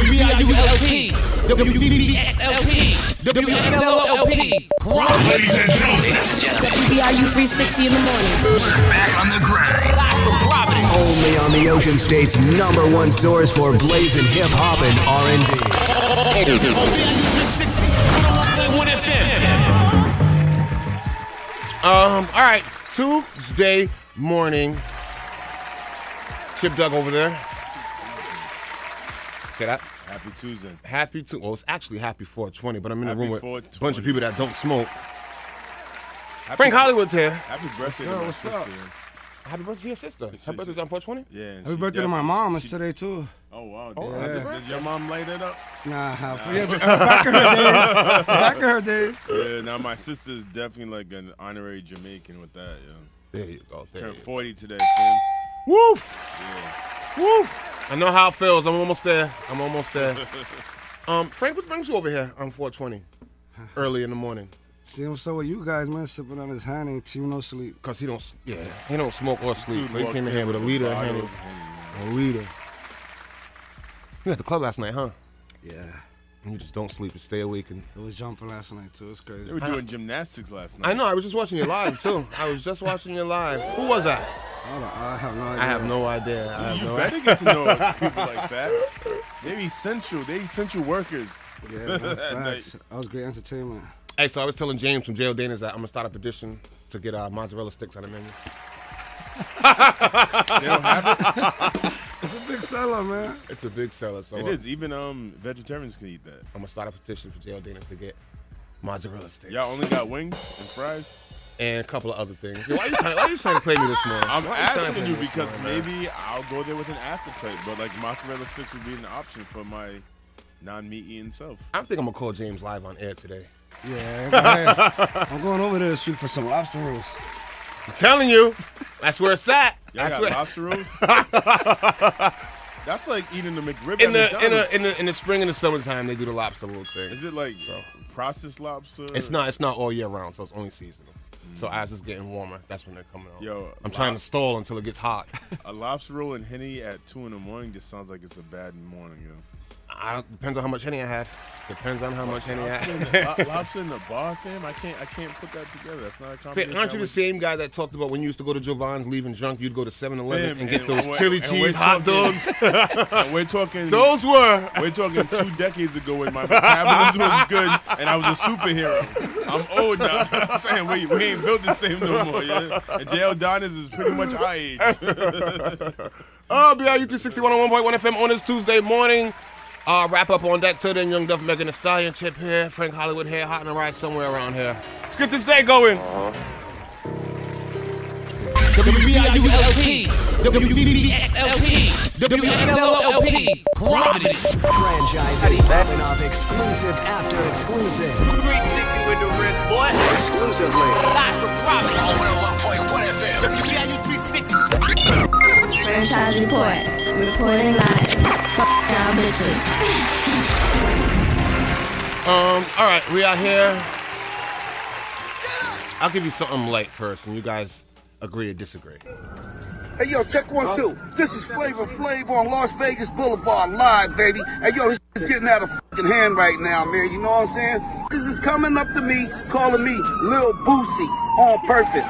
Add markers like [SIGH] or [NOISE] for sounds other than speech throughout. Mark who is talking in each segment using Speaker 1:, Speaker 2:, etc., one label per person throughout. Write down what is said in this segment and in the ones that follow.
Speaker 1: WBIULP, WBBXLP, WFLLP.
Speaker 2: Ladies and gentlemen,
Speaker 3: WBIU 360 in the morning.
Speaker 2: back on the grind.
Speaker 1: Live from Providence,
Speaker 4: Only on the Ocean State's number one source for blazing hip hop and R&B.
Speaker 1: WBIU 360, 101.1 FM.
Speaker 5: Um, all right, Tuesday morning. Chip Doug over there. Say that.
Speaker 6: Happy Tuesday.
Speaker 5: Happy to. Well, it's actually happy 420, but I'm in a
Speaker 6: Happy
Speaker 5: room with a
Speaker 6: 420.
Speaker 5: bunch of people that don't smoke.
Speaker 6: Happy,
Speaker 5: Frank Hollywood's here.
Speaker 6: Happy birthday
Speaker 7: Yo,
Speaker 6: to my
Speaker 7: what's
Speaker 6: sister.
Speaker 7: up?
Speaker 5: Happy birthday to your sister. Her
Speaker 6: She's-
Speaker 5: birthday's on 420.
Speaker 6: Yeah. and
Speaker 7: Happy
Speaker 6: she
Speaker 7: birthday to my
Speaker 6: definitely-
Speaker 7: mom. It's
Speaker 6: she-
Speaker 7: today too.
Speaker 6: Oh wow.
Speaker 5: Oh,
Speaker 6: did,
Speaker 5: happy
Speaker 6: did your mom light it up?
Speaker 7: Nah, forget
Speaker 6: [LAUGHS]
Speaker 7: it. back in her days. Back in her days.
Speaker 6: Yeah. Now my sister is definitely like an honorary Jamaican with that. Yeah.
Speaker 5: There you go. There
Speaker 6: Turned
Speaker 5: you go.
Speaker 6: 40 today, fam.
Speaker 5: Woof. Woof. I know how it feels. I'm almost there. I'm almost
Speaker 6: [LAUGHS]
Speaker 5: there. um, Frank, what brings you over here on 420 early in the morning?
Speaker 7: See, I'm so with you guys, man, sipping on this honey till no sleep.
Speaker 5: Cause he don't, s- yeah, he don't smoke or sleep.
Speaker 6: Dude
Speaker 5: So he
Speaker 6: walked
Speaker 5: came in
Speaker 6: in
Speaker 5: here with a
Speaker 6: with a
Speaker 5: leader in
Speaker 6: bottle
Speaker 5: hand.
Speaker 6: of
Speaker 5: A leader. You at the club last night, huh?
Speaker 7: Yeah.
Speaker 5: And you just don't sleep and stay awake. And
Speaker 7: It was jumping last night too. It's
Speaker 6: They
Speaker 7: crazy.
Speaker 8: [LAUGHS]
Speaker 6: were doing gymnastics last night.
Speaker 5: I
Speaker 6: [LAUGHS]
Speaker 5: know. I was just watching you live too. I was just watching you live. Who was that?
Speaker 7: Hold on, I have no idea.
Speaker 5: I have no idea. I have
Speaker 6: You
Speaker 5: no idea.
Speaker 6: better get to know
Speaker 5: [LAUGHS]
Speaker 6: people like that. They're essential. They essential workers.
Speaker 7: Yeah,
Speaker 6: [LAUGHS]
Speaker 7: that
Speaker 5: [LAUGHS]
Speaker 7: was
Speaker 6: That
Speaker 7: facts.
Speaker 6: night.
Speaker 7: That was great entertainment.
Speaker 5: Hey, so I was telling James from Jail Dana's that I'm gonna start a petition to get uh, mozzarella sticks on the menu.
Speaker 6: They don't have it.
Speaker 7: [LAUGHS] It's a big seller, man.
Speaker 5: It's a big seller, so
Speaker 6: It
Speaker 5: uh,
Speaker 6: is. Even um vegetarians can eat that.
Speaker 5: I'm gonna start a petition for Jail Dana's to get mozzarella sticks.
Speaker 6: Y'all only got wings and fries.
Speaker 5: and a couple of other things. Yo, why you trying, why you trying to play me this morning?
Speaker 6: I'm
Speaker 5: Why you trying to
Speaker 6: asking
Speaker 5: play
Speaker 6: you
Speaker 5: me this
Speaker 6: because
Speaker 5: morning, man?
Speaker 6: maybe I'll go there with an appetite, but like mozzarella sticks would be an option for my non-meat eating self.
Speaker 5: I think I'm gonna call James live on air today.
Speaker 7: Yeah. go ahead. I'm going over there this week for some lobster rolls.
Speaker 5: I'm telling you, that's where it's at.
Speaker 6: Y'all
Speaker 5: That's
Speaker 6: got
Speaker 5: where,
Speaker 6: lobster rolls.
Speaker 5: [LAUGHS]
Speaker 6: That's like eating the McRib
Speaker 5: in
Speaker 6: at
Speaker 5: the in
Speaker 6: McDonald's.
Speaker 5: the in the in the spring and the summertime they do the lobster roll thing.
Speaker 6: Is it like
Speaker 5: So.
Speaker 6: processed lobster?
Speaker 5: It's not it's not all year round, so it's only seasonal. So as it's getting warmer, that's when they're coming out.
Speaker 6: Mm. Yo,
Speaker 5: I'm trying
Speaker 6: lob-
Speaker 5: to stall until it gets hot.
Speaker 6: [LAUGHS] A lobster roll and henny at two in the morning just sounds like it's a bad morning, you know.
Speaker 5: I don't, depends on how much henny I have. Depends on how much henny I
Speaker 6: Lobster in,
Speaker 5: have.
Speaker 6: the,
Speaker 5: [LAUGHS]
Speaker 6: lo- lobster in the bar, fam. I can't. I can't put that together. That's not a
Speaker 5: Wait,
Speaker 6: combination.
Speaker 5: Aren't you
Speaker 6: I
Speaker 5: the
Speaker 6: would-
Speaker 5: same guy that talked about when you used to go to Giovan's leaving drunk, you'd go to 7
Speaker 6: Fam,
Speaker 5: Eleven and get
Speaker 6: and-
Speaker 5: those
Speaker 6: and we're-
Speaker 5: chili
Speaker 6: and we're
Speaker 5: cheese hot
Speaker 6: talking- [LAUGHS]
Speaker 5: dogs?
Speaker 6: And we're talking.
Speaker 5: those were.
Speaker 6: We're talking two decades ago when my metabolism was good and I was a superhero. I'm old now. [LAUGHS] I'm saying we, we ain't built the same no more. Yeah? And JL Donis is pretty much our age. [LAUGHS]
Speaker 5: Oh, BIU 360 101.1 FM on this Tuesday morning. Uh, wrap up on deck till then. Young Duff, Megan Thee Stallion, Chip here, Frank Hollywood here, hot in the ride somewhere around here. Let's get this day going.
Speaker 1: WBIULP, WBBXLP, WFLLP. Providence.
Speaker 4: Franchise is popping off exclusive after exclusive.
Speaker 1: 360 with the wrist, boy. Live from Providence.
Speaker 4: 101.1 FM.
Speaker 1: WBIU 360.
Speaker 9: Franchise report. Reporting live. Y'all bitches.
Speaker 5: Um, all right, we out here. I'll give you something light first, and you guys agree or disagree.
Speaker 10: Hey yo, check one two. This is Flavor Flav on Las Vegas Boulevard live, baby. Hey yo, this is getting out of fucking hand right now, man. You know what I'm saying? Cause it's coming up to me, calling me Lil Boosie on purpose.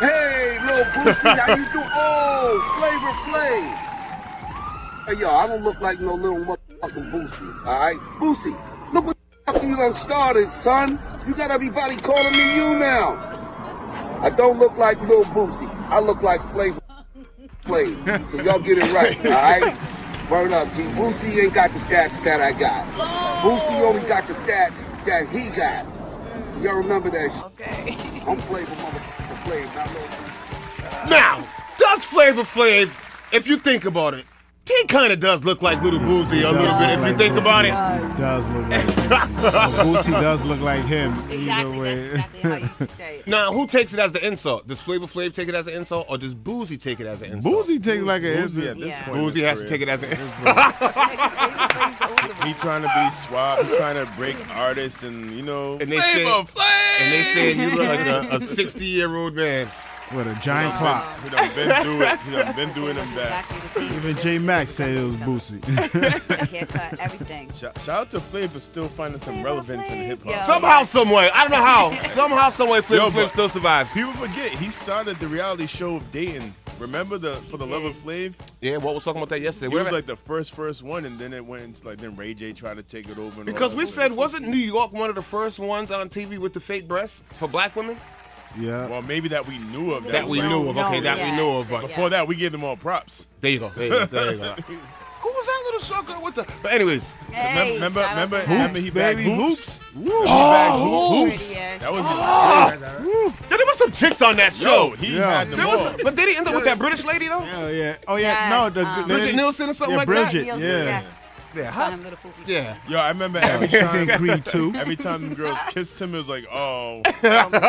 Speaker 10: Hey, Lil Boosie, how you doing? Oh, Flavor Flav. Hey, yo, I don't look like no little motherfucking Boosie, all right? Boosie, look what the fuck you done started, son. You got everybody calling me you now. I don't look like Lil Boosie. I look like Flavor Flav. So y'all get it right, all right? Burn up, G. Boosie ain't got the stats that I got. Boosie only got the stats that he got. So y'all remember that shit.
Speaker 11: Okay.
Speaker 10: I'm Flavor motherfucking Flav, not Lil Boosie.
Speaker 5: Now, does Flavor Flav, if you think about it, he kind of does look like Little Boozy a little bit, if you think about it.
Speaker 12: does look like [LAUGHS] him.
Speaker 5: [LAUGHS]
Speaker 12: Boosie does look like him.
Speaker 11: Exactly.
Speaker 12: Either way.
Speaker 11: That's exactly how you should
Speaker 5: [LAUGHS]
Speaker 11: say it.
Speaker 5: Now, who takes it as the insult? Does Flavor Flav take it as an insult, or does Boozy take it as an insult?
Speaker 12: Boosie takes like an
Speaker 6: Boozy at
Speaker 12: insult.
Speaker 6: this
Speaker 11: Yeah.
Speaker 6: point. in
Speaker 5: Boozy
Speaker 6: his
Speaker 5: has to take
Speaker 6: career.
Speaker 5: it as an insult. [LAUGHS]
Speaker 6: He trying to be suave. He trying to break artists and you know.
Speaker 5: And they
Speaker 6: Flavor
Speaker 5: said-
Speaker 6: Flav!
Speaker 5: And they saying you look like a 60 year old man.
Speaker 12: with a giant
Speaker 6: He done
Speaker 12: clock.
Speaker 6: been- He done been through it. He done been doing them back.
Speaker 12: Even J Max said it was Boosie.
Speaker 11: Haircut, everything.
Speaker 6: Shout, shout out to Flav for still finding some relevance in hip hop.
Speaker 5: Somehow, some way. I don't know
Speaker 6: [LAUGHS]
Speaker 5: how. Somehow, some way, Flip Flip still survives.
Speaker 6: People forget he started the reality show of Dayton. Remember the for the love of Flav?
Speaker 5: Yeah, what was talking about that yesterday?
Speaker 6: It
Speaker 5: Where
Speaker 6: was
Speaker 5: am I-
Speaker 6: like the first first one, and then it went into like then Ray J tried to take it over. And all
Speaker 5: Because
Speaker 6: that
Speaker 5: we
Speaker 6: shit.
Speaker 5: said, wasn't New York one of the first ones on TV with the fake breasts for black women?
Speaker 12: Yeah.
Speaker 6: Well, maybe that we knew of.
Speaker 5: That we knew of, okay, No, that we yeah. knew of, but-
Speaker 6: before that, we gave them all props.
Speaker 5: There you go. There you go. There
Speaker 6: [LAUGHS]
Speaker 5: you go. Who was that little sucker with the? But anyways,
Speaker 6: Hey, Remember- shout out remember- to remember he Hoops, bagged baby, hoops?
Speaker 5: Woo.
Speaker 6: Remember he bagged
Speaker 5: Oh,
Speaker 6: hoops?
Speaker 5: hoops.
Speaker 6: Pretty ass. That was
Speaker 5: Oh.
Speaker 6: his-
Speaker 5: Woo. Yeah, there was some chicks on that show.
Speaker 6: Yo, he Yeah. had them
Speaker 5: There was
Speaker 6: all.
Speaker 5: some- but did he end up with that British lady though?
Speaker 12: Oh yeah. Oh yeah. No, the the
Speaker 5: Bridget
Speaker 12: lady-
Speaker 5: Um, Nielsen or something
Speaker 12: yeah,
Speaker 5: like
Speaker 12: Bridget,
Speaker 5: that.
Speaker 12: Yeah.
Speaker 5: Yeah.
Speaker 6: Yeah. [LAUGHS] Yo, I remember every
Speaker 12: She's in
Speaker 6: time [LAUGHS]
Speaker 12: Creed too.
Speaker 6: Every time them girls kissed him, it was like, oh, [LAUGHS] for the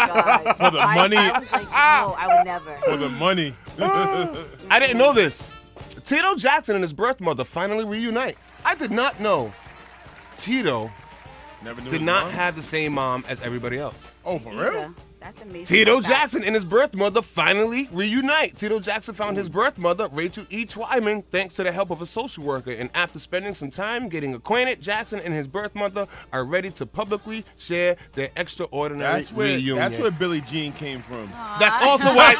Speaker 11: I-
Speaker 6: money,
Speaker 11: I was like, no,
Speaker 5: Ah!
Speaker 11: I would never.
Speaker 6: for the money.
Speaker 5: I didn't know this. Tito Jackson and his birth mother finally reunite. I did not know Tito
Speaker 6: Never knew
Speaker 5: did
Speaker 6: his
Speaker 5: not
Speaker 6: mom?
Speaker 5: have the same mom as everybody else.
Speaker 6: Oh, for
Speaker 11: Either. That's amazing.
Speaker 5: Tito
Speaker 11: That's-
Speaker 5: Jackson and his birth mother finally reunite. Tito Jackson found his birth mother, Rachel E. Twyman, thanks to the help of a social worker. And after spending some time getting acquainted, Jackson and his birth mother are ready to publicly share their extraordinary
Speaker 6: That's where
Speaker 5: reunion.
Speaker 6: that's where Billie Jean came from.
Speaker 5: That's also
Speaker 6: [LAUGHS]
Speaker 5: why.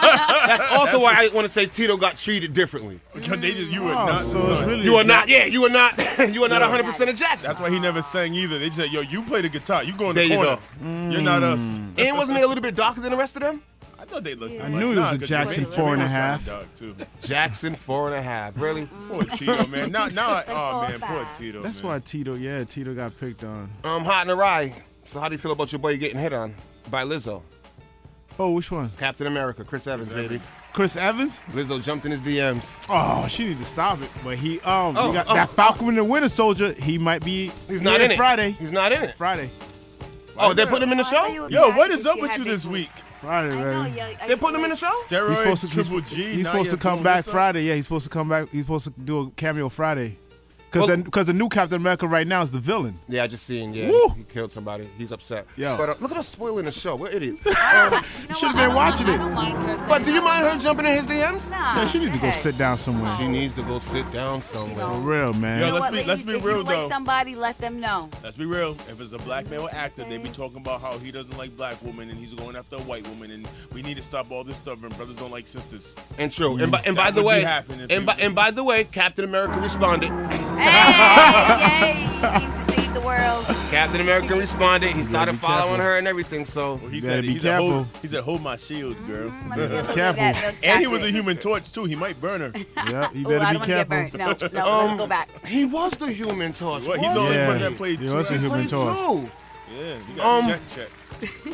Speaker 5: That's also why I want to say Tito got treated differently.
Speaker 6: Because [LAUGHS] they just you were
Speaker 5: Oh,
Speaker 6: not.
Speaker 5: so it's really- You are not- yeah, you are not- [LAUGHS] you are not 100% of Jackson.
Speaker 6: That's why he never sang either. They just said, yo, you play the guitar. You go in
Speaker 5: There
Speaker 6: the
Speaker 5: you
Speaker 6: corner.
Speaker 5: go.
Speaker 6: You're not us.
Speaker 5: And wasn't he a little bit darker than the rest of them?
Speaker 6: I thought they looked.
Speaker 12: I knew he was a Jackson four and a half.
Speaker 5: Jackson four and a half. Really?
Speaker 6: [LAUGHS] Poor Tito, man. Now, now, I- oh man, poor Tito.
Speaker 12: That's why Tito. Yeah, Tito got picked on.
Speaker 5: Um, hot in the rye. So how do you feel about your boy getting hit on by Lizzo?
Speaker 12: Oh, which one?
Speaker 5: Captain America, Chris Evans, baby.
Speaker 12: Chris Evans?
Speaker 5: Lizzo jumped in his DMs.
Speaker 12: Oh, she need to stop it. But he, um,
Speaker 5: Oh,
Speaker 12: you got
Speaker 5: oh,
Speaker 12: that Falcon and the Winter Soldier. He might be.
Speaker 5: He's not
Speaker 12: here
Speaker 5: in it.
Speaker 12: Friday.
Speaker 5: He's not in it.
Speaker 12: Friday.
Speaker 5: Oh, they put him in the show?
Speaker 6: Yo, what is up with you this week?
Speaker 12: Friday,
Speaker 11: Oh,
Speaker 12: baby.
Speaker 5: They put him in the show?
Speaker 12: He's supposed to,
Speaker 6: Steroids, Triple
Speaker 12: he's,
Speaker 6: G.
Speaker 12: he's
Speaker 6: now
Speaker 12: supposed to
Speaker 6: you're
Speaker 12: come
Speaker 6: doing
Speaker 12: back
Speaker 6: this up?
Speaker 12: Friday. Yeah, he's supposed to come back. He's supposed to do a cameo Friday. Because the, 'cause the new Captain America right now is the villain.
Speaker 5: Yeah, I just seen. Yeah,
Speaker 12: Woo.
Speaker 5: he killed somebody. He's upset.
Speaker 12: Yo.
Speaker 5: but uh, look at us spoiling the show. We're
Speaker 12: [LAUGHS]
Speaker 5: idiots. Um,
Speaker 12: Should have been watching it.
Speaker 5: But do [LAUGHS] you mind her jumping in his DMs?
Speaker 12: Yeah, she needs to go sit down somewhere.
Speaker 5: She needs to go sit down somewhere.
Speaker 12: For real, man.
Speaker 6: Yo,
Speaker 11: You know
Speaker 6: let's
Speaker 11: what,
Speaker 6: be let's
Speaker 11: ladies,
Speaker 6: be
Speaker 11: if you
Speaker 6: real
Speaker 11: Like
Speaker 6: though.
Speaker 11: somebody, let them know.
Speaker 6: Let's be real. If it's a black male actor, they be talking about how he doesn't like black women and he's going after a white woman, and we need to stop all this stuff. And brothers don't like sisters.
Speaker 5: And
Speaker 12: Mm.
Speaker 5: true. And by, and
Speaker 6: That
Speaker 5: by the
Speaker 6: would be
Speaker 5: way,
Speaker 6: happening if
Speaker 5: and by, and by the way, Captain America responded.
Speaker 11: Hey, yay! Came to save the world.
Speaker 5: Captain America responded. He started
Speaker 6: be
Speaker 5: following
Speaker 6: careful.
Speaker 5: her and everything. So
Speaker 6: He said he said, hold, he said, "Hold my shield,
Speaker 11: Mm,
Speaker 12: [LAUGHS]
Speaker 6: girl."
Speaker 11: look at that Careful. milk
Speaker 6: and he was a
Speaker 11: chocolate.
Speaker 6: human torch too. He might
Speaker 11: [LAUGHS]
Speaker 6: burn her.
Speaker 12: Yeah, you
Speaker 11: Ooh, I don't wanna get
Speaker 12: Um,
Speaker 11: burnt. No, no, let's go back.
Speaker 5: Um, He was the Human Torch.
Speaker 6: He's the
Speaker 5: wasn't
Speaker 6: only
Speaker 5: he?
Speaker 6: one that played
Speaker 12: he
Speaker 6: two.
Speaker 12: was the
Speaker 6: He
Speaker 12: human
Speaker 6: played
Speaker 12: torch.
Speaker 5: Two.
Speaker 6: two. Yeah, he got
Speaker 5: Um,
Speaker 6: check checks.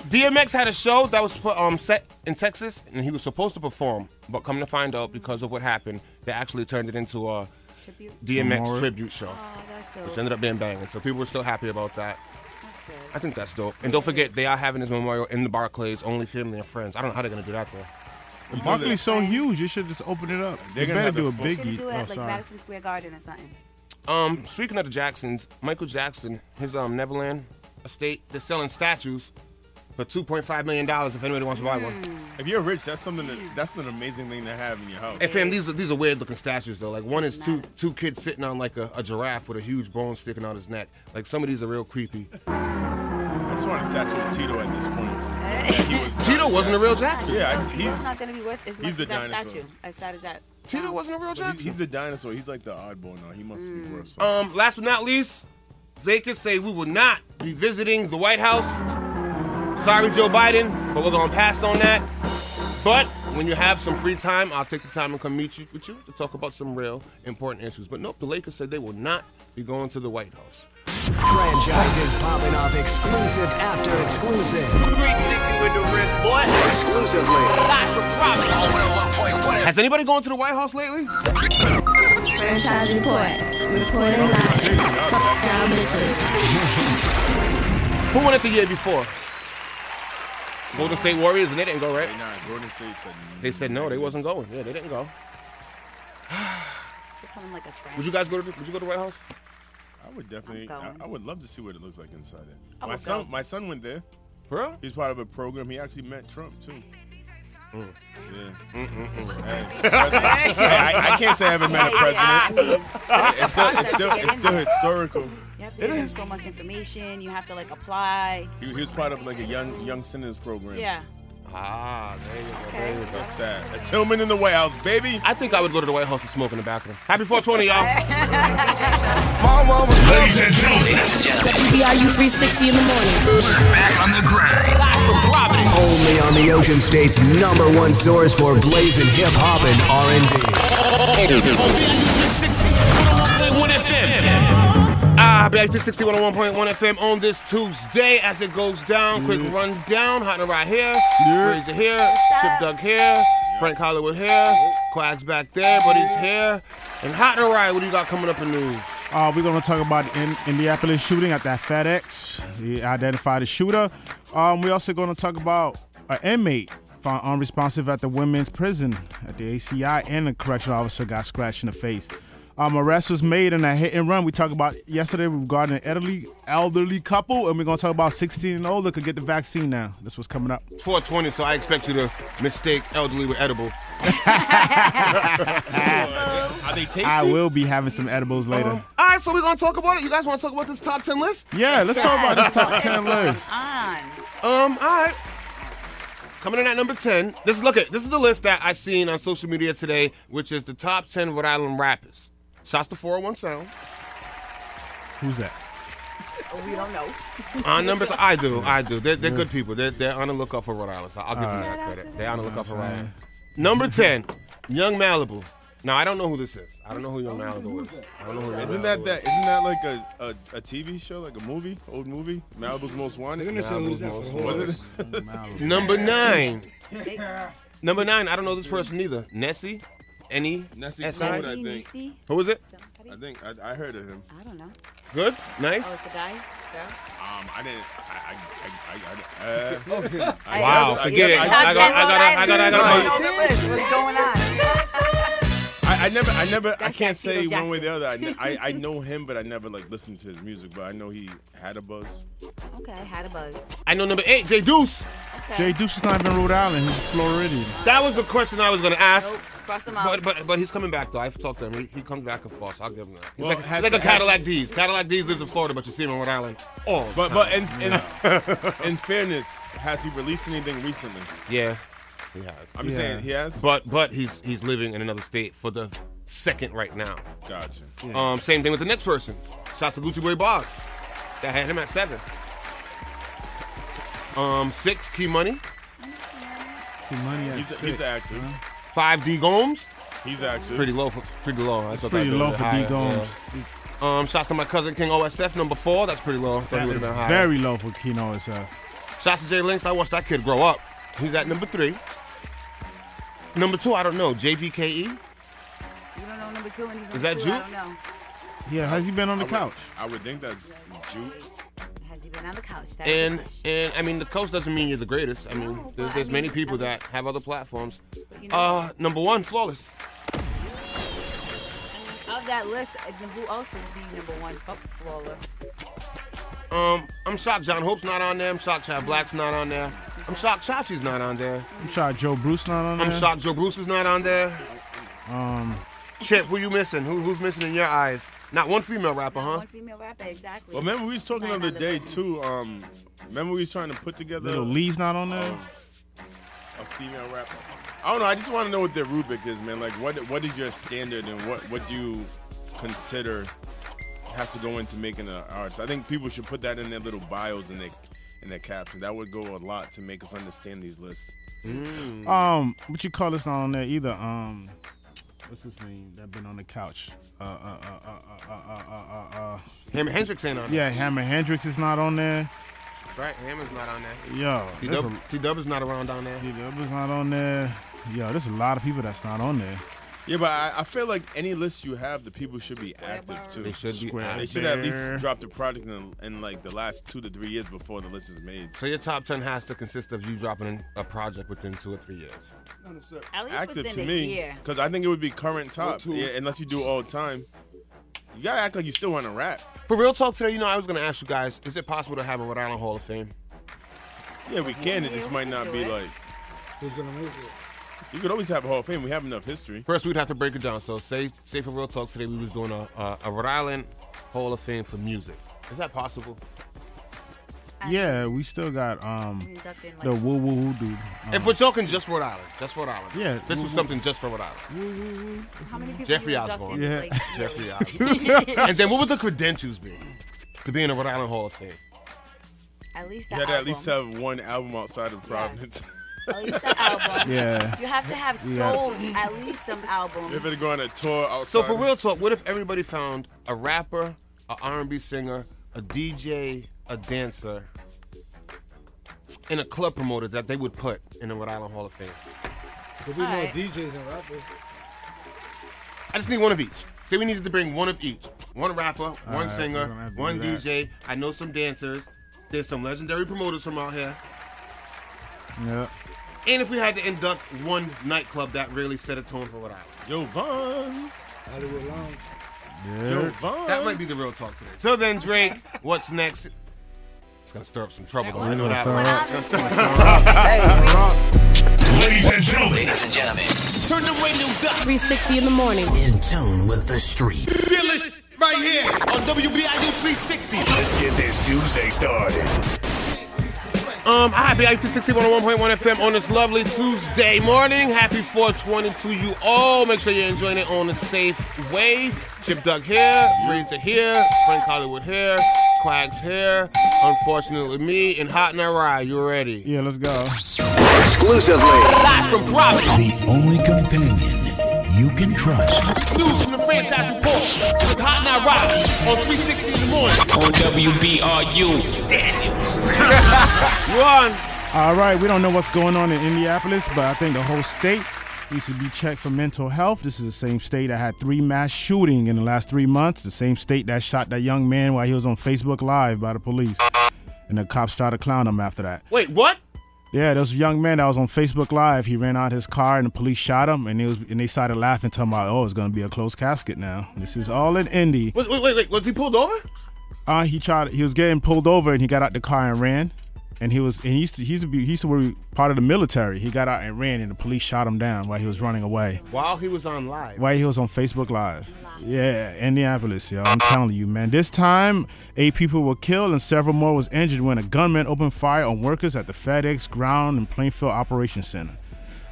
Speaker 5: DMX had a show that was um, set in Texas, and he was supposed to perform, but come to find out, because of what happened, they actually turned it into a
Speaker 11: Tribute?
Speaker 5: DMX
Speaker 12: Memorial.
Speaker 5: tribute show,
Speaker 11: that's dope.
Speaker 5: which ended up being banging. So people were still happy about that.
Speaker 11: That's good.
Speaker 5: I think that's dope. And don't forget, they are having his memorial in the Barclays, only family and friends. I don't know how they're gonna do that though.
Speaker 12: Barkley's so huge, you should just open it up.
Speaker 5: They're
Speaker 12: They
Speaker 5: gonna
Speaker 12: better
Speaker 5: have
Speaker 12: do a
Speaker 5: to-
Speaker 11: They should
Speaker 12: biggie.
Speaker 11: do it
Speaker 12: Oh,
Speaker 11: like
Speaker 12: sorry.
Speaker 11: Madison Square Garden or something.
Speaker 5: Um, speaking of the Jacksons, Michael Jackson, his um Neverland estate, they're selling statues for two point five million dollars if anybody wants to buy one.
Speaker 11: Mm.
Speaker 6: If you're rich, that's something. That, that's an amazing thing to have in your house.
Speaker 5: Hey fam, these are these are weird looking statues though. Like one is two two kids sitting on like a, a giraffe with a huge bone sticking out his neck. Like some of these are real creepy.
Speaker 6: I just want to saturate Tito at this point. He was-
Speaker 5: Tito wasn't a real Jackson.
Speaker 6: Yeah, I-
Speaker 11: It's
Speaker 6: he's
Speaker 11: not gonna be worth
Speaker 5: [LAUGHS]
Speaker 11: as
Speaker 6: he's
Speaker 11: much
Speaker 6: a
Speaker 11: as that
Speaker 6: dinosaur.
Speaker 11: statue. As sad as that.
Speaker 5: Tito wasn't a real
Speaker 6: But he-
Speaker 5: Jackson.
Speaker 6: He's a dinosaur. He's like the oddball now. He must be worth something.
Speaker 5: Um, last but not least, they could say we will not be visiting the White House. Sorry, Joe Biden, but we're gonna pass on that. But when you have some free time, I'll take the time and come meet you with you to talk about some real important issues. But nope, the Lakers said they will not be going to the White House.
Speaker 4: Franchises popping off exclusive after exclusive.
Speaker 1: 360 with the wrist, boy. Exclusively. Live for profit.
Speaker 5: Has anybody gone to the White House lately?
Speaker 9: Franchise report. Reporting live. Y'all bitches.
Speaker 5: Who won it the year before? Golden State Warriors, and they didn't go, right?
Speaker 6: Nah, Gordon State said
Speaker 5: They said no, they wasn't going. Yeah, they didn't go.
Speaker 11: It's becoming like a trend.
Speaker 5: Would you guys go to? Would you go to the White House?
Speaker 6: I would definitely. I,
Speaker 11: going.
Speaker 6: I would love to see what it looks like inside there.
Speaker 11: I
Speaker 6: My
Speaker 11: would
Speaker 6: son,
Speaker 11: go.
Speaker 6: my son went there.
Speaker 5: For real?
Speaker 6: He's part of a program. He actually met Trump too. Yeah.
Speaker 11: Mm-hmm.
Speaker 6: Hey, I, I can't say I haven't met a president. It's still, it's still, it's still historical.
Speaker 11: You have to give them so much information. You have to like apply.
Speaker 6: He, he was part of like a young young senators program.
Speaker 11: Yeah.
Speaker 5: Ah, there you go. There you go.
Speaker 6: Like that. A Tillman in the White House, baby.
Speaker 5: I think I would go to the White House and smoke in the bathroom. Happy 420, y'all.
Speaker 2: Ladies and gentlemen,
Speaker 3: WBRU 360 in the morning.
Speaker 2: back on the grind.
Speaker 4: Only on the Ocean State's number one source for blazing hip hop and R&B.
Speaker 5: Ah, back to 6101.1 FM on this Tuesday as it goes down. Quick rundown. Hot and right here. Razor here. Chip Doug here. Frank Hollywood here. Quags back there. Buddy's here. And Hot and right, what do you got coming up in news?
Speaker 12: Uh, we're going to talk about the in- Indianapolis shooting at that FedEx. He identified the shooter. Um, we're also going to talk about an inmate found unresponsive at the women's prison at the ACI, and a correctional officer got scratched in the face. Um, arrest was made in a hit and run. We talked about yesterday regarding an elderly elderly couple, and we're going to talk about 16 and older could get the vaccine now. That's what's coming up.
Speaker 5: It's 420, so I expect you to mistake elderly with edible.
Speaker 6: Are they tasty?
Speaker 12: I will be having some edibles later.
Speaker 5: All right, so we're going to talk about it. You guys want to talk about this top 10 list?
Speaker 12: yeah, let's talk about this top 10 list.
Speaker 11: On.
Speaker 5: Um, all right. Coming in at number 10, this is look at this is the list that I seen on social media today, which is the top 10 Rhode Island rappers. Shouts to 401 Sound.
Speaker 12: Who's that?
Speaker 11: Oh, we don't know.
Speaker 5: On number two, I do, I do. They're, they're good people. They're, they're on the lookout for Rhode Island. So I'll give them that credit. They're on the lookout for Rhode Island. Number 10, Young Malibu. Now, I don't know who this is. I don't know who Young Malibu is. I don't know who Young
Speaker 6: Isn't
Speaker 5: Malibu is.
Speaker 6: Oh, that that? Isn't that like a, a, a TV show, like a movie, old movie? Malibu's Most Wanted.
Speaker 7: They're gonna say lose that for the whole-
Speaker 6: Was it? [LAUGHS]
Speaker 5: Number nine. Number nine, I don't know this person either. Nessie? Any?
Speaker 6: Nessie
Speaker 5: S-I?
Speaker 6: Cruz, I think.
Speaker 11: Nisi?
Speaker 5: Who is it?
Speaker 6: I think I, I heard of him.
Speaker 11: I don't know.
Speaker 5: Good?
Speaker 11: Oh,
Speaker 5: Nice?
Speaker 11: it's the guy. Girl?
Speaker 6: Um, I didn't. I I I I. I, [LAUGHS] I uh,
Speaker 5: Wow,
Speaker 11: It's
Speaker 5: forget
Speaker 11: the
Speaker 5: it. I
Speaker 11: top
Speaker 5: got, I got, I
Speaker 11: 10 Rhode
Speaker 5: got, I
Speaker 11: Islanders.
Speaker 5: got.
Speaker 11: on the list. What's going on?
Speaker 6: I, I never, I never, I
Speaker 11: That's
Speaker 6: can't
Speaker 11: Tito
Speaker 6: say one way or the
Speaker 11: Jackson.
Speaker 6: other. I, kn-
Speaker 11: [LAUGHS]
Speaker 6: I, I know him, but I never like listened to his music. But I know he had a buzz.
Speaker 11: okay, had a bug.
Speaker 5: I know number eight, Jay Deuce.
Speaker 12: Jay
Speaker 11: Okay.
Speaker 12: Deuce is not even Rhode Island. He's Floridian.
Speaker 5: That was the question I was gonna ask.
Speaker 11: Nope. Cross them
Speaker 5: But,
Speaker 11: out.
Speaker 5: but but he's coming back though. I've talked to him. He, he comes back and forth. So I'll give him that. He's
Speaker 6: Well,
Speaker 5: like, he's
Speaker 6: has-
Speaker 5: like a
Speaker 6: has-
Speaker 5: Cadillac D's. Cadillac D's lives in Florida, but you see him in Rhode Island. Oh,
Speaker 6: But but in in,
Speaker 12: [LAUGHS]
Speaker 6: in fairness, has he released anything recently?
Speaker 5: yeah, he has.
Speaker 6: I'm saying he has.
Speaker 5: But but he's he's living in another state for the second right now.
Speaker 6: gotcha.
Speaker 5: Um, same thing with the next person. Shouts to Gucci Boy Boss. That had him at seven. Um, six Key Money,
Speaker 12: He money at
Speaker 6: He's
Speaker 12: six.
Speaker 6: he's active.
Speaker 5: five D Gomes.
Speaker 6: He's active.
Speaker 5: Pretty low for pretty low. That's
Speaker 12: Pretty low for D Gomes.
Speaker 5: Um, shouts to my cousin King OSF number four. That's pretty low. I thought he
Speaker 12: That
Speaker 5: would have
Speaker 12: is
Speaker 5: been higher.
Speaker 12: very low for Kino itself.
Speaker 5: Shouts to Jay Links. I watched that kid grow up. He's at number three. Number two, I don't know. JVKE.
Speaker 11: You don't know number two and he's number
Speaker 5: Is that
Speaker 11: two.
Speaker 5: you?
Speaker 11: I don't know.
Speaker 12: Yeah, has he been on the couch?
Speaker 6: I would think that's Juke.
Speaker 11: Has he been on the couch? That's the
Speaker 5: And
Speaker 11: question.
Speaker 5: and I mean, the coach doesn't mean you're the greatest. I mean,
Speaker 11: No, but
Speaker 5: there's
Speaker 11: I
Speaker 5: there's
Speaker 11: mean,
Speaker 5: many people
Speaker 11: I'm
Speaker 5: that
Speaker 11: just-
Speaker 5: have other platforms.
Speaker 11: you know,
Speaker 5: Uh, number one, flawless.
Speaker 11: of that list, uh, who else would be number one? But flawless.
Speaker 5: Um, I'm shocked John Hope's not on there. I'm shocked Chad Black's not on there. I'm shocked Chachi's not on there.
Speaker 12: I'm shocked Joe Bruce not on there.
Speaker 5: I'm shocked Joe Bruce is not on there.
Speaker 12: Um,
Speaker 5: Chip, who you missing? Who, who's missing in your eyes? Not one female rapper, huh?
Speaker 11: One female rapper, exactly.
Speaker 6: Well, remember we was talking
Speaker 11: Nine
Speaker 6: the other
Speaker 11: out of
Speaker 6: day
Speaker 11: ten.
Speaker 6: too. Um, remember we was trying to put together
Speaker 12: Little Lee's not on there.
Speaker 6: a female rapper. Um, I don't know. I just want to know what their rubric is, man. Like, what what is your standard, and what what do you consider has to go into making an artist? I think people should put that in their little bios and their in their caption. That would go a lot to make us understand these lists.
Speaker 5: Mm.
Speaker 12: Um, what you call is not on there either. Um, what's his name that been on the couch? Uh, uh, uh, uh, uh, uh, uh, uh, uh.
Speaker 5: Hammer Hendrix ain't on there.
Speaker 12: Yeah, Hammer Hendrix is not on there.
Speaker 5: That's right. Hammer's not on there.
Speaker 12: Yo,
Speaker 5: T
Speaker 12: there's a,
Speaker 5: Dub T Dub is not around down there.
Speaker 12: T Dub is not on there. Yo, there's a lot of people that's not on there.
Speaker 6: Yeah, but I, I feel like any list you have, the people should be active too.
Speaker 5: They should be.
Speaker 12: Square.
Speaker 5: out.
Speaker 6: They should at
Speaker 12: Bear.
Speaker 6: least drop the product in, in like the last two to three years before the list is made.
Speaker 5: So your top ten has to consist of you dropping a project within two or three years.
Speaker 11: At least
Speaker 6: active
Speaker 11: within
Speaker 6: to
Speaker 11: a
Speaker 6: me
Speaker 11: year.
Speaker 6: because I think it would be current top. Yeah, unless you do all time. You gotta act like you still want to rap.
Speaker 5: For real talk today, you know, I was gonna ask you guys: Is it possible to have a Rhode Island Hall of Fame?
Speaker 6: Yeah, we can. It just might not be like. You could always have a Hall of Fame. We have enough history.
Speaker 5: First, we'd have to break it down. So, say, say for real talk today, we was doing a, a, a Rhode Island Hall of Fame for music. Is that possible?
Speaker 12: Yeah, we still got um the woo woo woo dude. Um,
Speaker 6: Mm.
Speaker 5: if we're talking just Rhode Island, just Rhode Island.
Speaker 12: Yeah,
Speaker 5: this was
Speaker 12: woo- woo-
Speaker 5: something just for Rhode Island.
Speaker 11: How many people
Speaker 5: Jeffrey
Speaker 11: you
Speaker 5: Osborne.
Speaker 11: inducted, like, [LAUGHS]
Speaker 5: Jeffrey Osborne. and then, what would the credentials be to be in the Rhode Island Hall of Fame?
Speaker 11: at least the
Speaker 6: You had to
Speaker 11: album.
Speaker 6: at least have one album outside of Providence.
Speaker 11: At least
Speaker 6: [LAUGHS]
Speaker 11: the album.
Speaker 6: Yeah.
Speaker 11: You have to have
Speaker 6: We gotta-
Speaker 11: sold at least some
Speaker 6: They
Speaker 11: albums.
Speaker 6: better go on a tour outside.
Speaker 5: So for real talk, what if everybody found a rapper, a R&B singer, a DJ, a dancer, and a club promoter that they would put in the Rhode Island Hall of Fame?
Speaker 8: But we
Speaker 5: All
Speaker 8: more
Speaker 5: right.
Speaker 8: DJs and rappers.
Speaker 5: I just need one of each. Say we needed to bring one of each. One rapper, one
Speaker 12: right, we're gonna
Speaker 5: singer,
Speaker 12: have to do
Speaker 5: one
Speaker 12: that.
Speaker 5: DJ. I know some dancers. There's some legendary promoters from out here.
Speaker 12: Um, yeah.
Speaker 5: And if we had to induct one nightclub that really set a tone for Rhode Island. Joe Buns.
Speaker 8: Hollywood Lounge.
Speaker 12: Yeah.
Speaker 5: That might be the real talk today. Till then, Drake, what's next? It's gonna stir up some trouble. though. You know
Speaker 12: It's
Speaker 5: that.
Speaker 12: gonna
Speaker 5: right?
Speaker 12: stir up.
Speaker 5: It's gonna stir up trouble.
Speaker 2: Ladies and gentlemen. Ladies and gentlemen.
Speaker 3: Turn the radios up. 360 in the morning.
Speaker 2: In tune with the street.
Speaker 3: Fearless right here on WBIU 360.
Speaker 2: Let's get this Tuesday started.
Speaker 5: Um, hi, BIU 101.1 FM on this lovely Tuesday morning. Happy 420 to you all. Make sure you're enjoying it on a safe way. Chip Duck here, Breeza here, Frank Hollywood here, Quags here. Unfortunately, me and Hot Narai. You ready?
Speaker 12: Yeah, let's go.
Speaker 5: Exclusively live from Providence.
Speaker 2: The only companion you can trust.
Speaker 1: News from the franchise report with Hot Night Rockets on 360 in the morning.
Speaker 2: On WBRU.
Speaker 12: All right, we don't know what's going on in Indianapolis, but I think the whole state needs to be checked for mental health. This is the same state that had three mass shooting in the last three months. The same state that shot that young man while he was on Facebook Live by the police, and the cops tried to clown him after that.
Speaker 5: Wait, what?
Speaker 12: Yeah, this young man that was on Facebook Live, he ran out his car and the police shot him, and they was and they started laughing, talking about, "Oh, it's gonna be a closed casket now." This is all in Indy.
Speaker 5: Wait, wait, wait, wait. Was he pulled over?
Speaker 12: Uh, he tried. He was getting pulled over, and he got out the car and ran. And he was. And he used to. He used to be. He used to be part of the military. He got out and ran, and the police shot him down while he was running away.
Speaker 5: While he was on live.
Speaker 12: While he was on Facebook Live. Yeah, Indianapolis, yo. I'm telling you, man. This time, eight people were killed and several more was injured when a gunman opened fire on workers at the FedEx ground and Plainfield Operations Center.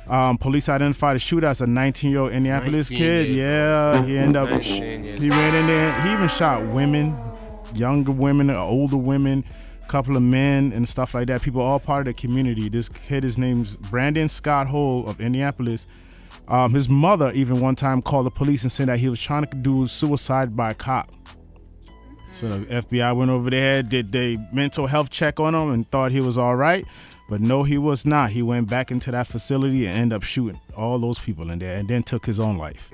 Speaker 12: Um, police identified the shooter as a 19-year-old Indianapolis
Speaker 5: 19
Speaker 12: kid.
Speaker 5: years
Speaker 12: Yeah,
Speaker 5: old.
Speaker 12: he ended up.
Speaker 5: 19 years
Speaker 12: He ran in there. He even shot women, younger women, older women, couple of men, and stuff like that. People all part of the community. This kid, his name's Brandon Scott Hole of Indianapolis. Um, his mother even one time called the police and said that he was trying to do suicide by a cop. So the FBI went over there, did they mental health check on him, and thought he was all right. But no, he was not. He went back into that facility and ended up shooting all those people in there, and then took his own life.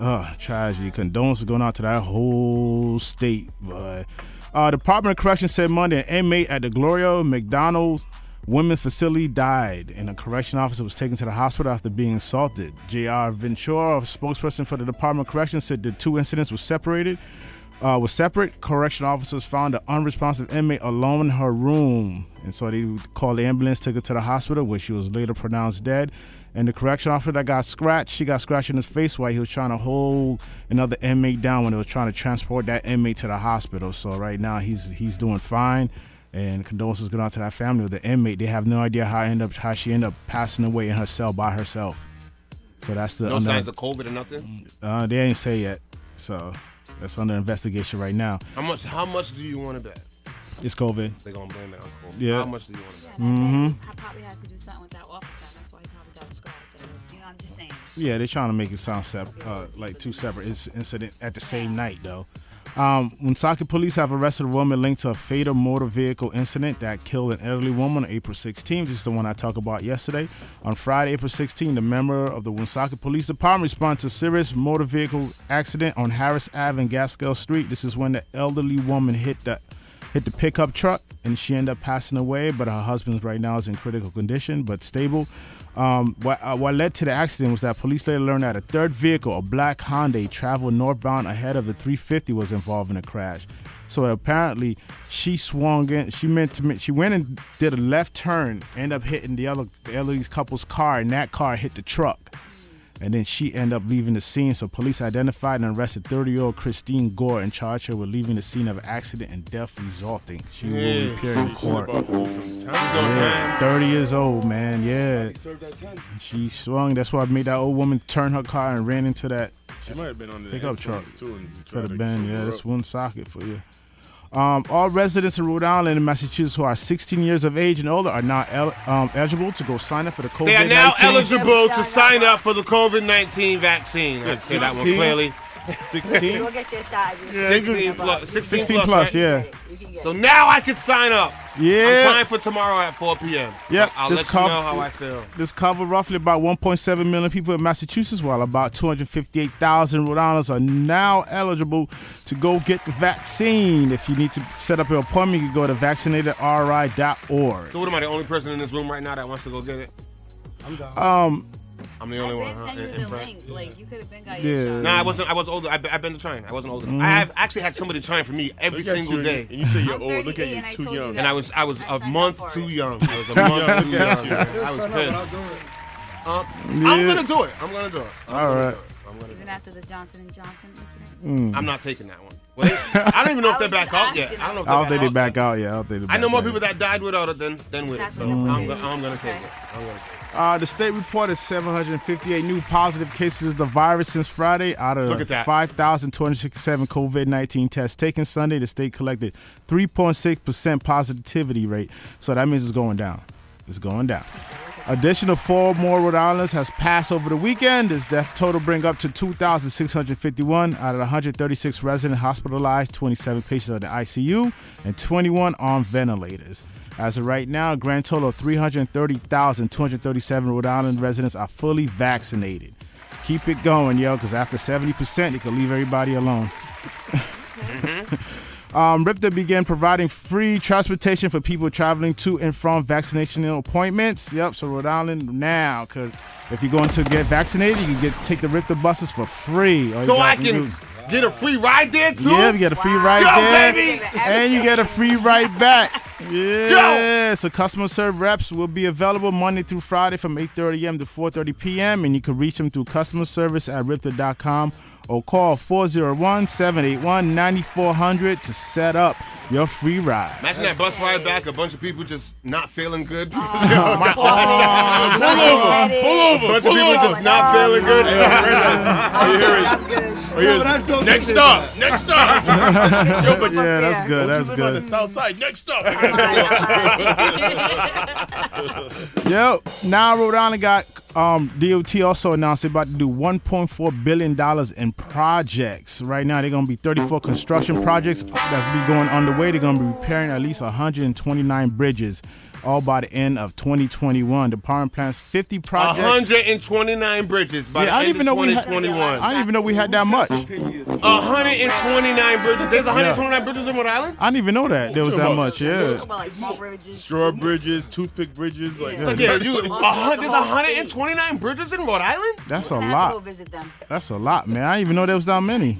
Speaker 12: Ugh, tragedy. Condolences going out to that whole state. But uh, Department of Corrections said Monday an inmate at the Gloria McDonald's women's facility died, and a correction officer was taken to the hospital after being assaulted. J.R. Ventura, a spokesperson for the Department of Corrections, said the two incidents were separated. Uh, was separate. Correction officers found the unresponsive inmate alone in her room, and so they called the ambulance, took her to the hospital, where she was later pronounced dead. And the correction officer that got scratched, she got scratched in his face while he was trying to hold another inmate down when they was trying to transport that inmate to the hospital. So right now he's he's doing fine, and condolences going out to that family of the inmate. They have no idea how end up how she ended up passing away in her cell by herself. So that's the
Speaker 5: No
Speaker 12: under-
Speaker 5: signs of COVID or nothing.
Speaker 12: uh, they ain't say yet, so that's under investigation right now.
Speaker 5: How much? How much do you want to bet?
Speaker 12: It's COVID.
Speaker 5: They gonna blame it on COVID.
Speaker 12: Yeah.
Speaker 5: How much do you want to bet?
Speaker 12: hmm
Speaker 11: I probably have to do something with that officer. That's why he probably got scratched. You know, I'm just saying.
Speaker 12: Yeah, they're trying to make it sound sep- uh, like two separate inc- incident at the same night, though. Um, Woonsocket police have arrested a woman linked to a fatal motor vehicle incident that killed an elderly woman on April 16. This is the one I talked about yesterday. On Friday, April 16, the member of the Woonsocket Police Department responded to a serious motor vehicle accident on Harris Ave and Gaskell Street. This is when the elderly woman hit the hit the pickup truck, and she ended up passing away. But her husband right now is in critical condition, but stable. Um, what, uh, what led to the accident was that police later learned that a third vehicle, a black Hyundai, traveled northbound ahead of the 350, was involved in the crash. So apparently, she swung in. She meant to. She went and did a left turn, ended up hitting the other the elderly couple's car, and that car hit the truck and then she ended up leaving the scene. So police identified and arrested 30-year-old Christine Gore and charged her with leaving the scene of accident and death resulting. She will appear in court. Yeah, 30 years old, man. Yeah. She swung. That's why I made that old woman turn her car and ran into that
Speaker 6: She might have been under the
Speaker 12: pickup truck.
Speaker 6: influence, too, and
Speaker 12: Could
Speaker 6: tried
Speaker 12: have
Speaker 6: to
Speaker 12: been.
Speaker 6: sober
Speaker 12: Yeah,
Speaker 6: up.
Speaker 12: that's one socket for you. Um, all residents in Rhode Island and Massachusetts who are 16 years of age and older are now el- um, eligible to go sign up for the COVID.
Speaker 5: They are now eligible to sign up for the COVID 19 vaccine. I
Speaker 12: At
Speaker 5: see that one
Speaker 12: 16?
Speaker 5: clearly. [LAUGHS]
Speaker 12: 16?
Speaker 13: You'll get your shot. if you-
Speaker 5: 16 plus. 16,
Speaker 12: 16
Speaker 5: plus,
Speaker 12: plus,
Speaker 5: yeah.
Speaker 12: yeah.
Speaker 5: So now I can sign up.
Speaker 12: Yeah.
Speaker 5: I'm time for tomorrow at 4 p.m.
Speaker 12: Yep.
Speaker 5: I'll
Speaker 12: this
Speaker 5: let
Speaker 12: cov-
Speaker 5: you know how I feel.
Speaker 12: This cover roughly about 1.7 million people in Massachusetts, while about 258,000 Rhode Islanders are now eligible to go get the vaccine. If you need to set up an appointment, you can go to vaccinatedri.org.
Speaker 5: So what am I, the only person in this room right now that wants to go get it? I'm down.
Speaker 12: Um,
Speaker 5: I'm the only one. Huh?
Speaker 11: Send you
Speaker 5: In- in
Speaker 11: the
Speaker 5: front.
Speaker 11: link. Like you could have been got
Speaker 5: Yeah.
Speaker 11: your shot.
Speaker 5: Nah, I wasn't. I was older. I, I've been to trying. I wasn't old enough.
Speaker 12: Mhm.
Speaker 5: I have actually had somebody trying for me every
Speaker 6: Mm-hmm. Look at
Speaker 5: single
Speaker 6: you,
Speaker 5: day.
Speaker 6: and you say you're I'm old. Look at 38 you, and I too told you young. that.
Speaker 5: And I was. I was a month too
Speaker 6: [LAUGHS]
Speaker 5: young. I was a
Speaker 6: Yeah,
Speaker 5: month too
Speaker 6: look at
Speaker 5: young.
Speaker 6: you.
Speaker 5: I was
Speaker 6: Son of a- I'll
Speaker 5: pissed.
Speaker 6: do
Speaker 5: Uh,
Speaker 6: Yeah.
Speaker 5: I'm gonna do it. I'm gonna do it. I'm
Speaker 12: All
Speaker 5: gonna
Speaker 12: right.
Speaker 5: do it. I'm gonna do
Speaker 11: Even after the Johnson and Johnson
Speaker 5: it.
Speaker 12: Mm.
Speaker 5: I'm not taking that one. Wait, I don't even know if
Speaker 11: I
Speaker 5: they're
Speaker 11: was
Speaker 5: back
Speaker 11: just
Speaker 5: out yet.
Speaker 11: asking.
Speaker 5: I don't know
Speaker 12: I
Speaker 5: if they're
Speaker 12: don't
Speaker 5: back
Speaker 12: think they
Speaker 5: out.
Speaker 12: back out yet. I don't think
Speaker 5: I
Speaker 12: they
Speaker 5: know
Speaker 12: back
Speaker 5: more
Speaker 12: out.
Speaker 5: people that died without it than than with it. So
Speaker 12: Mm.
Speaker 5: I'm gonna I'm gonna take it. I'm gonna take it.
Speaker 12: Uh, the state reported 758 new positive cases of the virus since Friday out
Speaker 5: Look at
Speaker 12: of
Speaker 5: that.
Speaker 12: 5,267 COVID 19 tests taken Sunday. The state collected 3.6% positivity rate, so that means it's going down. It's going down. Additional four more Rhode Islanders has passed over the weekend. This death total bring up to 2,651 out of the 136 residents hospitalized, 27 patients are in the ICU, and 21 on ventilators. As of right now, a grand total of 330,237 Rhode Island residents are fully vaccinated. Keep it going, yo, because after 70%, you can leave everybody alone. [LAUGHS] Um, RIPTA began providing free transportation for people traveling to and from vaccination appointments. Yep, so Rhode Island now, because if you're going to get vaccinated, you can get take the RIPTA buses for free. All you
Speaker 5: So
Speaker 12: gotta
Speaker 5: I
Speaker 12: do-
Speaker 5: can get a free ride there too.
Speaker 12: yeah, you get a free
Speaker 5: Let's
Speaker 12: ride
Speaker 5: go,
Speaker 12: there,
Speaker 5: baby!
Speaker 12: and you get a free ride back. Yeah, so customer serve reps will be available Monday through Friday from 8:30 a.m. to 4:30 p.m. and you can reach them through customer service at ripter.com or call 401-781-9400 to set up your free ride.
Speaker 5: Imagine that bus ride back, a bunch of people just not feeling good. [LAUGHS]
Speaker 12: Oh, my-
Speaker 5: pull over, pull over. bunch of people just not feeling good. [LAUGHS]
Speaker 6: Oh, yes. next stop, next stop. Yo,
Speaker 12: [LAUGHS]
Speaker 6: but
Speaker 12: Yeah, that's
Speaker 6: Don't
Speaker 12: good,
Speaker 6: you
Speaker 12: that's
Speaker 6: live
Speaker 12: good.
Speaker 6: On the south side,
Speaker 5: [LAUGHS]
Speaker 6: next stop.
Speaker 12: Yo, now Rhode Island got um, DOT also announced they're about to do 1.4 billion dollars in projects. Right now, they're gonna be 34 construction projects that's be going underway. They're gonna be repairing at least 129 bridges, all by the end of 2021. The department plans 50 projects.
Speaker 5: 129 bridges by
Speaker 12: Yeah, I
Speaker 5: the end
Speaker 12: didn't even know
Speaker 5: of
Speaker 12: we had. I
Speaker 5: 2021.
Speaker 12: didn't even know we had that much. I
Speaker 5: 129 bridges. There's 129 bridges in Rhode Island.
Speaker 12: didn't even know that there was that much. Yeah.
Speaker 6: Straw bridges, toothpick bridges, like
Speaker 5: Look at you. a hun- There's 129 bridges in Rhode Island.
Speaker 12: That's a lot.
Speaker 11: visit them.
Speaker 12: That's a lot, man. I didn't even know there was that many.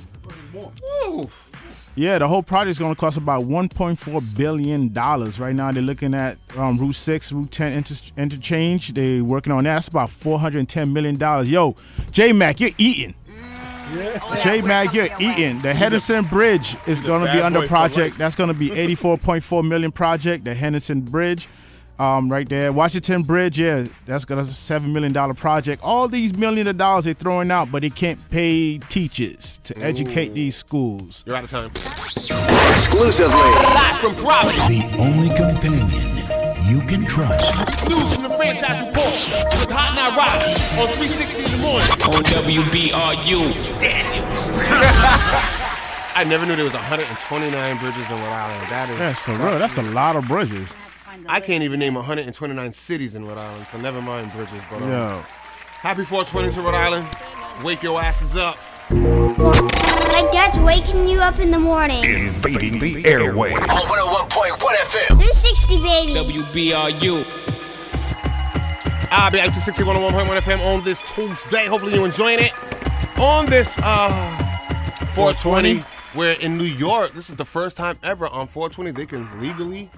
Speaker 12: Yeah, the whole project's going to cost about 1.4 billion dollars. Right now, they're looking at um, Route Six, Route Ten inter- interchange. They're working on that. That's about 410 million dollars. Yo, J Mac, you're eating. J Mac, you're eating. The Henderson Bridge is going to be
Speaker 6: bad
Speaker 12: under
Speaker 6: boy for
Speaker 12: project. That's going to
Speaker 6: [LAUGHS]
Speaker 12: be 84.4 million project. The Henderson Bridge, um, right there. Washington Bridge, yeah, that's going to seven million dollar project. All these million of dollars they're throwing out, but they can't pay teachers to educate these schools.
Speaker 5: You're out of time.
Speaker 4: Exclusively.
Speaker 1: Live from Providence.
Speaker 2: The only companion you can trust.
Speaker 1: News from the franchise report with Hot Now Rockets on 360 in the morning.
Speaker 2: On WBRU.
Speaker 5: I never knew there was 129 bridges in Rhode Island. That is.
Speaker 12: That's for real. That's a lot of bridges.
Speaker 5: I can't even name 129 cities in Rhode Island, so never mind bridges. But um,
Speaker 12: Yo.
Speaker 5: happy 420 to Rhode Island. Wake your asses up.
Speaker 13: Like dad's waking you up in the morning.
Speaker 2: Invading the airway.
Speaker 14: On 101.1 FM.
Speaker 13: 360 baby.
Speaker 5: WBRU. I'll be at 260 101.1 FM on this Tuesday. Hopefully you're enjoying it. On this uh 420, where in New York, this is the first time ever on 420 they can legally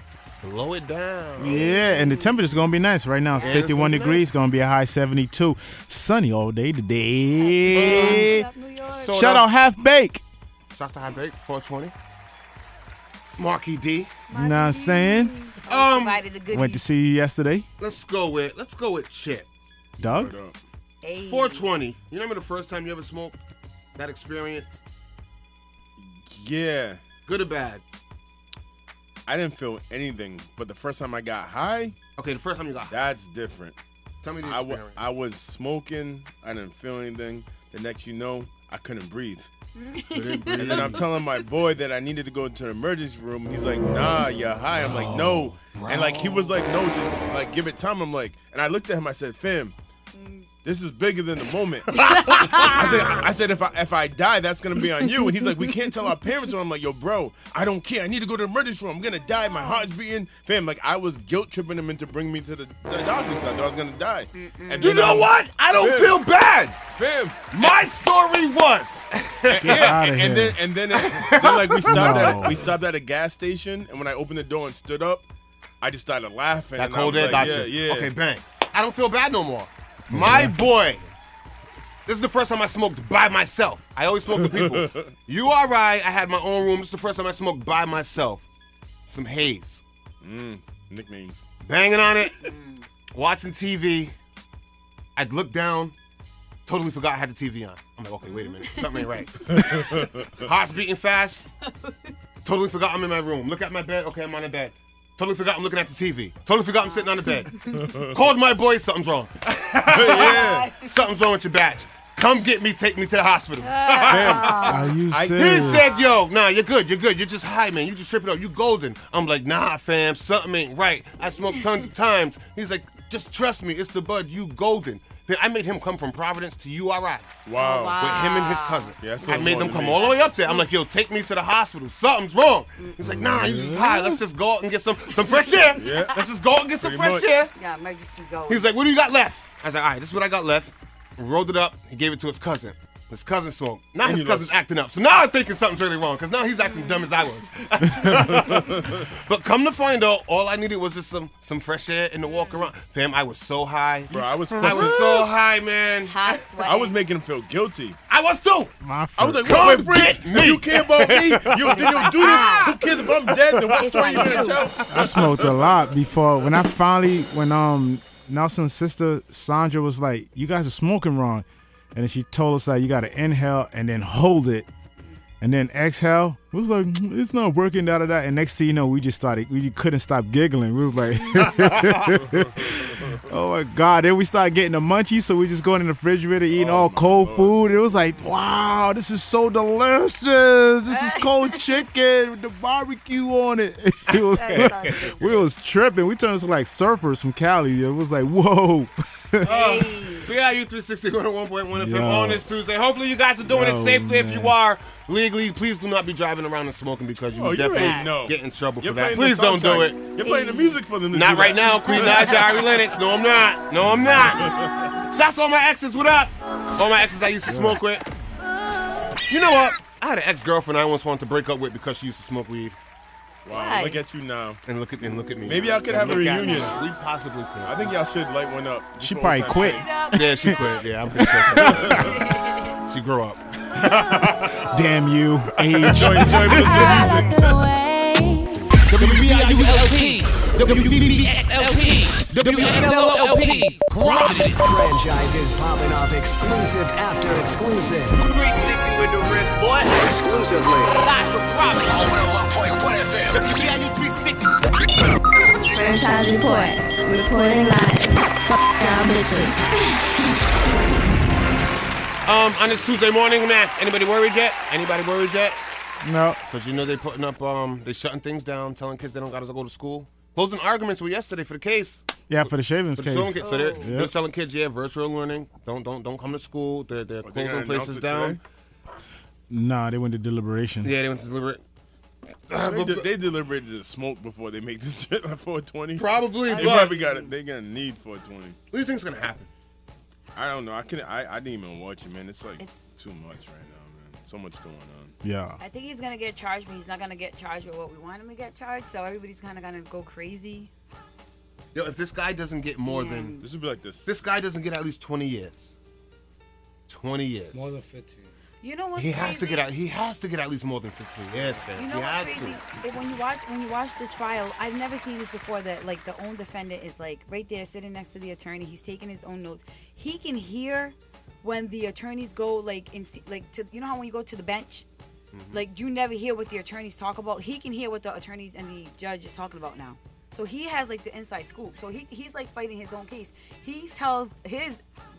Speaker 5: blow it down.
Speaker 12: Yeah, and the temperature's gonna be nice right now. It's
Speaker 5: Yeah, it's
Speaker 12: 51
Speaker 5: gonna be
Speaker 12: degrees, gonna be a high 72. Sunny all day today.
Speaker 5: So
Speaker 12: Shout
Speaker 5: now-
Speaker 12: out Half Bake.
Speaker 5: Shots to High Bake, 420. Marky D.
Speaker 12: You know what I'm saying?
Speaker 5: Um,
Speaker 12: Went to see you yesterday.
Speaker 5: Let's go with let's go with Chip.
Speaker 12: Doug?
Speaker 5: 420. You remember the first time you ever smoked? That experience?
Speaker 6: Yeah.
Speaker 5: Good or bad?
Speaker 6: I didn't feel anything, but the first time I got high.
Speaker 5: Okay, the first time you got high.
Speaker 6: That's different.
Speaker 5: Tell me the
Speaker 6: I wa-
Speaker 5: experience.
Speaker 6: I was smoking. I didn't feel anything. The next you know, I couldn't breathe.
Speaker 5: Couldn't breathe.
Speaker 6: And then I'm telling my boy that I needed to go into the emergency room. And he's like, nah, you're high. I'm like, no. And like, he was like, no, just like give it time. I'm like, and I looked at him. I said, fam, this is bigger than the
Speaker 5: [LAUGHS]
Speaker 6: moment. [LAUGHS] I said, I said, if I if I die, that's gonna be on you. And he's like, we can't tell our parents. And I'm like, yo, bro, I don't care. I need to go to the emergency room. I'm gonna die. My heart's beating. Fam, like I was guilt tripping him into bringing me to the, the doctor because I thought I was gonna die. And
Speaker 5: You
Speaker 6: then,
Speaker 5: know
Speaker 6: um,
Speaker 5: what? I don't
Speaker 6: fam.
Speaker 5: feel bad.
Speaker 6: Fam,
Speaker 5: my story
Speaker 6: [LAUGHS]
Speaker 5: was.
Speaker 6: yeah,
Speaker 5: outta
Speaker 6: and,
Speaker 5: here.
Speaker 6: then and then then like we stopped
Speaker 5: No.
Speaker 6: at we stopped at a gas station, and when I opened the door and stood up, I just started laughing.
Speaker 5: That
Speaker 6: and I
Speaker 5: cold
Speaker 6: was
Speaker 5: air
Speaker 6: like,
Speaker 5: got you.
Speaker 6: Yeah, yeah.
Speaker 5: Okay, bang. I don't feel bad no more. My boy. This is the first time I smoked by myself. I always smoke with people.
Speaker 6: [LAUGHS]
Speaker 5: you are right. I had my own room. This is the first time I smoked by myself. Some haze.
Speaker 6: Mm, nicknames.
Speaker 5: Banging on it.
Speaker 6: Mm.
Speaker 5: watching TV. I'd look down. Totally forgot I had the TV on. I'm like, okay, wait a
Speaker 6: Mm-hmm.
Speaker 5: minute. Something ain't right.
Speaker 6: [LAUGHS]
Speaker 5: Heart's beating fast. Totally forgot I'm in my room. Look at my bed. Okay, I'm on the bed. Totally forgot I'm looking at the TV. Totally forgot I'm sitting on the bed. Called my boy, something's wrong. yeah. Something's wrong with your batch. Come get me, take me to the hospital.
Speaker 12: Are you
Speaker 5: I, he
Speaker 12: serious?
Speaker 5: said, yo, nah, you're good, you're good. You're just high, man. You just tripping up. You golden. I'm like, nah, fam, something ain't right. I smoked tons of times. He's like, just trust me, it's the bud, you golden. Then I made him come from Providence to URI. Wow.
Speaker 6: Wow.
Speaker 5: With him and his cousin.
Speaker 6: Yeah, that's a
Speaker 5: I
Speaker 6: little
Speaker 5: made
Speaker 6: more
Speaker 5: them
Speaker 6: than
Speaker 5: come
Speaker 6: me.
Speaker 5: all the way up there. I'm like, yo, take me to the hospital. Something's wrong. He's like, nah, you just high. Let's just go out and get some some fresh air.
Speaker 15: Yeah.
Speaker 5: Let's just go out and get some
Speaker 15: Pretty
Speaker 5: fresh
Speaker 15: much.
Speaker 5: air.
Speaker 15: Yeah, emergency go.
Speaker 5: He's like, what do you got left? I was like, all right, this is what I got left. We rolled it up. He gave it to his cousin. His cousin smoked. Now
Speaker 6: And
Speaker 5: his
Speaker 6: he
Speaker 5: cousin's acting up. So now I'm thinking something's really wrong because now he's acting dumb as I was. [LAUGHS] but come to find out, all I needed was just some some fresh air and to walk around. Fam, I was so high.
Speaker 6: Bro, I was
Speaker 5: I
Speaker 6: clutching-
Speaker 5: was so high, man.
Speaker 6: I was making him feel guilty.
Speaker 5: I was too.
Speaker 6: I was like,
Speaker 5: Come
Speaker 6: "What, friends?
Speaker 5: get
Speaker 6: If you care about me, you think you'll do this? Who cares if I'm dead? Then what story you gonna tell?"
Speaker 12: I smoked a lot before when I finally when um Nelson's sister Sandra was like, "You guys are smoking wrong," and then she told us like, "You got to inhale and then hold it, and then exhale." We was like, "Mm, "It's not working." Da da da. And next thing you know, we just started. We couldn't stop giggling. We was like, [LAUGHS] "Oh my god!" Then we started getting the munchies, so we just going in the refrigerator eating all cold food. It was like, "Wow, this is so delicious! This is cold chicken with the barbecue on it." [LAUGHS] It was- we was tripping. We turned into like surfers from Cali. It was like, whoa.
Speaker 5: Uh, BIU 360 101.1 FM
Speaker 12: Yo.
Speaker 5: on this Tuesday. Hopefully, you guys are doing
Speaker 12: Yo,
Speaker 5: it safely. If
Speaker 12: man.
Speaker 5: you are legally, please do not be driving around and smoking because you
Speaker 6: Oh,
Speaker 5: will
Speaker 6: you already
Speaker 5: definitely
Speaker 6: know.
Speaker 5: get in trouble
Speaker 6: You're
Speaker 5: for that.
Speaker 6: playing the
Speaker 5: Please don't do
Speaker 6: soundtrack.
Speaker 5: it.
Speaker 6: You're playing the music for them. to
Speaker 5: Not
Speaker 6: do
Speaker 5: right
Speaker 6: that.
Speaker 5: now,
Speaker 6: [LAUGHS]
Speaker 5: Queen Naja, Ari Lennox. No, I'm not. No, I'm
Speaker 6: [LAUGHS]
Speaker 5: not. Shots all my exes. What up? All my exes I used to smoke with. You know what? I had an ex-girlfriend I once wanted to break up with because she used to smoke weed.
Speaker 6: Wow, look at you now.
Speaker 5: And look at and look at me.
Speaker 6: Maybe I could have a
Speaker 5: Look at me.
Speaker 6: reunion.
Speaker 5: We possibly could.
Speaker 6: I think y'all should light one up.
Speaker 12: She
Speaker 6: before
Speaker 12: probably
Speaker 6: time
Speaker 12: quit.
Speaker 6: change.
Speaker 5: Yeah, she quit. Yeah, I'm pretty sure she quit. She grew up.
Speaker 12: Damn you, age.
Speaker 1: WBIULP, WBBXLP, WFLOLP, Grindin'.
Speaker 4: Franchises popping off exclusive after exclusive.
Speaker 1: 360 with the wrist, boy.
Speaker 4: Exclusively.
Speaker 1: Live for profit.
Speaker 14: On 101.1 FM.
Speaker 1: WBIU 360.
Speaker 9: Franchise report. Reporting live. Fuck y'all bitches.
Speaker 5: Um, on this Tuesday morning, Max. Anybody worried yet? Anybody worried yet?
Speaker 12: No.
Speaker 5: Cause you know they putting up, um, they shutting things down, telling kids they don't gotta go to school. Closing arguments were yesterday for the case.
Speaker 12: Yeah, for the shavings
Speaker 5: For the
Speaker 12: case. Oh.
Speaker 5: showing kids. So they're,
Speaker 12: Yep.
Speaker 5: they're telling kids, yeah, virtual learning. Don't don't don't come to school. They're they're
Speaker 6: they gonna
Speaker 5: closing places
Speaker 6: announce it
Speaker 5: down.
Speaker 6: today?
Speaker 12: Nah, they went to deliberation.
Speaker 5: Yeah, they went to deliberate. Ah,
Speaker 6: They, de- they deliberated to smoke before they make this [LAUGHS] shit at 420.
Speaker 5: Probably,
Speaker 6: they
Speaker 5: but-
Speaker 6: probably got it. They gonna need 420. What
Speaker 5: do you think's gonna happen?
Speaker 6: I don't know. I can. I, I didn't even watch it, man. It's like too much right now, man. So much going on.
Speaker 12: Yeah.
Speaker 11: I think he's gonna get charged, but he's not gonna get charged with what we want him to get charged. So everybody's kind of gonna go crazy.
Speaker 5: Yo, if this guy doesn't get more than
Speaker 6: this would be like this.
Speaker 5: This guy doesn't get at least twenty years. Twenty years.
Speaker 8: More than 15.
Speaker 11: You know what's
Speaker 5: he
Speaker 11: crazy?
Speaker 5: has to get out. He has to get at least more than fifteen years, man.
Speaker 11: You know
Speaker 5: he
Speaker 11: what's
Speaker 5: has
Speaker 11: crazy?
Speaker 5: to.
Speaker 11: That When you watch when you watch the trial, I've never seen this before. That like the own defendant is like right there sitting next to the attorney. He's taking his own notes. He can hear when the attorneys go like and see, like to you know how when you go to the bench, like you never hear what the attorneys talk about. He can hear what the attorneys and the judge is talking about now. So he has like the inside scoop. So he, he's like fighting his own case. He tells his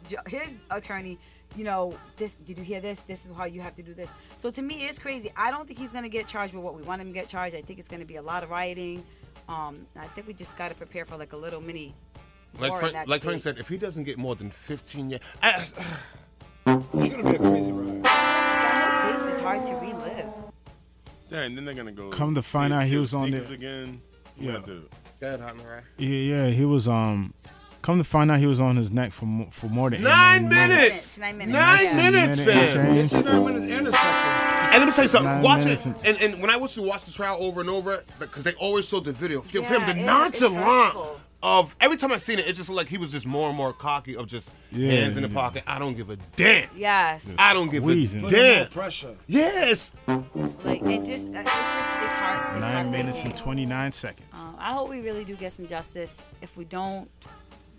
Speaker 11: ju- his attorney, you know, this did you hear this? This is how you have to do this. So to me, it's crazy. I don't think he's gonna get charged with what we want him to get charged. I think it's gonna be a lot of rioting. Um, I think we just gotta prepare for like a little mini. war
Speaker 5: Like
Speaker 11: in
Speaker 5: Frank,
Speaker 11: that
Speaker 5: like
Speaker 11: state.
Speaker 5: Frank said, if he doesn't get more than fifteen years, I, [SIGHS]
Speaker 11: That whole case is hard to relive.
Speaker 6: Yeah, and then they're gonna go.
Speaker 12: Come to find
Speaker 6: they
Speaker 12: out he
Speaker 6: steal
Speaker 12: was on
Speaker 6: sneakers
Speaker 12: the-
Speaker 6: again.
Speaker 12: Yeah.
Speaker 5: Dead hot and right.
Speaker 12: Yeah, yeah, he was um. Come to find out, he was on his neck for mo- for more than eight,
Speaker 5: Nine
Speaker 12: nine
Speaker 5: minutes.
Speaker 11: Nine
Speaker 5: minutes.
Speaker 12: minutes.
Speaker 5: Nine
Speaker 12: Nine
Speaker 5: minutes,
Speaker 12: minutes and
Speaker 5: fam.
Speaker 12: change. Yes, nine
Speaker 5: minutes and a And let me tell you something.
Speaker 12: Nine
Speaker 5: watch
Speaker 12: minutes
Speaker 5: it. And, and when I used to watch the trial over and over, because they always showed the video. Fam,
Speaker 12: Yeah,
Speaker 5: the
Speaker 12: it- it's
Speaker 5: nonchalant
Speaker 12: hurtful.
Speaker 5: of every time I seen it, it just looked like he was just more and more cocky of just
Speaker 12: Yeah,
Speaker 5: hands in the
Speaker 12: yeah.
Speaker 5: pocket. I don't give a damn.
Speaker 11: Yes.
Speaker 5: I don't give
Speaker 12: Squeezing.
Speaker 5: a
Speaker 12: Put him
Speaker 5: damn.
Speaker 12: under pressure.
Speaker 5: Yes.
Speaker 11: Like
Speaker 5: Mm-hmm.
Speaker 11: it just, uh, it just, it's hard. It's
Speaker 12: Nine
Speaker 11: hard
Speaker 12: minutes and twenty nine seconds.
Speaker 11: Um, I hope we really do get some justice. If we don't,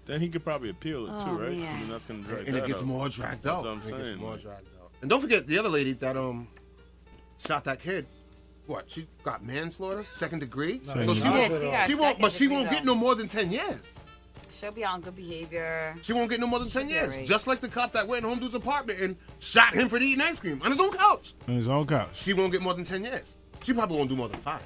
Speaker 6: Then he could probably appeal it too,
Speaker 11: Oh,
Speaker 6: right? So
Speaker 11: man.
Speaker 6: then that's gonna drag
Speaker 5: And it
Speaker 6: that
Speaker 5: gets
Speaker 6: out.
Speaker 5: more dragged
Speaker 6: That's
Speaker 5: out.
Speaker 6: What I'm
Speaker 5: It gets
Speaker 6: saying.
Speaker 5: more
Speaker 6: like,
Speaker 5: dragged out. And don't forget the other lady that um shot that kid. What? She got manslaughter, second degree.
Speaker 12: Second
Speaker 5: so she
Speaker 12: degree.
Speaker 5: won't.
Speaker 12: Yeah, she
Speaker 5: She, won't.
Speaker 12: got
Speaker 11: second
Speaker 5: But she
Speaker 11: degree,
Speaker 5: won't get
Speaker 11: though.
Speaker 5: no more than ten years.
Speaker 11: she'll be on good behavior.
Speaker 5: She won't get no more than ten years.
Speaker 11: right.
Speaker 5: Just like the cop that went in home dude's apartment and shot him for the eating ice cream on his own couch.
Speaker 12: It was all gosh.
Speaker 5: She won't get more than ten years. She probably won't do more than five.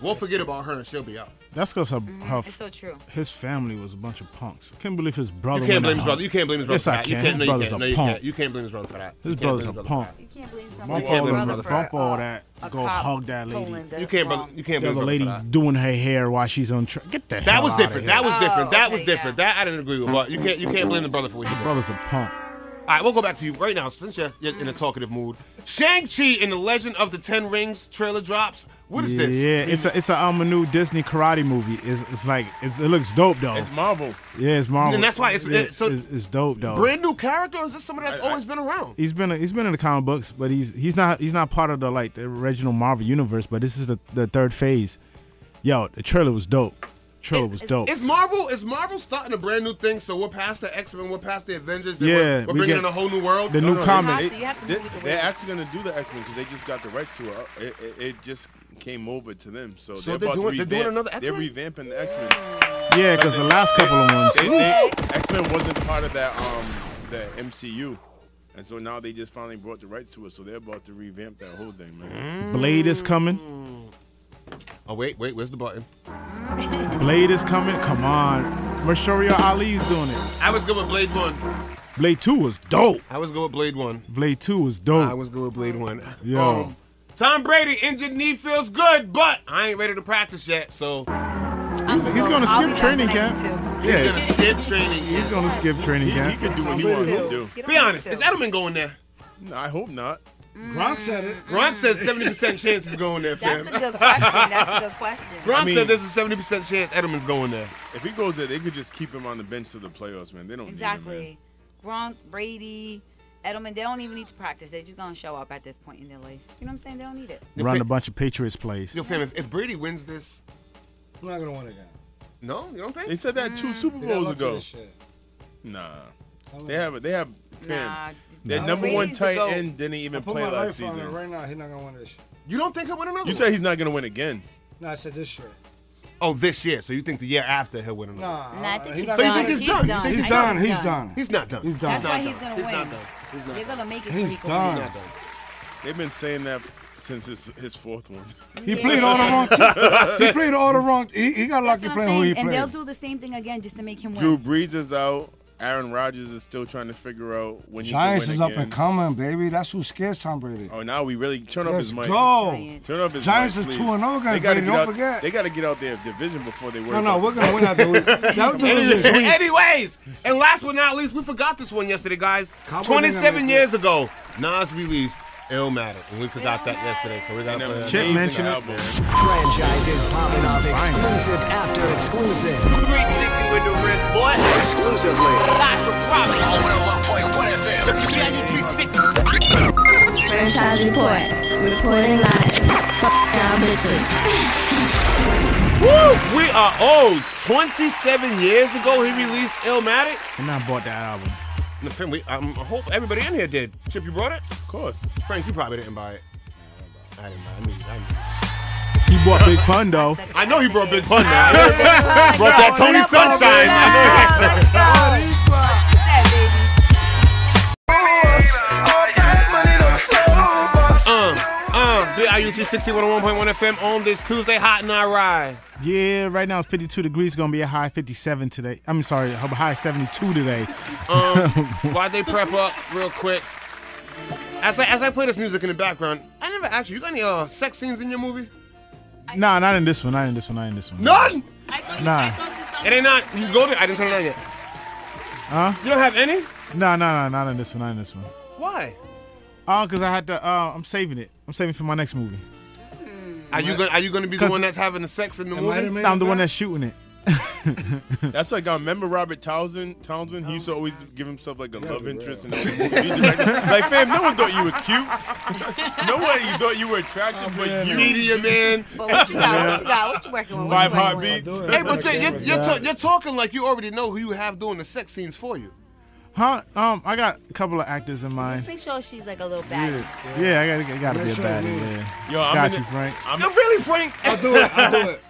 Speaker 5: We'll forget about her and she'll be out.
Speaker 12: That's because her, her
Speaker 11: Mm-hmm. it's so true.
Speaker 12: His family was a bunch of punks. I can't believe his brother.
Speaker 5: you can't
Speaker 12: went
Speaker 5: blame his
Speaker 12: out.
Speaker 5: brother. You can't blame his brother
Speaker 12: Yes,
Speaker 5: for
Speaker 12: I
Speaker 5: that.
Speaker 12: can.
Speaker 5: You can't.
Speaker 12: His
Speaker 5: No, you
Speaker 12: brother's
Speaker 5: can't.
Speaker 12: a
Speaker 5: No, you
Speaker 12: punk.
Speaker 5: can't. You can't blame his brother for that.
Speaker 12: His
Speaker 5: You can't
Speaker 12: brother's
Speaker 5: blame
Speaker 12: a
Speaker 5: his brother for
Speaker 12: punk.
Speaker 5: that.
Speaker 11: You can't blame
Speaker 12: Bump
Speaker 11: somebody.
Speaker 12: all them
Speaker 11: brother
Speaker 12: brothers.
Speaker 11: for,
Speaker 12: Bump all
Speaker 11: uh,
Speaker 12: that.
Speaker 11: a
Speaker 12: Go
Speaker 11: cop
Speaker 12: hug that
Speaker 11: pulling
Speaker 12: lady.
Speaker 11: the
Speaker 5: You can't.
Speaker 11: wrong-
Speaker 5: Blame, you can't. blame
Speaker 12: the other
Speaker 5: his brother
Speaker 12: lady
Speaker 5: for that.
Speaker 12: doing her hair while she's on trial. Get the
Speaker 5: That
Speaker 12: hell
Speaker 5: was
Speaker 12: outta
Speaker 5: different.
Speaker 12: here.
Speaker 5: That was different. That was
Speaker 11: Oh, okay,
Speaker 5: different. That I didn't agree with. But you can't you can't blame the brother for what he did.
Speaker 12: brother's a punk.
Speaker 5: All right, we'll go back to you right now since you're, you're in a talkative mood. Shang Chi and the Legend of the Ten Rings trailer drops. What is
Speaker 12: yeah,
Speaker 5: this?
Speaker 12: Yeah, it's a it's a, um, a new Disney karate movie. It's, it's like it's, it looks dope though.
Speaker 6: It's Marvel.
Speaker 12: yeah, it's Marvel.
Speaker 5: And that's why it's-
Speaker 12: It-
Speaker 5: it- so-
Speaker 12: it's, it's dope though.
Speaker 5: brand new character. Or is this somebody that's
Speaker 6: I- I-
Speaker 5: always been around?
Speaker 12: He's been he's been in the comic books, but he's he's not he's not part of the like the original Marvel universe. But this is the, the third phase. Yo, the trailer was dope. trailer was dope.
Speaker 5: Is Marvel is Marvel starting a brand new thing? So we're past the X Men, we're past the Avengers, and
Speaker 12: Yeah,
Speaker 5: we're, we're
Speaker 12: we
Speaker 5: bringing
Speaker 12: get
Speaker 5: in a whole new world.
Speaker 12: the new
Speaker 6: they-
Speaker 12: comics.
Speaker 11: So you have to
Speaker 6: They,
Speaker 11: move with the
Speaker 6: they're
Speaker 11: wave.
Speaker 6: actually gonna do the X Men because they just got the rights to it. It, it. it just came over to them, so,
Speaker 5: So
Speaker 6: they're,
Speaker 5: they're
Speaker 6: about
Speaker 5: doing-
Speaker 6: to
Speaker 5: they're doing
Speaker 6: revamp-
Speaker 5: another
Speaker 6: They're revamping the X Men.
Speaker 12: yeah, because the last couple of ones.
Speaker 6: X Men wasn't part of that um the MCU, and so now they just finally brought the rights to it. So they're about to revamp that whole thing,
Speaker 12: Mm.
Speaker 6: man.
Speaker 12: Blade is coming.
Speaker 5: Oh wait, wait, where's the button?
Speaker 12: Blade is coming. Come on, Marsharia Ali's doing it.
Speaker 5: I was good with Blade One.
Speaker 12: Blade Two was dope.
Speaker 5: I was good with Blade One.
Speaker 12: Blade Two was dope.
Speaker 5: I was good with Blade One.
Speaker 12: Yo.
Speaker 5: Um, Tom Brady injured knee feels good, but I ain't ready to practice yet. So
Speaker 12: He's, he's gonna skip training camp.
Speaker 5: he's gonna skip training.
Speaker 12: He's gonna skip training camp.
Speaker 6: He can do what he wants to do.
Speaker 5: Be honest, is Edelman going there?
Speaker 6: No, I hope not.
Speaker 12: Gronk said it.
Speaker 5: Gronk says 70% chance he's going there,
Speaker 11: Mm. That's
Speaker 5: fam.
Speaker 11: a good question. That's a good question.
Speaker 5: Gronk
Speaker 6: I mean-
Speaker 5: said there's a 70% chance Edelman's going there.
Speaker 6: If he goes there, they could just keep him on the bench to the playoffs, man. They
Speaker 5: Oh,
Speaker 6: don't need him,
Speaker 11: Exactly. Gronk, Brady, Edelman, they don't even need to practice. They're just going to show up at this point in their life. You know what I'm saying? They don't need it.
Speaker 12: [LAUGHS] Run a bunch of Patriots plays.
Speaker 5: Yo, fam, if, if Brady wins this,
Speaker 8: I'm not gonna want it again.
Speaker 5: no, you don't
Speaker 6: man.
Speaker 5: think?
Speaker 6: They said that
Speaker 11: Mm.
Speaker 6: two Super
Speaker 8: They got
Speaker 6: Bowls
Speaker 8: lucky
Speaker 6: ago.
Speaker 8: this shit.
Speaker 6: Nah, they have a- they have
Speaker 11: Nah.
Speaker 6: fam. Their
Speaker 8: Nah.
Speaker 6: number one
Speaker 8: Brady's the
Speaker 6: tight
Speaker 8: GOAT.
Speaker 6: end didn't
Speaker 8: I
Speaker 6: even
Speaker 8: put
Speaker 6: play
Speaker 8: my
Speaker 6: last
Speaker 8: life on it
Speaker 6: season.
Speaker 8: right now. He's not gonna win this shit.
Speaker 5: You don't think he'll win another one?
Speaker 6: You said he's not gonna win again.
Speaker 8: No, I said this year.
Speaker 5: oh, this year. So you think the year after he'll win another one?
Speaker 8: Nah,
Speaker 11: Nah, I think he's
Speaker 8: not
Speaker 5: So you
Speaker 8: gonna
Speaker 5: think
Speaker 8: win
Speaker 5: he's
Speaker 8: it.
Speaker 5: done? You
Speaker 11: done.
Speaker 5: think
Speaker 8: He's done. He's done.
Speaker 5: He's not done.
Speaker 8: He's done.
Speaker 11: That's
Speaker 5: not
Speaker 11: why
Speaker 5: done.
Speaker 11: he's going to
Speaker 5: He's
Speaker 11: win.
Speaker 5: not done. He's not
Speaker 11: They're going to make it so
Speaker 8: He's
Speaker 11: he can win.
Speaker 8: done.
Speaker 5: done.
Speaker 6: They've been saying that since his his fourth one.
Speaker 8: He played all the wrong.
Speaker 6: [LAUGHS]
Speaker 8: Team. He played all the wrong. He, he got
Speaker 11: That's
Speaker 8: lucky
Speaker 11: what I'm
Speaker 8: playing who he
Speaker 11: saying. And
Speaker 8: played.
Speaker 11: they'll do the same thing again just to make him win.
Speaker 6: Drew Brees is out. Aaron Rodgers is still trying to figure out when he
Speaker 8: Giants
Speaker 6: can
Speaker 8: is
Speaker 6: win
Speaker 8: up
Speaker 6: again.
Speaker 8: and coming, baby. That's who scares Tom Brady.
Speaker 6: Oh, now we really turn up
Speaker 8: Let's
Speaker 6: his mic.
Speaker 8: go.
Speaker 6: Turn up his
Speaker 8: Giants
Speaker 6: mic,
Speaker 8: are
Speaker 6: please.
Speaker 8: 2-0 against Brady,
Speaker 6: They gotta get
Speaker 8: oh, don't
Speaker 6: out,
Speaker 8: forget.
Speaker 6: They got to get out their division before they worry.
Speaker 8: no,
Speaker 6: about
Speaker 8: we're gonna win
Speaker 5: [LAUGHS]
Speaker 8: that division. That
Speaker 5: Anyways,
Speaker 8: division is weak.
Speaker 5: anyways, and last but not least, we forgot this one yesterday, guys.
Speaker 6: Cowboys ain't gonna
Speaker 5: 27
Speaker 6: make
Speaker 5: years [LAUGHS] ago, Nas released Illmatic, and we forgot that yesterday, so we got to play that.
Speaker 4: Chip mentioned it. Franchises popping off exclusive after exclusive.
Speaker 1: 360 with the wrist, boy. Exclusively. Live for profit. 101.1 FM. WBIU 360.
Speaker 9: Franchise report. Reporting live. Fuck y'all bitches.
Speaker 5: Woo! We are old. 27 years ago, he released Illmatic.
Speaker 12: And I bought that album.
Speaker 5: No, Finn, we, um, I hope everybody in here did. Chip, you brought it? Of course. Frank, you probably didn't buy it. I didn't buy it. I knew you- I knew you.
Speaker 12: He bought Big Pun though.
Speaker 5: I know he brought Big Pun now.
Speaker 12: [LAUGHS] Big Pun,
Speaker 5: brought that
Speaker 12: yo,
Speaker 5: Tony
Speaker 12: let's go,
Speaker 5: Sunshine.
Speaker 12: Big
Speaker 5: I know. Um, um, the IUT 6101.1 FM on this Tuesday, hot and I ride.
Speaker 12: Yeah, right now it's 52 degrees. Gonna be a high 57 today. I'm sorry, a high 72 today.
Speaker 5: Um, [LAUGHS] while they prep up real quick, as I as I play this music in the background, I never asked you. You got any uh, sex scenes in your movie?
Speaker 12: [LAUGHS] nah, not in this one. Not in this one. Not in this one.
Speaker 5: None.
Speaker 12: Nah.
Speaker 5: It ain't not. He's golden. I didn't turn it on yet.
Speaker 12: Huh?
Speaker 5: You don't have any?
Speaker 12: Nah, nah, nah, not in this one. Not in this one.
Speaker 5: Why?
Speaker 12: Oh, cause I had to. Uh, I'm saving it. I'm saving for my next movie.
Speaker 5: Hmm. Are you gonna Are you gonna be the
Speaker 12: 'Cause-
Speaker 5: one that's having the sex in the movie?
Speaker 12: I'm the one that's shooting it.
Speaker 6: That's like, I remember Robert Townsend. Townsend, he used to always give himself like a love interest in all the movies. He'd be Like,
Speaker 12: [LAUGHS]
Speaker 6: like, fam, no one thought you were cute. No one you thought you were
Speaker 12: Oh,
Speaker 6: attractive, but you
Speaker 5: media [LAUGHS] man.
Speaker 11: But what you got? What you got? What you working with? What
Speaker 6: Five
Speaker 11: you working
Speaker 6: heartbeats.
Speaker 5: Hey, but you're, you're, you're, ta- you're talking like you already know who you have doing the sex scenes for you.
Speaker 12: Huh? Um, I got a couple of actors in
Speaker 15: Just
Speaker 12: mind.
Speaker 15: make sure she's like a little bad.
Speaker 12: Yeah, yeah, I gotta, I gotta be a
Speaker 5: Make sure
Speaker 12: baddie.
Speaker 5: you-
Speaker 12: Yeah.
Speaker 5: Yo, I'm
Speaker 12: got
Speaker 5: in
Speaker 12: you,
Speaker 5: the-
Speaker 12: Frank.
Speaker 5: I'm really, Frank?
Speaker 8: I'll do it. I'll do it.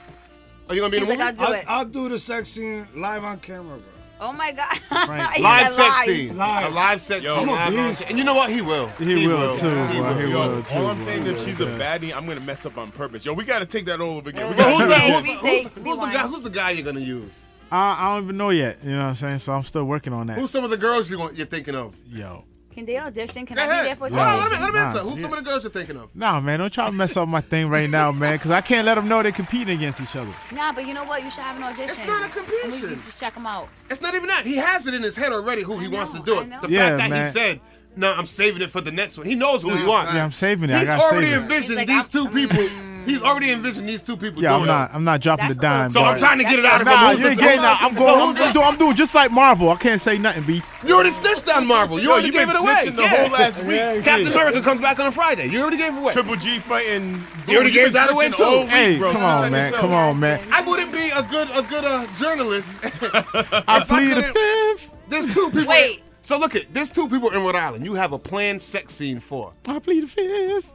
Speaker 5: Are you gonna be in the He's like, movie? I'll do it.
Speaker 8: I'll do the sex scene live on camera, bro.
Speaker 11: Oh my God.
Speaker 5: Live
Speaker 11: [LAUGHS] He said
Speaker 5: sex
Speaker 11: live.
Speaker 5: scene. A live sex
Speaker 6: Yo,
Speaker 5: scene.
Speaker 6: I'm a
Speaker 5: live on
Speaker 6: beast.
Speaker 5: ca- and you know what? He will.
Speaker 12: He will too, bro. He
Speaker 6: Yo,
Speaker 12: will too.
Speaker 6: all I'm saying
Speaker 12: bro.
Speaker 6: if she's a baddie, I'm gonna mess up on purpose. Yo, we gotta take that all over again. We
Speaker 5: But
Speaker 6: gotta
Speaker 5: who's, the,
Speaker 6: do it.
Speaker 5: who's, who's, who's the guy? Who's the guy you're gonna use?
Speaker 12: I, I don't even know yet. You know what I'm saying? So I'm still working on that.
Speaker 5: Who's some of the girls you want, you're thinking of?
Speaker 12: Yo.
Speaker 11: Can they audition? Can
Speaker 5: Go
Speaker 11: I be
Speaker 5: ahead.
Speaker 11: there for
Speaker 5: Hold on, let me,
Speaker 11: audition?
Speaker 5: let me
Speaker 12: Nah.
Speaker 5: answer. Who's some of the girls you're thinking of?
Speaker 12: Nah, man, don't try to mess up my thing right now, man, because I can't let them know they're competing against each other.
Speaker 11: Nah, but you know what? You should have an audition. It's not a competition. And we can just check them out.
Speaker 5: It's not even that. He has it in his head already who he wants to do it. The
Speaker 12: Yeah,
Speaker 5: fact that he
Speaker 12: man.
Speaker 5: said, "No, I'm saving it for the next one." He knows who he
Speaker 12: Yeah,
Speaker 5: wants.
Speaker 12: I'm saving it. I
Speaker 5: He's
Speaker 12: gotta
Speaker 5: already
Speaker 12: save it.
Speaker 5: envisioned these two people. He's already envisioned these two people
Speaker 12: Yeah,
Speaker 5: doing
Speaker 12: I'm not. I'm not dropping the dime.
Speaker 5: it. So I'm
Speaker 12: but-
Speaker 5: trying to get it out of him.
Speaker 12: Nah,
Speaker 5: Who's
Speaker 12: you
Speaker 5: the-
Speaker 12: ain't getting out. I'm
Speaker 5: so
Speaker 12: going. I'm,
Speaker 5: who's the-
Speaker 12: doing, I'm doing just like Marvel. I can't say nothing, B.
Speaker 5: You already snitched on Marvel. You
Speaker 12: Yo,
Speaker 5: already
Speaker 12: you
Speaker 5: gave
Speaker 12: been
Speaker 5: it away.
Speaker 12: snitching the whole last week. Yeah,
Speaker 5: Captain
Speaker 12: yeah.
Speaker 5: America comes back on Friday. You already gave it away.
Speaker 6: Triple G fighting.
Speaker 5: You already
Speaker 6: You've
Speaker 5: gave
Speaker 6: been
Speaker 5: that away
Speaker 6: snitching
Speaker 5: too.
Speaker 6: all week,
Speaker 12: Hey, bro. come on, man. Come on, man.
Speaker 5: I wouldn't be a good a good uh, journalist [LAUGHS] if
Speaker 12: I
Speaker 5: I
Speaker 12: plead the
Speaker 5: couldn't. There's two people. Wait. So look at there's two people in Rhode Island. You have a planned sex scene for.
Speaker 12: I plead the fifth.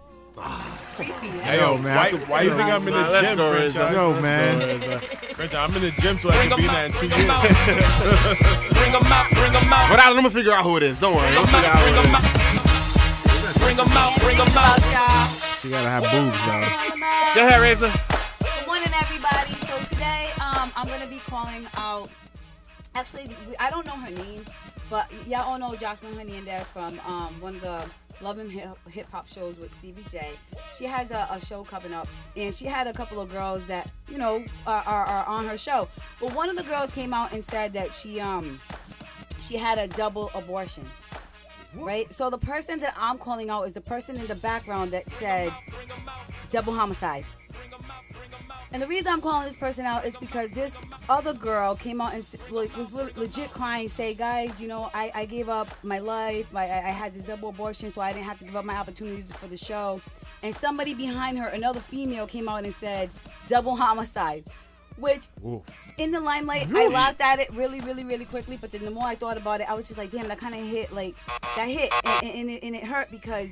Speaker 6: Hey, yo, man. Why, why you think I'm in the
Speaker 5: Nah, let's
Speaker 6: gym,
Speaker 5: go, Rizzo.
Speaker 6: franchise?
Speaker 5: Yo,
Speaker 6: Let's
Speaker 5: man.
Speaker 6: go, Rizzo. Franchise, I'm in the gym so I can be in that in two years.
Speaker 5: Bring them out, bring them out. Rhode Island, I'm gonna figure out who it is. Don't worry. I'm gonna figure out who it is.
Speaker 2: Bring them out, bring them out.
Speaker 12: You gotta have boobs,
Speaker 5: Go ahead, Razor.
Speaker 11: Good morning, everybody. So today, um, I'm gonna be calling out. Actually, we- I don't know her name, but y'all all know Jocelyn Hernandez from um, one of the Love and Hip Hop shows with Stevie J. She has a, a show coming up, and she had a couple of girls that you know are, are, are on her show. But one of the girls came out and said that she um she had a double abortion. Right? So the person that I'm calling out is the person in the background that said double homicide. And the reason I'm calling this person out is because this other girl came out and s- like, was le- legit crying, say, guys, you know, I, I gave up my life. My, I, I had this double abortion, so I didn't have to give up my opportunities for the show. And somebody behind her, another female, came out and said, double homicide, which in the limelight, I
Speaker 15: Really?
Speaker 11: laughed at it really, really, really quickly. But then the more I thought about it, I was just like, damn, that kind of hit, like, that hit. And, and, and, it, and it hurt because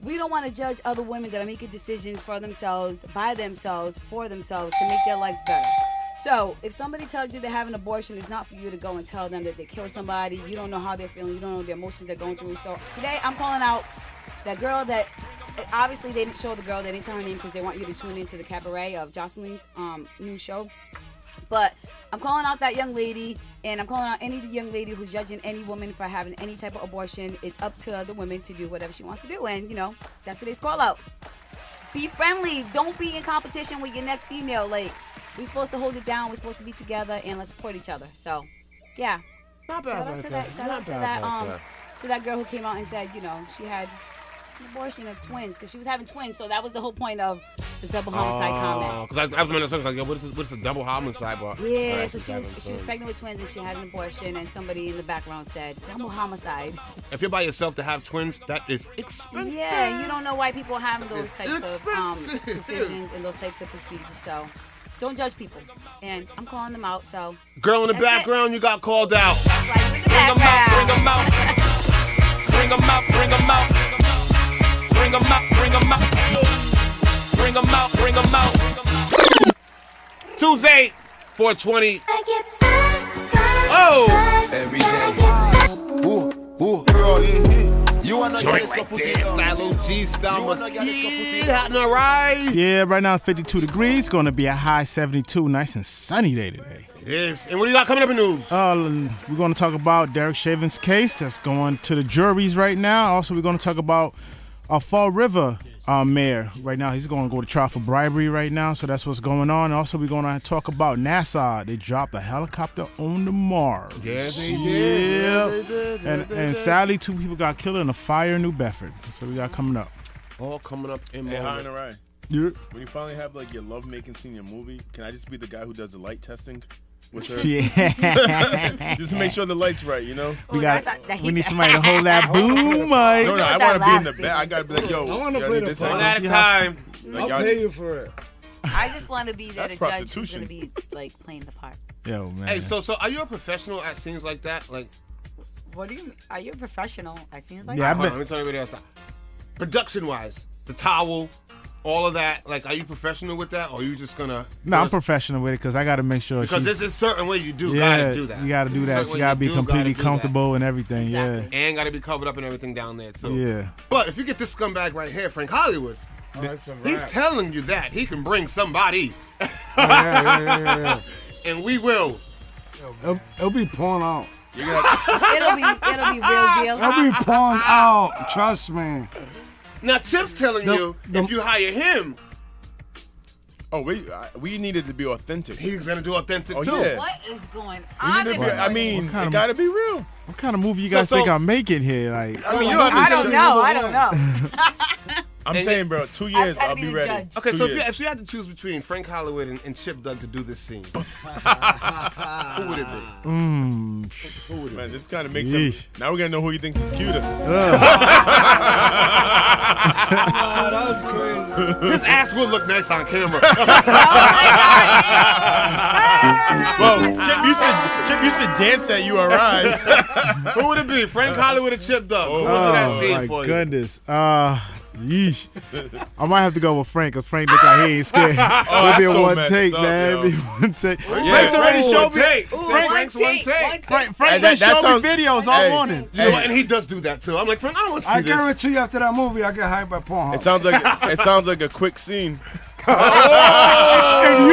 Speaker 11: we don't want to judge other women that are making decisions for themselves, by themselves, for themselves to make their lives better. So if somebody tells you they have an abortion, it's not for you to go and tell them that they killed somebody. You don't know how they're feeling. You don't know the emotions they're going through. So today I'm calling out that girl that obviously they didn't show the girl. They didn't tell her name because they want you to tune into the cabaret of Jocelyn's um, new show. But I'm calling out that young lady, and I'm calling out any young lady who's judging any woman for having any type of abortion. It's up to the woman to do whatever she wants to do, and you know that's today's call out. Be friendly. Don't be in competition with your next female. Like we're supposed to hold it down. We're supposed to be together, and let's support each other. So, yeah.
Speaker 5: Not bad
Speaker 11: Shout
Speaker 5: about
Speaker 11: out to
Speaker 5: that.
Speaker 11: that. Shout
Speaker 5: Not
Speaker 11: out to
Speaker 5: bad
Speaker 11: that.
Speaker 5: about
Speaker 11: Um,
Speaker 5: that.
Speaker 11: to that girl who came out and said, you know, she had an abortion of twins because she was having twins. So that was the whole point of the double
Speaker 5: Oh,
Speaker 11: homicide comment.
Speaker 5: Because I, I was wondering, I was like, yo, what is this, what is this double homicide? Bar?
Speaker 11: Yeah, so she was she was pregnant with twins and she had an abortion and somebody in the background said double homicide.
Speaker 5: If you're by yourself to have twins, that is expensive.
Speaker 11: Yeah, you don't know why people have those
Speaker 5: It's
Speaker 11: types of um,
Speaker 5: expensive.
Speaker 11: decisions and those types of procedures. So don't judge people. And I'm calling them out. So
Speaker 5: Girl in the
Speaker 11: That's it.
Speaker 5: background, you got called out.
Speaker 11: Bring 'em out, bring
Speaker 1: 'em out. Bring 'em out, bring 'em out. Bring 'em out, bring 'em out. Bring 'em out, bring 'em out.
Speaker 5: Tuesday, 420. Oh!
Speaker 1: Every day. Ooh, ooh, girl, yeah. You wanna
Speaker 5: Joint
Speaker 1: get this
Speaker 5: like
Speaker 1: caputino?
Speaker 5: Style G
Speaker 1: You
Speaker 5: style.
Speaker 1: wanna get this caputino?
Speaker 12: Yeah, right now 52 degrees. Going to be a high 72. Nice and sunny day today.
Speaker 5: Yes. And what do you got coming up in news?
Speaker 12: Uh, we're going to talk about Derek Shavin's case that's going to the juries right now. Also, we're going to talk about a Fall River uh, mayor right now. He's going to go to trial for bribery right now, so that's what's going on. Also, we're going to talk about NASA. They dropped a helicopter on the Mars.
Speaker 5: Yes, they
Speaker 12: Yeah.
Speaker 5: did. Yeah, they did. Yeah,
Speaker 12: And,
Speaker 5: they
Speaker 12: and
Speaker 5: did.
Speaker 12: sadly, two people got killed in a fire in New Bedford. That's what we got coming up.
Speaker 5: All coming up in
Speaker 6: Hey, hi,
Speaker 5: moments.
Speaker 6: Narai.
Speaker 12: Yeah.
Speaker 6: When you finally have like your love making scene in your movie, can I just be the guy who does the light testing with her?
Speaker 12: Yeah. [LAUGHS]
Speaker 6: [LAUGHS] just to make sure the light's right, you know.
Speaker 11: Oh,
Speaker 12: We got. We need somebody to
Speaker 11: [LAUGHS]
Speaker 12: hold that boom mic.
Speaker 6: No, no, I want to be in the back. I gotta be like, yo,
Speaker 12: I wanna
Speaker 6: y'all
Speaker 12: play
Speaker 6: need
Speaker 12: the
Speaker 6: this
Speaker 12: part.
Speaker 6: angle.
Speaker 12: One at a time.
Speaker 6: Like,
Speaker 12: I'll
Speaker 6: y'all-
Speaker 12: pay you
Speaker 8: for it.
Speaker 11: I just want to be there
Speaker 5: That's
Speaker 11: to judge who's
Speaker 5: prostitution.
Speaker 11: gonna be like playing the part.
Speaker 12: Yo, man.
Speaker 5: Hey, so so are you a professional at scenes like that? Like,
Speaker 11: What do you? Are you a professional? I seems like
Speaker 5: yeah,
Speaker 11: that.
Speaker 5: let me tell everybody else. that. Production-wise, the towel, all of that. Like, are you professional with that, or are you just gonna?
Speaker 12: No, I'm professional with it because I got to make sure
Speaker 5: Because
Speaker 12: she-
Speaker 5: there's a certain way you do gotta do that.
Speaker 12: You gotta do
Speaker 5: There's a
Speaker 12: that.
Speaker 5: certain
Speaker 12: You
Speaker 5: way
Speaker 12: gotta be
Speaker 5: do
Speaker 12: completely
Speaker 5: do that.
Speaker 12: comfortable and everything.
Speaker 5: And gotta be covered up and everything down there too.
Speaker 12: Yeah.
Speaker 5: But if you get this scumbag right here, Frank Hollywood,
Speaker 6: Oh,
Speaker 5: he's
Speaker 8: wrap.
Speaker 5: telling you that he can bring somebody. [LAUGHS] and we will.
Speaker 8: It'll, it'll be pawned out.
Speaker 11: it'll be it'll be real deal.
Speaker 8: It'll be pawned out. Trust me.
Speaker 5: Now Chip's telling
Speaker 8: The-
Speaker 5: you if you hire him.
Speaker 6: Oh, we I, we needed to be authentic.
Speaker 5: He's gonna do authentic
Speaker 6: oh,
Speaker 5: too.
Speaker 6: Yeah.
Speaker 11: What is going
Speaker 6: We
Speaker 11: on?
Speaker 6: needed
Speaker 11: in
Speaker 6: to-
Speaker 11: the
Speaker 6: I
Speaker 11: world?
Speaker 6: mean,
Speaker 12: What kind
Speaker 6: it
Speaker 12: of-
Speaker 6: gotta be real.
Speaker 12: What kind of movie you
Speaker 6: So-
Speaker 12: guys think
Speaker 6: so-
Speaker 12: I'm making here? Like,
Speaker 6: I mean, you don't have to
Speaker 11: I don't know. I don't know.
Speaker 6: [LAUGHS] I'm saying, bro, two
Speaker 11: I'm
Speaker 6: years,
Speaker 11: trying to
Speaker 6: I'll
Speaker 11: be
Speaker 6: be
Speaker 11: the
Speaker 6: ready.
Speaker 11: judge.
Speaker 5: Okay,
Speaker 6: Two
Speaker 5: so if you,
Speaker 6: years.
Speaker 5: if you had to choose between Frank Hollywood and, and Chip Doug to do this
Speaker 6: [LAUGHS]
Speaker 5: scene, who would it be?
Speaker 6: Man, this kind of makes
Speaker 12: Mm, Yeesh.
Speaker 6: [LAUGHS] sense. Now we gotta know who he thinks is
Speaker 11: [LAUGHS]
Speaker 6: cuter. [LAUGHS]
Speaker 12: [LAUGHS]
Speaker 8: That's crazy.
Speaker 5: His ass would look nice on camera.
Speaker 6: [LAUGHS] Whoa, Chip, you should Chip, you should dance at
Speaker 12: [LAUGHS]
Speaker 6: you arrive.
Speaker 5: who would it be? Frank
Speaker 6: Uh,
Speaker 5: Hollywood or Chip Doug? Who would do Oh, that scene
Speaker 12: Oh, my
Speaker 5: for
Speaker 12: goodness. Uh, yeesh. I might have to go with Frank because Frank look like he ain't
Speaker 6: [LAUGHS]
Speaker 12: scared. It'll be
Speaker 6: Oh, that's
Speaker 12: a
Speaker 6: so
Speaker 12: one
Speaker 6: messed
Speaker 12: take,
Speaker 6: up,
Speaker 12: man.
Speaker 6: yo.
Speaker 12: It'll be one take.
Speaker 5: you?
Speaker 12: Frank's already
Speaker 5: Frank's
Speaker 12: showed me.
Speaker 5: take. Frank's one
Speaker 11: take, one
Speaker 5: take.
Speaker 11: take.
Speaker 12: Frank, Frank
Speaker 6: Hey,
Speaker 12: done
Speaker 6: that- that
Speaker 12: showed
Speaker 6: sounds-
Speaker 12: me videos all
Speaker 6: hey.
Speaker 12: morning.
Speaker 5: You know what? And he does do that too. I'm like, Frank, I don't want to see
Speaker 8: I
Speaker 5: this.
Speaker 8: guarantee you, after that movie, I get hired by Pornhub.
Speaker 6: It sounds like it sounds like a
Speaker 12: [LAUGHS]
Speaker 6: quick scene.
Speaker 12: If you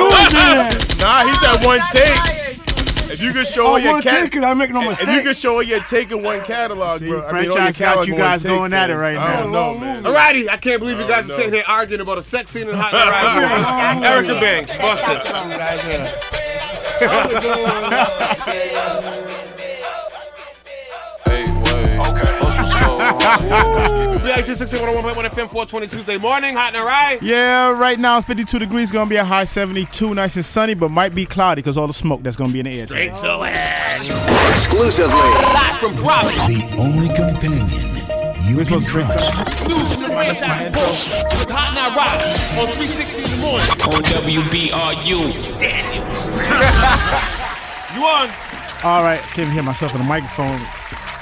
Speaker 12: was in there,
Speaker 6: Nah, he's at one take. If you could show
Speaker 8: Oh,
Speaker 6: her your
Speaker 8: one
Speaker 6: cat,
Speaker 8: take it, I make no
Speaker 6: if you could
Speaker 8: mistakes.
Speaker 6: show her your take in one catalog, bro. I mean, all your
Speaker 12: franchise got
Speaker 6: catalog
Speaker 12: you
Speaker 6: in one
Speaker 12: guys
Speaker 6: take,
Speaker 12: going at it
Speaker 6: man.
Speaker 12: right
Speaker 6: I don't
Speaker 8: now.
Speaker 6: know, man.
Speaker 5: Alrighty, I can't believe you guys
Speaker 6: no.
Speaker 5: are sitting here arguing about a sex scene in Hot [LAUGHS] and Ride. Erica Banks, bust it. Right here.
Speaker 2: Eight ways. Okay. Hustle so hard.
Speaker 5: BIG 1611.1 FM 420 Tuesday morning, Hot and Ride.
Speaker 12: Yeah, right now 52 degrees, gonna be a high 72, nice and sunny, but might be cloudy because all the smoke that's gonna be in the air. today.
Speaker 5: Straight to it.
Speaker 4: Exclusively.
Speaker 5: Live from Providence.
Speaker 15: The only companion you can trust.
Speaker 3: News from the franchise board with Hot Now Rock on 360 in the morning.
Speaker 14: On WBRU.
Speaker 5: You on?
Speaker 12: All right, can't even hear myself in the microphone.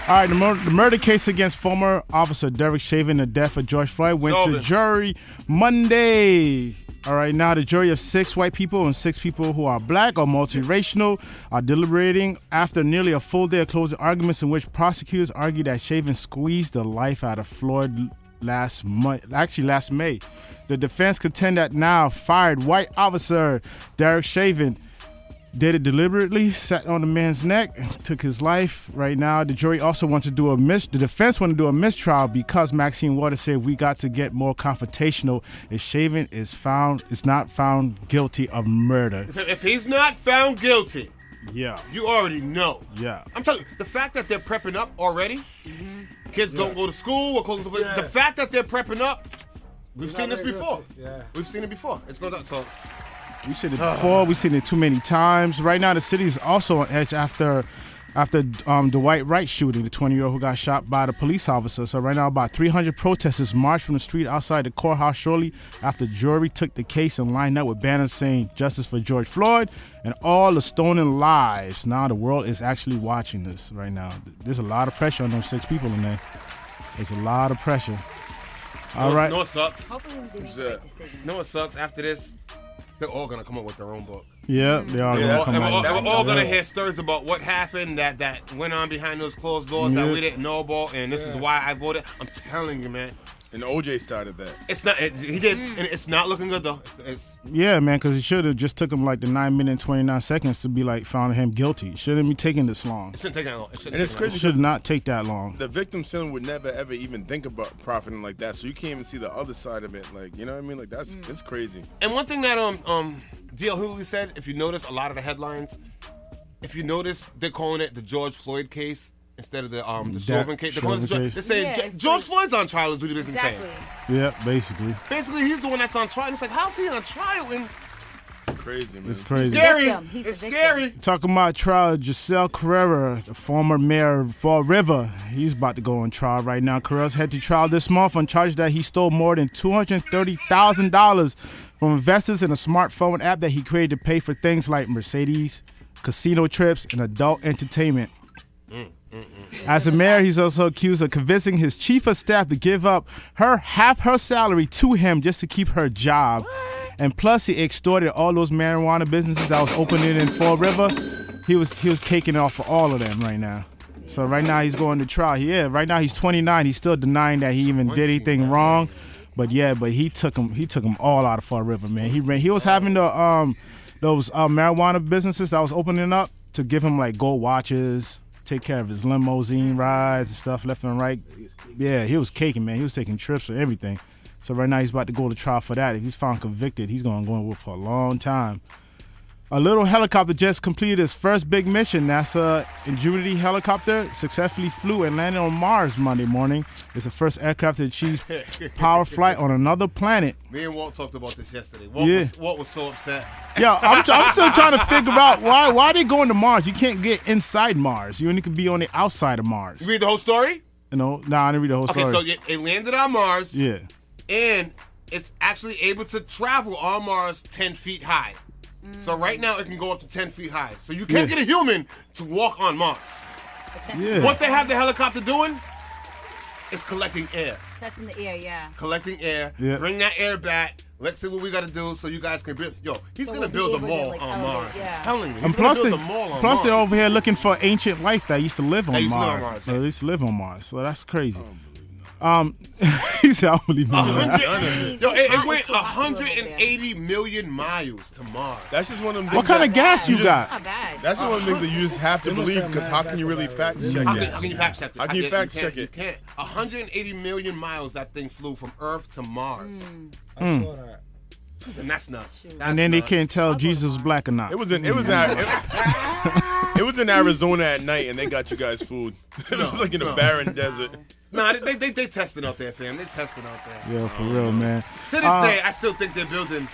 Speaker 12: All right, the, mur- the murder case against former officer Derek Chauvin, the death of George Floyd, went to
Speaker 5: Chauvin.
Speaker 12: jury Monday. All right, now the jury of six white people and six people who are black or multiracial are deliberating after nearly a full day of closing arguments in which prosecutors argue that Chauvin squeezed the life out of Floyd last month, actually last May. The defense contend that now fired white officer Derek Chauvin did it deliberately, sat on the man's neck, took his life. Right now, the jury also wants to do a mis- the defense want to do a mistrial because Maxine Waters said we got to get more confrontational. If Shaven is found, is not found guilty of murder.
Speaker 5: If, if he's not found guilty,
Speaker 12: yeah,
Speaker 5: you already know.
Speaker 12: Yeah,
Speaker 5: I'm telling you, the fact that they're prepping up already, mm-hmm. kids yeah. don't go to school. We're closing yeah. the fact that they're prepping up. We've seen this before. Guilty. Yeah, we've seen it before. It's going down. So
Speaker 12: We've
Speaker 5: [SIGHS]
Speaker 12: seen it before. We've seen it too many times. Right now, the city is also on edge after after um, Dwight Wright shooting, the 20 year old who got shot by the police officer. So, right now, about 300 protesters marched from the street outside the courthouse shortly after jury took the case and lined up with banners saying justice for George Floyd and all the stolen lives. Now, the world is actually watching this right now. There's a lot of pressure on those six people in there. There's a lot of pressure. All
Speaker 5: no,
Speaker 12: right.
Speaker 5: No, it sucks. Uh, no, it sucks. After this, they're all gonna come up with their own book.
Speaker 12: Yeah, they are.
Speaker 5: Yeah,
Speaker 12: gonna
Speaker 5: all, we're, all, all gonna hear stories about what happened that that went on behind those closed doors yeah. that we didn't know about, and this yeah. is why I voted. I'm telling you, man.
Speaker 6: And OJ started that.
Speaker 5: It's not. It, he did, mm. and it's not looking good though. It's, it's,
Speaker 12: yeah, man, because it should have just took him like the nine minute twenty nine seconds to be like found him guilty. Shouldn't be taking this long.
Speaker 5: It shouldn't take that long. It
Speaker 6: and it's crazy.
Speaker 12: It should not take that long.
Speaker 6: The victim sin would never ever even think about profiting like that, so you can't even see the other side of it. Like you know what I mean? Like that's mm. it's crazy.
Speaker 5: And one thing that um um DL Hughley said, if you notice a lot of the headlines, if you notice they're calling it the George Floyd case instead of the um the Chauvin case. They're, calling the George, they're saying yeah, George Floyd's on trial is due to this exactly.
Speaker 12: insane. Yeah, basically.
Speaker 5: Basically, he's the one that's on trial. And it's like, how's he on trial? And
Speaker 6: crazy, man.
Speaker 12: It's crazy.
Speaker 5: Scary. It's scary.
Speaker 12: Talking about trial, Giselle Carrera, the former mayor of Fall River, he's about to go on trial right now. Carrera's head to trial this month on charge that he stole more than two hundred thirty thousand dollars from investors in a smartphone app that he created to pay for things like Mercedes, casino trips, and adult entertainment. Mm. As a mayor, he's also accused of convincing his chief of staff to give up her half her salary to him just to keep her job. And plus, he extorted all those marijuana businesses that was opening in Fall River. He was he was caking off for all of them right now. So right now he's going to trial. Yeah, right now he's 29. He's still denying that he even did anything wrong. But yeah, but he took him he took him all out of Fall River, man. He ran. He was having the um those uh, marijuana businesses that was opening up to give him like gold watches take care of his limousine rides and stuff left and right. Yeah, he was caking, man. He was taking trips and everything. So right now he's about to go to trial for that. If he's found convicted, he's going to go in for a long time. A little helicopter just completed its first big mission. NASA Ingenuity helicopter successfully flew and landed on Mars Monday morning. It's the first aircraft to achieve power flight on another planet.
Speaker 5: Me and Walt talked about this yesterday. Walt, yeah. was, Walt was so upset.
Speaker 12: Yeah, I'm, I'm, still trying to figure out why why they going to Mars. You can't get inside Mars. You only can be on the outside of Mars.
Speaker 5: You read the whole story?
Speaker 12: You no, know, nah, I didn't read the
Speaker 5: [LAUGHS]
Speaker 12: whole
Speaker 5: okay,
Speaker 12: story.
Speaker 5: Okay, so it landed on Mars.
Speaker 12: Yeah,
Speaker 5: and it's actually able to travel on Mars ten feet high. So right now it can go up to 10 feet high. So you can't yeah. get a human to walk on Mars.
Speaker 12: Yeah.
Speaker 5: What they have the helicopter doing is collecting air.
Speaker 11: Testing the air, yeah.
Speaker 5: Collecting air. Yeah. Bring that air back. Let's see what we got to do so you guys can build. Yo, he's so gonna we'll build a mall like, on Mars. Yeah. I'm telling you, and
Speaker 12: plus
Speaker 5: they,
Speaker 12: plus they're over here looking for ancient life that used to live on Mars. Live on Mars so they used to live on Mars. So that's crazy. Um, um, [LAUGHS] he said, "I believe
Speaker 5: me." Yo, it, it went 180 million miles to Mars.
Speaker 6: That's just one of them.
Speaker 12: What kind of gas you got?
Speaker 6: That's just one of the things that you just have to believe because how can you really fact check it?
Speaker 5: How can, how can you fact check it?
Speaker 6: How can you fact check it? You
Speaker 5: can't. 180 million miles that thing flew from Earth to Mars.
Speaker 12: Mm.
Speaker 5: And that's nuts. That's
Speaker 12: and then
Speaker 5: nuts.
Speaker 12: they can't tell Jesus was black or not.
Speaker 6: It was in it was at, it, it, was in Arizona at night, and they got you guys food. [LAUGHS] it was no, like in a
Speaker 5: [LAUGHS]
Speaker 6: no. barren desert.
Speaker 5: Nah, they, they, they, testing out there, fam. They testing out there. Oh,
Speaker 12: Yeah, for real, man.
Speaker 5: To this uh, day, I still think they're building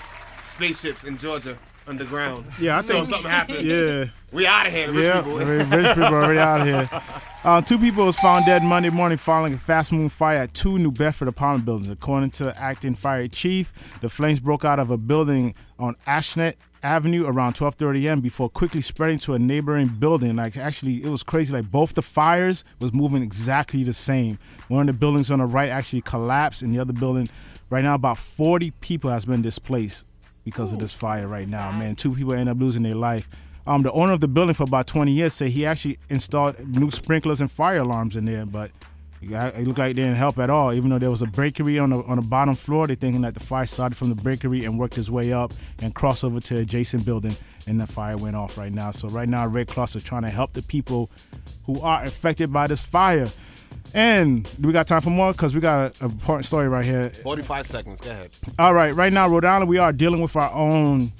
Speaker 5: spaceships in Georgia underground.
Speaker 12: Yeah, I
Speaker 5: so
Speaker 12: think,
Speaker 5: something happened.
Speaker 12: Yeah,
Speaker 5: we out of here. Rich
Speaker 12: yeah,
Speaker 5: people.
Speaker 12: rich people already out of
Speaker 5: [LAUGHS]
Speaker 12: here. Uh, two people was found dead Monday morning following a fast moving fire at two New Bedford apartment buildings. According to acting fire chief, the flames broke out of a building on Ashnet Avenue around 12:30 a.m. before quickly spreading to a neighboring building. Like actually, it was crazy. Like both the fires was moving exactly the same. One of the buildings on the right actually collapsed, and the other building, right now, about 40 people has been displaced because Ooh, of this fire right now. Sad. Man, two people end up losing their life. Um, the owner of the building for about 20 years said he actually installed new sprinklers and fire alarms in there, but it looked like they didn't help at all. Even though there was a bakery on the on the bottom floor, they're thinking that the fire started from the bakery and worked its way up and crossed over to adjacent building. and the fire went off right now. So right now, Red Cross is trying to help the people who are affected by this fire. And do we got time for more? Because we got an important story right here.
Speaker 5: [LAUGHS] 45 seconds. Go ahead.
Speaker 12: All right, right now, Rhode Island, we are dealing with our own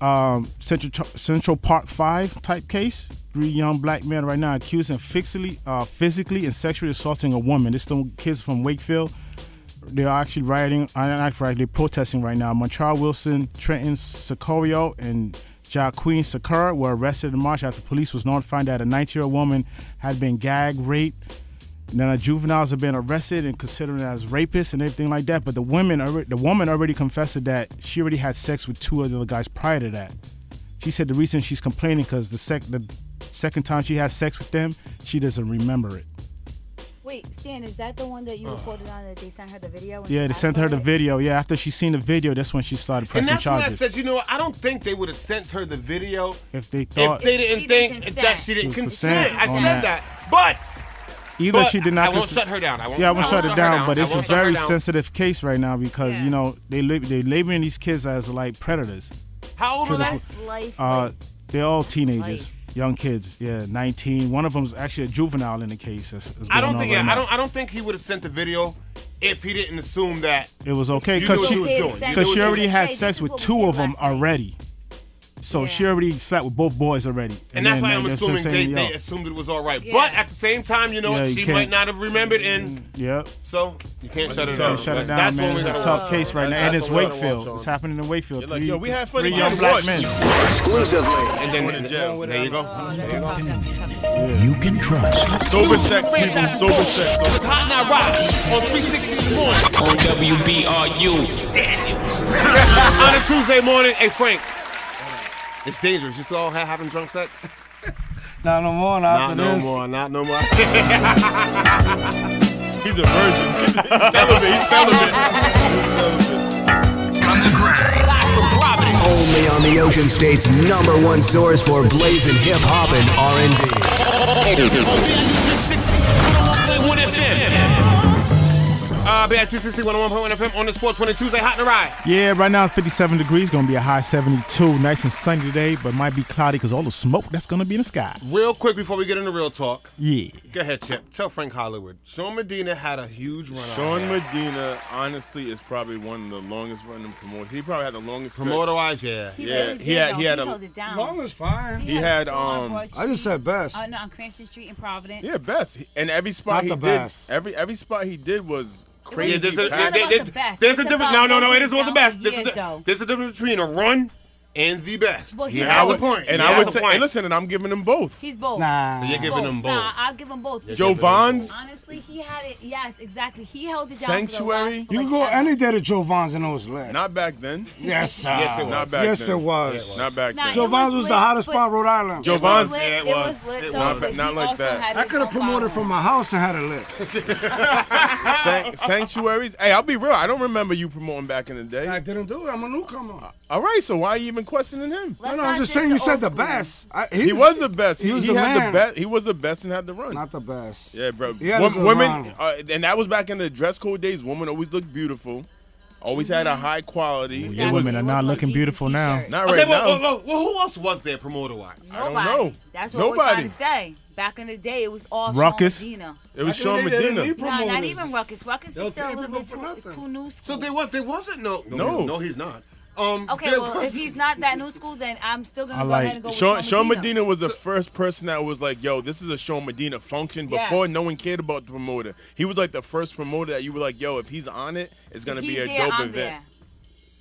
Speaker 12: um, Central Central Park Five type case. Three young black men right now accused of physically, uh, physically and sexually assaulting a woman. This some kids from Wakefield. They are actually rioting, uh, not rioting, they're protesting right now. Montreal Wilson, Trenton Sicorio, and Jaqueen Sakura were arrested in March after police was notified that a 19-year-old woman had been gagged, raped, now the juveniles have been arrested and considered as rapists and everything like that. But the women, the woman already confessed that she already had sex with two other guys prior to that. She said the reason she's complaining because the sec the second time she had sex with them, she doesn't remember it.
Speaker 11: Wait, Stan, is that the one that you reported on that they sent her the video?
Speaker 12: Yeah, they sent her the video. Yeah, after she seen the video, that's when she started pressing
Speaker 5: and that's
Speaker 12: charges.
Speaker 5: when I said, you know, what? I don't think they would have sent her the video
Speaker 12: if they thought
Speaker 5: if they didn't
Speaker 11: She didn't
Speaker 5: think
Speaker 11: consent.
Speaker 5: that she didn't
Speaker 12: She was
Speaker 5: consent. I
Speaker 12: consent on
Speaker 5: said
Speaker 12: that.
Speaker 5: that, but
Speaker 12: Either
Speaker 5: But
Speaker 12: she did not.
Speaker 5: I won't
Speaker 12: cons-
Speaker 5: shut her down. I won't-
Speaker 12: yeah, I won't shut it down. But
Speaker 5: I
Speaker 12: it's a
Speaker 5: won't shut her
Speaker 12: very
Speaker 5: down.
Speaker 12: sensitive case right now because you know they lab- they labeling these kids as like predators.
Speaker 5: How old
Speaker 12: To
Speaker 5: are
Speaker 12: the
Speaker 5: they?
Speaker 12: po- Uh, they're all teenagers, young kids. Yeah, nineteen. One of them's actually a juvenile in the case. That's, that's
Speaker 5: I
Speaker 12: going
Speaker 5: don't
Speaker 12: on
Speaker 5: think.
Speaker 12: right
Speaker 5: I
Speaker 12: now.
Speaker 5: don't. I don't think he would have sent the video if he didn't assume that
Speaker 12: It was okay
Speaker 5: You knew
Speaker 12: because
Speaker 5: what
Speaker 12: she
Speaker 5: you was doing. You knew
Speaker 12: because
Speaker 5: what
Speaker 12: she
Speaker 5: you
Speaker 12: already
Speaker 5: was
Speaker 12: had
Speaker 5: doing.
Speaker 12: sex with two of them already. So she already slept with both boys already.
Speaker 5: And that's
Speaker 12: then,
Speaker 5: why
Speaker 12: like,
Speaker 5: I'm
Speaker 12: that's what
Speaker 5: assuming they,
Speaker 12: saying,
Speaker 5: they
Speaker 12: yo.
Speaker 5: assumed it was all right. But at the same time, you know,
Speaker 12: Yeah,
Speaker 5: what?
Speaker 12: you
Speaker 5: she
Speaker 12: can't-
Speaker 5: might
Speaker 12: Mm,
Speaker 5: not have remembered, and
Speaker 12: Yep.
Speaker 5: so you can't shut it
Speaker 12: Gotta
Speaker 5: down.
Speaker 12: Shut it down,
Speaker 5: that's
Speaker 12: man.
Speaker 5: when we
Speaker 12: It's
Speaker 5: got
Speaker 12: a tough case right now, and it's Wakefield. It's happening in Wakefield.
Speaker 6: like,
Speaker 12: three,
Speaker 6: yo, we had fun
Speaker 12: three
Speaker 6: in
Speaker 12: young
Speaker 6: Kid
Speaker 12: black
Speaker 6: Watch.
Speaker 12: men.
Speaker 5: And then the jail. There you go.
Speaker 15: [LAUGHS] You can trust.
Speaker 6: Sober sex, people. Sober sex. Sober sex.
Speaker 3: Hot Now Rock on 360 in the morning.
Speaker 14: On WBRU.
Speaker 5: On a Tuesday morning, hey Frank. It's dangerous. You still all ha- having drunk [LAUGHS] sex?
Speaker 8: [LAUGHS] Not no more. Not,
Speaker 5: Not
Speaker 8: after
Speaker 5: no
Speaker 8: this.
Speaker 5: more. Not no more.
Speaker 6: He's a virgin. He's celibate. He's celibate.
Speaker 4: Only on the Ocean State's number one source for blazing hip hop and R&B.
Speaker 5: Uh, be at 260 101.1 FM on the 420 Tuesday, hot and ride.
Speaker 12: Yeah, right now it's 57 degrees. Going to be a high 72. Nice and sunny today, but might be cloudy because all the smoke that's going to be in the sky.
Speaker 5: Real quick before we get into real talk.
Speaker 12: Yeah.
Speaker 5: Go ahead, Chip. Tell Frank Hollywood. Sean Medina had a huge run. out
Speaker 6: Sean
Speaker 5: here.
Speaker 6: Medina, honestly, is probably one of the longest running promoters. He probably had the longest stretch.
Speaker 5: Promoter wise, yeah.
Speaker 11: He
Speaker 6: yeah,
Speaker 11: really did,
Speaker 6: he had
Speaker 11: though.
Speaker 6: he had a
Speaker 11: held it down.
Speaker 8: Long is fine.
Speaker 6: he had um.
Speaker 11: I
Speaker 8: just said best.
Speaker 11: Uh, no, on Cranston Street in Providence.
Speaker 6: Yeah, best. He- And every spot
Speaker 8: Not
Speaker 6: he
Speaker 8: the
Speaker 6: did,
Speaker 8: best.
Speaker 6: every every spot he did was
Speaker 5: Yeah,
Speaker 6: crazy.
Speaker 5: there's a,
Speaker 6: packed.
Speaker 5: there-
Speaker 11: about
Speaker 5: there-
Speaker 11: the best.
Speaker 5: there's a
Speaker 11: It's
Speaker 5: difference. No, no,
Speaker 11: about
Speaker 5: no.
Speaker 11: what
Speaker 5: It isn't
Speaker 11: he's
Speaker 5: what the
Speaker 11: done
Speaker 5: best. There's a,
Speaker 11: years,
Speaker 5: di-
Speaker 11: though.
Speaker 5: there's a difference between a run and the best.
Speaker 11: Well, he
Speaker 5: he
Speaker 11: has
Speaker 5: has
Speaker 11: a
Speaker 5: a point.
Speaker 6: And
Speaker 5: He
Speaker 6: I
Speaker 5: has
Speaker 6: would
Speaker 5: a
Speaker 6: say,
Speaker 5: point.
Speaker 6: and listen, and I'm giving him both.
Speaker 11: He's both.
Speaker 8: Nah.
Speaker 5: So you're giving them both.
Speaker 11: Nah, I'll give them both. because-
Speaker 6: Joe Vons,
Speaker 11: Honestly, he had it. Yes, exactly. He held it down.
Speaker 6: Sanctuary.
Speaker 11: For um, the last,
Speaker 8: You can go any day to Giovan's and those legs.
Speaker 6: Not back then.
Speaker 8: Yes, sir.
Speaker 6: Yes, it was. Not back
Speaker 8: yes,
Speaker 6: then.
Speaker 8: it was.
Speaker 6: Not back
Speaker 11: Nah,
Speaker 6: then.
Speaker 11: it
Speaker 8: Giovan's was, the
Speaker 11: lit,
Speaker 8: hottest
Speaker 11: but-
Speaker 8: spot in Rhode Island.
Speaker 11: It
Speaker 6: Giovan's-
Speaker 11: lit,
Speaker 6: Yeah, it was.
Speaker 11: lit,
Speaker 6: It
Speaker 11: though,
Speaker 6: was.
Speaker 11: but
Speaker 6: Not
Speaker 11: he
Speaker 6: like
Speaker 11: also
Speaker 6: that.
Speaker 11: had
Speaker 8: I
Speaker 11: his
Speaker 8: could have
Speaker 11: own
Speaker 8: promoted
Speaker 11: following.
Speaker 8: from my house and had it
Speaker 11: [LAUGHS]
Speaker 8: lit.
Speaker 6: [LAUGHS] San- sanctuaries. Hey, I'll be real. I don't remember you promoting back in the day.
Speaker 8: I didn't do it. I'm a newcomer.
Speaker 6: All right, so why are you even questioning him?
Speaker 11: Let's
Speaker 8: no, no,
Speaker 11: not
Speaker 8: I'm just
Speaker 11: diss
Speaker 8: saying you
Speaker 11: the
Speaker 8: said
Speaker 11: old
Speaker 8: the
Speaker 11: school.
Speaker 8: best. I,
Speaker 6: He was the best. He,
Speaker 8: he was
Speaker 6: he
Speaker 8: the
Speaker 6: had
Speaker 8: man.
Speaker 6: the best. He was the best and had the run.
Speaker 8: Not the best.
Speaker 6: yeah, bro.
Speaker 8: He had a
Speaker 6: Wom-
Speaker 8: good
Speaker 6: women,
Speaker 8: run.
Speaker 6: uh, and that was back in the dress code days. Women always looked beautiful, always had
Speaker 11: Mm-hmm.
Speaker 6: a high quality.
Speaker 12: Yeah, women are not looking beautiful now.
Speaker 6: not right
Speaker 5: Okay, well, well,
Speaker 6: now.
Speaker 5: well, well, who else was there promoter wise?
Speaker 11: Nobody.
Speaker 6: don't know.
Speaker 11: That's what we're
Speaker 6: Nobody.
Speaker 11: trying to say. Back in the day, it was all
Speaker 12: Ruckus.
Speaker 11: Sean Medina.
Speaker 6: It was
Speaker 8: Back in
Speaker 6: Sean
Speaker 8: the day, they didn't
Speaker 6: Medina.
Speaker 8: need
Speaker 11: No, not
Speaker 8: promoters.
Speaker 11: even Ruckus. Ruckus
Speaker 8: They'll
Speaker 11: is still a
Speaker 8: pay people
Speaker 11: little bit
Speaker 8: for
Speaker 11: too,
Speaker 8: nothing.
Speaker 11: too new school.
Speaker 5: So there was there wasn't no no
Speaker 6: No.
Speaker 5: he's, no, he's not. Um,
Speaker 11: okay,
Speaker 5: there
Speaker 11: well, if
Speaker 5: wasn't-
Speaker 11: he's not that new school, then I'm still gonna
Speaker 12: I
Speaker 11: go
Speaker 12: like-
Speaker 11: ahead and go with
Speaker 6: Sean, Sean
Speaker 11: Medina.
Speaker 6: Medina was the first person that was like, yo, this is a Sean Medina function.
Speaker 11: Yes.
Speaker 6: Before no one cared about the promoter. He was like the first promoter that you were like, yo, if he's on it, it's going to
Speaker 11: He's
Speaker 6: be a
Speaker 11: there,
Speaker 6: dope
Speaker 11: I'm
Speaker 6: event.
Speaker 11: there.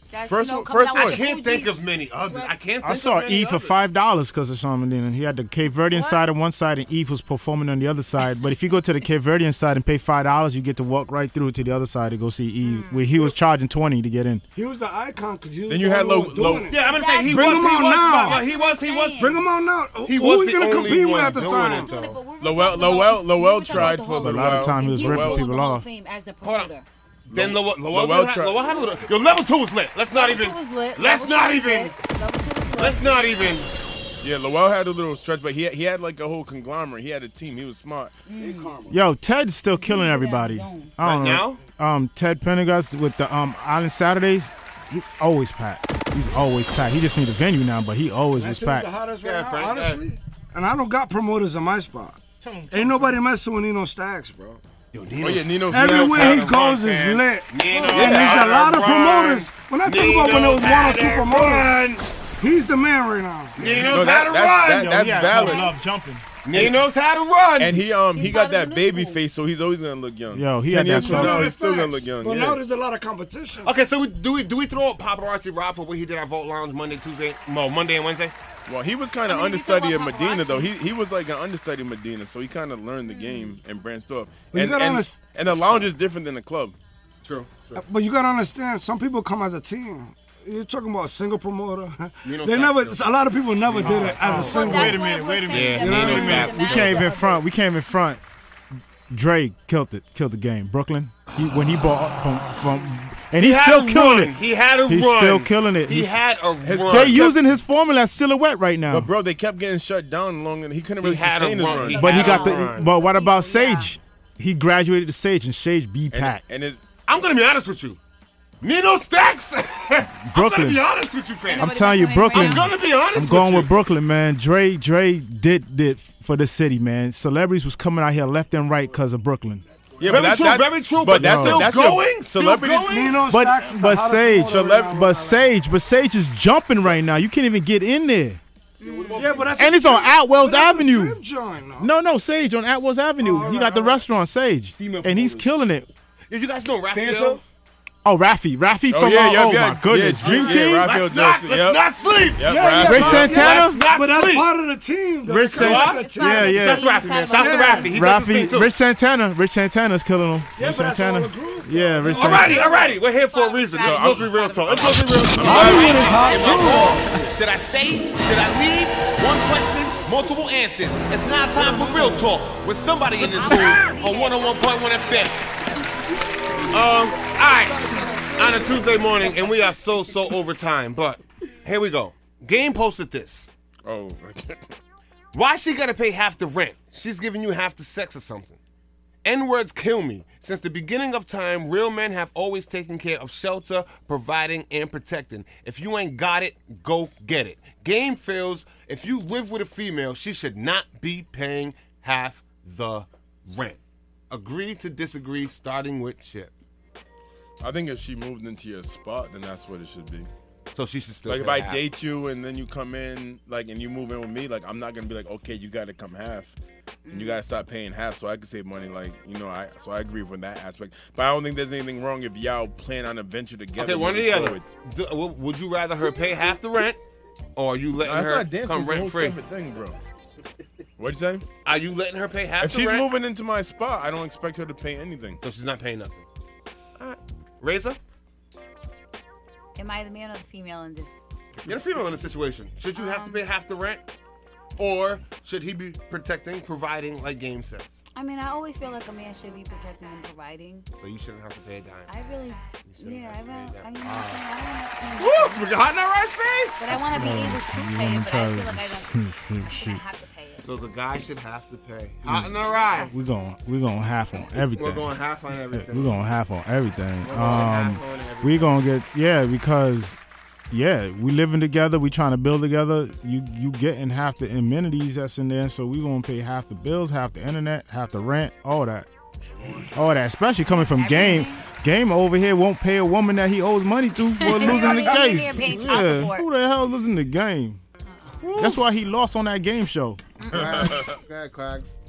Speaker 11: That's,
Speaker 6: First
Speaker 11: you know,
Speaker 6: one-
Speaker 11: coming
Speaker 6: first
Speaker 11: out
Speaker 6: one.
Speaker 11: with
Speaker 5: I can't
Speaker 11: two
Speaker 5: think
Speaker 11: Gs.
Speaker 5: of many others. I can't. Think
Speaker 12: I saw
Speaker 5: of many
Speaker 12: Eve for
Speaker 5: others.
Speaker 12: five dollars because of Sean Medina. He had the Cape Verdean side on one side, and Eve was performing on the other side. But if you go to the Cape Verdean side and pay five dollars, you get to walk right through to the other side to go see Eve, where he was charging twenty to get in.
Speaker 8: He was the icon because you.
Speaker 6: Then you had Lo- Lo-
Speaker 5: Yeah, I'm gonna say he
Speaker 8: Bring
Speaker 5: was. He
Speaker 8: him
Speaker 5: was,
Speaker 8: on
Speaker 5: but,
Speaker 8: now.
Speaker 5: but he was. He was.
Speaker 8: Bring him on now. Who-
Speaker 5: He
Speaker 8: Who
Speaker 5: was
Speaker 8: was
Speaker 5: the
Speaker 8: gonna
Speaker 5: only
Speaker 8: compete with
Speaker 5: one
Speaker 8: at the
Speaker 5: doing it, though.
Speaker 8: time?
Speaker 11: But we're talking
Speaker 6: Lowell,
Speaker 11: about
Speaker 6: Lowell,
Speaker 11: the-
Speaker 6: Lowell
Speaker 11: we're talking about
Speaker 6: tried
Speaker 11: the
Speaker 6: for a
Speaker 11: Hall
Speaker 6: little
Speaker 12: A lot of
Speaker 6: while.
Speaker 12: time he was
Speaker 11: Fame.
Speaker 12: ripping
Speaker 11: Hall
Speaker 6: Lowell-
Speaker 11: of
Speaker 12: people off.
Speaker 11: Fame as the
Speaker 5: Hold on.
Speaker 11: promoter.
Speaker 5: Then Lowell, Lowell,
Speaker 6: Lowell
Speaker 5: Lowell,
Speaker 6: tried-
Speaker 5: Lowell, had a little- Yo, level two was lit. Let's not
Speaker 11: Level
Speaker 5: even.
Speaker 11: two was lit.
Speaker 5: Let's
Speaker 11: Level two
Speaker 5: not
Speaker 11: was
Speaker 5: even.
Speaker 11: lit. Level two was lit.
Speaker 5: Let's not even.
Speaker 6: Yeah, Lowell had a little stretch, but he, he had like a whole conglomerate. He had a team. He was smart.
Speaker 11: Mm.
Speaker 12: Yo, Ted's still killing everybody. I don't
Speaker 5: Right
Speaker 12: know. Um, Ted Pendergast with the um Island Saturdays, he's always packed. He's always packed. He just need a venue now, but he always
Speaker 8: That
Speaker 12: was
Speaker 8: shit is
Speaker 12: packed.
Speaker 8: the hottest right
Speaker 5: Yeah,
Speaker 8: now,
Speaker 5: Frank,
Speaker 8: honestly. And I don't got promoters in my spot. Ain't nobody messing with Nino Stacks, bro. Yo,
Speaker 6: Nino- Oh, yeah, Nino Stacks
Speaker 8: Everywhere
Speaker 6: had
Speaker 8: he
Speaker 6: him
Speaker 8: goes
Speaker 6: on,
Speaker 8: is
Speaker 6: man.
Speaker 8: lit.
Speaker 6: Nino
Speaker 8: and
Speaker 6: had
Speaker 8: there's a
Speaker 6: a
Speaker 8: lot of
Speaker 6: run.
Speaker 8: promoters. When I talk about when there was
Speaker 6: Nino
Speaker 8: one or two
Speaker 6: had a
Speaker 8: promoters, he's the man right now.
Speaker 6: No, that- that's- that- that's valid.
Speaker 12: jumping.
Speaker 5: Nino's how to run.
Speaker 6: And he um he got that baby face, so he's always gonna look young.
Speaker 12: Yo, he
Speaker 6: Ten
Speaker 12: had that
Speaker 6: years from
Speaker 12: stuff.
Speaker 6: now,
Speaker 12: That's
Speaker 6: he's still gonna look young.
Speaker 8: But
Speaker 6: yeah.
Speaker 8: now there's a lot of competition.
Speaker 5: Okay, so we, do we do we throw up paparazzi Rob for what he did at Vote Lounge Monday, Tuesday, well, Monday and Wednesday?
Speaker 6: Well, he was kind of understudy of Medina though. He he was like an understudy of Medina, so he kind of learned the game and branched off.
Speaker 8: But you
Speaker 6: And
Speaker 8: gotta
Speaker 6: and,
Speaker 8: underst-
Speaker 6: and the lounge is different than the club. True.
Speaker 8: Uh, But you gotta understand, some people come as a team. You're talking about a single promoter. [LAUGHS]
Speaker 6: Nino
Speaker 8: they
Speaker 6: Stacks
Speaker 8: never.
Speaker 6: does.
Speaker 8: A lot of people never did it as a single.
Speaker 12: Wait a minute, wait a minute. wait a minute. We came in front. We came in front. Drake killed it, killed the game. Brooklyn, he, when he bought from, from and
Speaker 5: He
Speaker 12: he's
Speaker 5: had
Speaker 12: still
Speaker 5: a
Speaker 12: killing
Speaker 5: run.
Speaker 12: it.
Speaker 5: He had a
Speaker 12: he's
Speaker 5: run.
Speaker 12: still killing it.
Speaker 5: He
Speaker 12: He's-
Speaker 5: had a
Speaker 12: His-
Speaker 5: run.
Speaker 12: They're
Speaker 5: Kept-
Speaker 12: using his formula as silhouette right now.
Speaker 6: But bro, they kept getting shut down long, and he couldn't
Speaker 5: He
Speaker 6: really
Speaker 5: had a
Speaker 6: sustain his
Speaker 5: run.
Speaker 6: run.
Speaker 5: He
Speaker 12: But he
Speaker 5: had
Speaker 12: got
Speaker 5: a
Speaker 12: the.
Speaker 5: run.
Speaker 12: But what about Sage? He graduated to Sage, and Sage be
Speaker 6: and,
Speaker 12: packed.
Speaker 6: and his
Speaker 5: I'm gonna be honest with you. Nino Stacks. [LAUGHS] I'm gonna
Speaker 12: Brooklyn.
Speaker 5: be honest with you, fam.
Speaker 12: I'm telling you, Brooklyn.
Speaker 5: I'm gonna be honest.
Speaker 12: I'm going
Speaker 5: with,
Speaker 12: with, Brooklyn, man. Dre, Dre did did for the city, man. Celebrities was coming out here left and right because of Brooklyn.
Speaker 5: Very
Speaker 6: Yeah, but that,
Speaker 5: true,
Speaker 6: that,
Speaker 5: very true,
Speaker 6: But,
Speaker 5: but
Speaker 6: that's
Speaker 5: still
Speaker 6: that's
Speaker 5: going?
Speaker 6: Your
Speaker 5: Still
Speaker 6: celebrities.
Speaker 5: going? Nino
Speaker 12: But but Sage, but Sage, but Sage is jumping right now. You can't even get in there.
Speaker 8: Yeah, but that's
Speaker 12: And it's on Atwells Avenue.
Speaker 8: Jim John.
Speaker 12: No, no, Sage on Atwells Avenue. he got the restaurant Sage, and he's killing it.
Speaker 5: If you guys know Raphael,
Speaker 12: Oh, Rafi, Rafi
Speaker 6: Oh,
Speaker 12: from
Speaker 6: yeah,
Speaker 12: oh, oh
Speaker 6: yeah, yeah,
Speaker 12: my goodness,
Speaker 6: yeah,
Speaker 12: Dream
Speaker 6: yeah,
Speaker 12: Team.
Speaker 6: Rafi
Speaker 5: let's not
Speaker 6: Odosa,
Speaker 5: let's
Speaker 6: yep.
Speaker 5: not sleep.
Speaker 6: Yep,
Speaker 8: Yeah, yeah,
Speaker 6: Rafi.
Speaker 12: Rick
Speaker 8: but-
Speaker 12: Santana?
Speaker 8: That's not
Speaker 5: But
Speaker 8: but
Speaker 5: that's
Speaker 8: that's part of the team. though.
Speaker 12: Rich
Speaker 8: That's part of
Speaker 12: Santana.
Speaker 8: the team.
Speaker 12: Yeah, yeah.
Speaker 5: Shouts to Rafi, man. Shouts to Rafi. He does his thing too.
Speaker 12: Rich Santana. Rich Santana's killing him.
Speaker 8: Yeah,
Speaker 12: Rich
Speaker 8: but that's
Speaker 12: Santana.
Speaker 8: all the group,
Speaker 12: yeah, Rich Santana.
Speaker 5: Alrighty, alrighty. We're here for a reason. It's supposed to be real talk. It's supposed to be real talk.
Speaker 8: Hollywood is hot,
Speaker 5: Am I wrong? Should I stay? Should I leave? One question, multiple answers. It's now time for real talk with somebody in this room on 101.1 FM. Um, alright. On a Tuesday morning, and we are so, so over time, but here we go. Game posted this.
Speaker 6: Oh,
Speaker 5: [LAUGHS] Why she gotta pay half the rent? She's giving you half the sex or something. N words kill me. Since the beginning of time, real men have always taken care of shelter, providing, and protecting. If you ain't got it, go get it. Game feels if you live with a female, she should not be paying half the rent. Agree to disagree, starting with Chip.
Speaker 6: I think if she moved into your spot, then that's what it should be.
Speaker 5: So she should still
Speaker 6: Like if
Speaker 5: pay
Speaker 6: I
Speaker 5: half.
Speaker 6: date you and then you come in, like, and you move in with me, like, I'm not gonna be like, okay, you gotta come half, and you gotta stop paying half, so I can save money. Like, you know, I so I agree with that aspect. But I don't think there's anything wrong if y'all plan on a venture together.
Speaker 5: Okay, one or
Speaker 6: moving
Speaker 5: the other.
Speaker 6: forward.
Speaker 5: Do- w- would you rather her pay half the rent, or are you letting
Speaker 6: That's
Speaker 5: her
Speaker 6: not dancing.
Speaker 5: come
Speaker 6: it's a whole
Speaker 5: rent free?
Speaker 6: separate thing, bro. What'd you say?
Speaker 5: Are you letting her pay half
Speaker 6: If
Speaker 5: the
Speaker 6: she's
Speaker 5: rent?
Speaker 6: moving into my spot, I don't expect her to pay anything.
Speaker 5: So she's not paying nothing. Razor,
Speaker 11: Am I the man or the female in this?
Speaker 5: you're the female in this situation. Should you have to pay half the rent, or should he be protecting, providing, like Game says?
Speaker 11: I mean, I always feel like a man should be protecting and providing.
Speaker 5: So you shouldn't have to pay a dime.
Speaker 11: I really, yeah, I don't, I mean,
Speaker 5: Woo! Forgot that right face.
Speaker 11: But I want to be able to pay it, but I feel like I don't.
Speaker 12: Hmm,
Speaker 5: So the guy should have to pay.
Speaker 6: Hmm.
Speaker 5: Hot in our eyes.
Speaker 12: We're going we're going half on everything.
Speaker 5: We're going half on everything.
Speaker 12: We're going half on everything.
Speaker 5: We're going
Speaker 12: um,
Speaker 5: half on everything.
Speaker 12: we're gonna get yeah because yeah we living together. We trying to build together. You you getting half the amenities that's in there, so we gonna pay half the bills, half the internet, half the rent, all that, all that. Especially coming from game. Game over here won't pay a woman that he owes money
Speaker 11: [LAUGHS]
Speaker 12: to for losing the
Speaker 11: Everybody
Speaker 12: case.
Speaker 11: here paying child
Speaker 12: Yeah,
Speaker 11: support. Uh-uh.
Speaker 12: who the hell is losing the game? That's why he lost on that game show.
Speaker 6: [LAUGHS]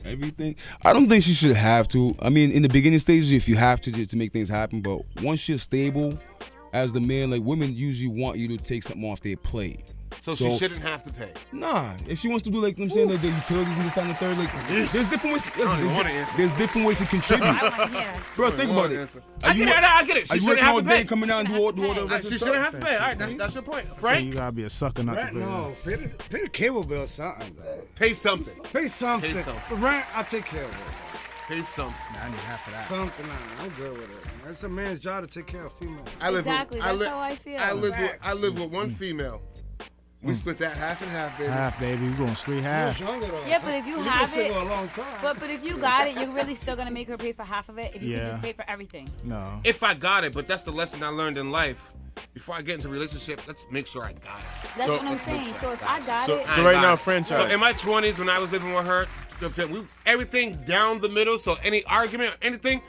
Speaker 16: Everything. I don't think she should have to. I mean, in the beginning stages, if you have to to make things happen, but once you're stable, as the man, like women usually want you to take something off their plate.
Speaker 5: So, she shouldn't have to pay.
Speaker 16: Nah, if she wants to do like you know what I'm saying, like the utilities and this that, and the third, like
Speaker 5: Yes.
Speaker 16: there's different ways. To,
Speaker 5: I don't even wanna
Speaker 16: there's,
Speaker 5: answer.
Speaker 16: there's different
Speaker 5: [LAUGHS]
Speaker 16: ways to contribute. Bro, think about it.
Speaker 5: I get it. I get it.
Speaker 16: Are
Speaker 5: She
Speaker 16: you
Speaker 5: shouldn't
Speaker 16: working
Speaker 5: have
Speaker 16: all
Speaker 5: to
Speaker 16: day
Speaker 5: pay.
Speaker 16: coming out and do all, do all the rest of
Speaker 5: She
Speaker 16: the
Speaker 5: shouldn't
Speaker 16: stuff?
Speaker 5: have to pay. All right, that's that's your point,
Speaker 12: Yeah, You
Speaker 5: Frank.
Speaker 12: gotta be a sucker not to
Speaker 8: Rent,
Speaker 12: pay.
Speaker 8: no, pay the, pay the cable bill, something. though.
Speaker 5: Pay something.
Speaker 8: Pay something.
Speaker 5: Pay something.
Speaker 8: Rent, I'll take care of it.
Speaker 5: Pay something.
Speaker 12: I need half of
Speaker 8: Something, nah, I'm good with it. That's a man's job to take care of females.
Speaker 5: I live with- I li-
Speaker 11: I feel.
Speaker 5: I live with I live with one female.
Speaker 17: We split that half and half, baby.
Speaker 12: Mm. Half, baby. We're going straight half.
Speaker 11: Yeah, but if you
Speaker 8: You've been
Speaker 11: have it,
Speaker 8: single a long time.
Speaker 11: but but if you got it, you're really still gonna make her pay for half of it. If you
Speaker 5: Yeah.
Speaker 11: can just pay for everything.
Speaker 12: No.
Speaker 5: If I got it, but that's the lesson I learned in life. Before I get into a relationship, let's make sure I got it.
Speaker 11: That's
Speaker 5: So-
Speaker 11: what I'm
Speaker 5: let's make
Speaker 11: saying.
Speaker 5: sure
Speaker 11: So if I got
Speaker 5: So,
Speaker 12: [LAUGHS]
Speaker 11: it,
Speaker 6: so right now,
Speaker 5: So
Speaker 6: franchise.
Speaker 5: in my twenties, when I was living with her, the fam- we- everything down the middle. So any argument, or anything,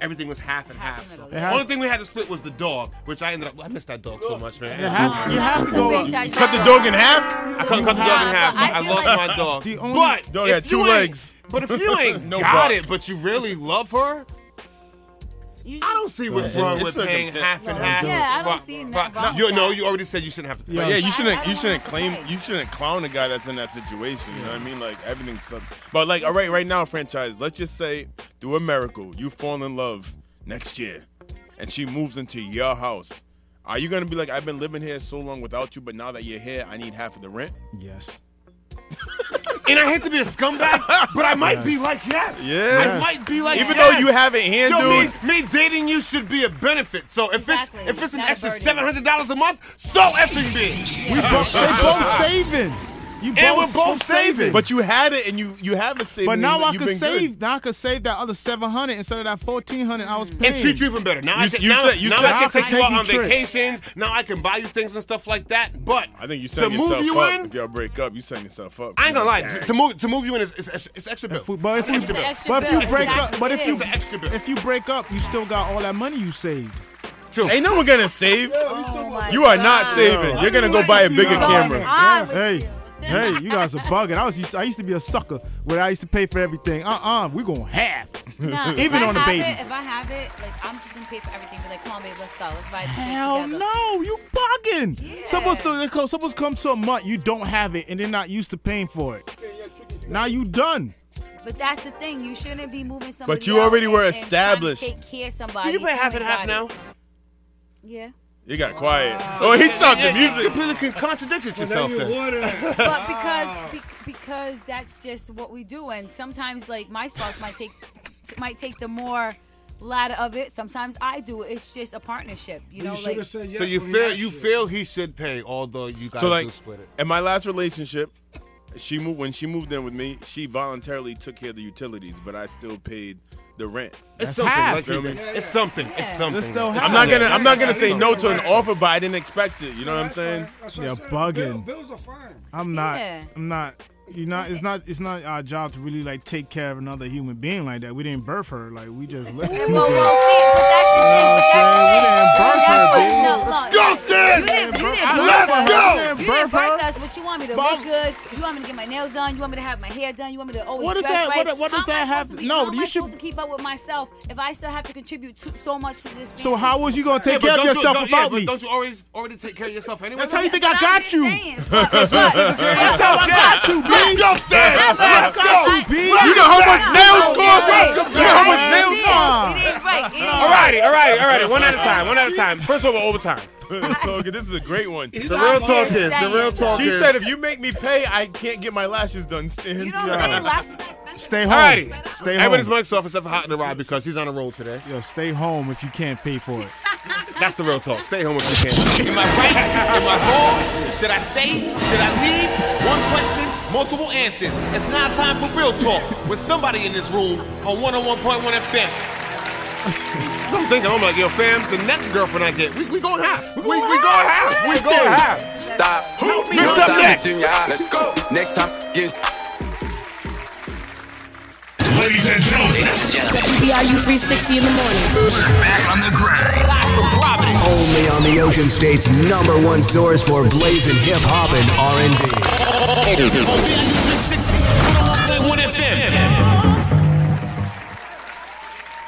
Speaker 5: everything was half and half. So
Speaker 12: It
Speaker 5: the
Speaker 12: has-
Speaker 5: only thing we had to split was the dog, which I ended up. I missed that dog so much, man.
Speaker 12: It has- you have to go-
Speaker 5: You
Speaker 12: You
Speaker 5: cut the dog in half. I couldn't cut the dog in half. So
Speaker 12: I
Speaker 5: I,
Speaker 12: feel
Speaker 5: lost
Speaker 12: like
Speaker 5: my dog.
Speaker 12: the only-
Speaker 5: but
Speaker 12: Dog
Speaker 5: if
Speaker 12: had
Speaker 5: you
Speaker 12: two
Speaker 5: ain't-
Speaker 12: legs.
Speaker 5: But if you ain't
Speaker 12: No
Speaker 5: got
Speaker 12: buck.
Speaker 5: it, but you really love her. I don't see what's
Speaker 6: Yeah,
Speaker 5: wrong
Speaker 6: it's-
Speaker 5: with
Speaker 6: it's
Speaker 5: paying
Speaker 6: circumstan-
Speaker 5: half and
Speaker 6: No,
Speaker 5: half.
Speaker 11: yeah, I don't
Speaker 5: But-
Speaker 11: see
Speaker 5: but-
Speaker 11: nothing wrong
Speaker 5: you
Speaker 11: with
Speaker 5: know,
Speaker 11: that.
Speaker 5: you already said you shouldn't have to pay.
Speaker 6: But yeah, you shouldn't you shouldn't claim you shouldn't clown a guy that's in that situation. You know what I mean? Like everything's sub- but like all right, right now, franchise. Let's just say through a miracle, you fall in love next year, and she moves into your house. Are you gonna be like, I've been living here so long without you, but now that you're here, I need half of the rent?
Speaker 12: Yes.
Speaker 5: [LAUGHS] And I hate to be a scumbag, but
Speaker 6: [LAUGHS]
Speaker 5: I might be like yes.
Speaker 6: Yeah.
Speaker 5: I might be like
Speaker 6: Even
Speaker 5: yes.
Speaker 6: though you haven't handled-
Speaker 5: Yo, me, me dating you should be a benefit. So if it's if it's an
Speaker 11: Not a
Speaker 5: extra
Speaker 11: burden.
Speaker 5: seven hundred dollars a month, so effing big. [LAUGHS]
Speaker 12: We both, they both saving. You
Speaker 5: And
Speaker 12: both,
Speaker 5: we're both saving.
Speaker 6: But you had it and you you haven't saved.
Speaker 12: But
Speaker 6: and
Speaker 12: now
Speaker 6: you-
Speaker 12: I
Speaker 6: you've
Speaker 12: could
Speaker 6: been
Speaker 12: save.
Speaker 6: Good.
Speaker 12: Now I could save that other seven hundred instead of that fourteen hundred I was paying.
Speaker 5: And treat you even better. Now I
Speaker 6: You-
Speaker 5: can,
Speaker 6: you
Speaker 5: now,
Speaker 6: said- you
Speaker 5: now
Speaker 6: said-
Speaker 5: I can take you out on
Speaker 6: trips.
Speaker 5: vacations. Now I can buy you things and stuff like that. But
Speaker 6: I think you
Speaker 5: to
Speaker 6: set
Speaker 5: move
Speaker 6: yourself
Speaker 5: you
Speaker 6: up.
Speaker 5: in,
Speaker 6: If y'all break up, you setting yourself up.
Speaker 5: I ain't gonna lie.
Speaker 6: Dang.
Speaker 5: To, to move to move you in is, is, is, is extra bill.
Speaker 12: If we- but
Speaker 5: It's
Speaker 12: if,
Speaker 5: extra
Speaker 12: we,
Speaker 5: bill.
Speaker 12: but if you break up, but if you
Speaker 5: It's an extra bill.
Speaker 12: if you break up, you still got all that money you saved.
Speaker 6: Ain't no one gonna save. you are not
Speaker 12: Oh
Speaker 6: saving. You're gonna go buy a bigger camera.
Speaker 12: Hey, hey, you guys are bugging. I was used I used to be a sucker where I used to pay for everything. Uh uh-uh, uh, we going half,
Speaker 11: Nah, if
Speaker 12: even
Speaker 11: I
Speaker 12: on the
Speaker 11: have
Speaker 12: baby.
Speaker 11: It, if I have it, like I'm just gonna pay for everything. Be like, come on, babe, let's go. Let's buy this
Speaker 12: Hell
Speaker 11: together.
Speaker 12: no, you bugging. Supposed to they call- supposed to come to a month you don't have it and they're not used to paying for it. Now you done.
Speaker 11: But that's the thing. You shouldn't be moving somebody.
Speaker 6: But you already
Speaker 11: out
Speaker 6: were
Speaker 11: and- and trying to
Speaker 6: established.
Speaker 11: Take care of somebody.
Speaker 5: Do you play half and half now? [LAUGHS]
Speaker 11: Yeah.
Speaker 6: You got quiet. Oh, he stopped the music.
Speaker 5: Completely contradicted
Speaker 6: Well, now
Speaker 5: yourself.
Speaker 6: you
Speaker 5: there.
Speaker 6: [LAUGHS]
Speaker 11: but because be- because that's just what we do, and sometimes like my spouse might take might take the more ladder of it. Sometimes I do. It's just a partnership, you
Speaker 8: You
Speaker 11: know.
Speaker 8: should've
Speaker 11: like
Speaker 8: said
Speaker 5: So you feel you feel he should pay, although you guys
Speaker 6: So like,
Speaker 5: do split it.
Speaker 6: in my last relationship, she moved when she moved in with me. She voluntarily took care of the utilities, but I still paid the rent.
Speaker 5: It's something, like you did. It's something. It's something.
Speaker 12: It's still
Speaker 6: I'm not gonna. I'm not gonna say no to an offer, but I didn't expect it. You know what I'm saying?
Speaker 12: You're bugging. I'm not.
Speaker 11: Yeah.
Speaker 12: I'm not. You not. It's not. It's not our job to really like take care of another human being like that. We didn't birth her. Like we just. let-
Speaker 11: Well, well, see, but that's the thing. But that's the thing. That's what- no, look, You didn't, you didn't birth us. You didn't birth us, but you want me to look good. You want me to get my nails done. You want me to have my hair done. You want me to always
Speaker 12: What does
Speaker 11: dress
Speaker 12: that-
Speaker 11: right.
Speaker 12: what- what does
Speaker 11: How am
Speaker 12: that
Speaker 11: I supposed
Speaker 12: have-
Speaker 11: to be-
Speaker 12: no,
Speaker 11: how am
Speaker 12: you
Speaker 11: I
Speaker 12: should-
Speaker 11: supposed to keep up with myself if I still have to contribute to, so much to this.
Speaker 12: So
Speaker 11: family?
Speaker 12: how was you gonna
Speaker 5: Yeah, but
Speaker 12: take care of
Speaker 5: don't you-
Speaker 12: yourself
Speaker 5: don't- yeah,
Speaker 12: without
Speaker 5: but
Speaker 12: me?
Speaker 5: Don't you already already take care of yourself anyway?
Speaker 12: That's how you think I
Speaker 11: But I'm
Speaker 12: got
Speaker 11: just
Speaker 12: you.
Speaker 11: saying,
Speaker 12: That's [LAUGHS] how I got you, bitch.
Speaker 6: Go upstairs. Let's go.
Speaker 12: B.
Speaker 6: You know how much nails cost? You know how much nails
Speaker 11: It
Speaker 6: cost?
Speaker 11: ain't right. It ain't right.
Speaker 5: Alrighty, alrighty, alrighty. One
Speaker 6: [LAUGHS]
Speaker 5: at a time. One at a time. First of all, overtime.
Speaker 6: so okay, this is a great one. The
Speaker 5: real talk is- the real talk
Speaker 6: She
Speaker 5: is-
Speaker 6: said, "If you make me pay, I can't get my lashes done." Stan.
Speaker 11: You don't say lashes are expensive.
Speaker 12: Stay home.
Speaker 5: Alrighty.
Speaker 12: Stay home.
Speaker 5: Everybody's mic's off except for Hot in the Rod because he's on the road today.
Speaker 12: Yo, stay home if you can't pay for it.
Speaker 5: [LAUGHS] That's the real talk. Stay home if you can.
Speaker 3: Am I right? Am I wrong? Should I stay? Should I leave? One question, multiple answers. It's now time for real talk with somebody in this room on 101.1 FM.
Speaker 5: So [LAUGHS] I'm thinking, I'm like, yo, fam, the next girlfriend I get, we, we going half. We, we going half. We going half.
Speaker 18: Stop.
Speaker 5: Help me.
Speaker 18: Next
Speaker 5: Who's up
Speaker 18: time
Speaker 5: next?
Speaker 18: it's in your eye, Let's go. Next time, get.
Speaker 2: Ladies and gentlemen.
Speaker 1: WBIU 360 in the morning. Back on the grind. Live from Providence.
Speaker 4: Only on the Ocean State's number one source for blazing hip hop and R&B.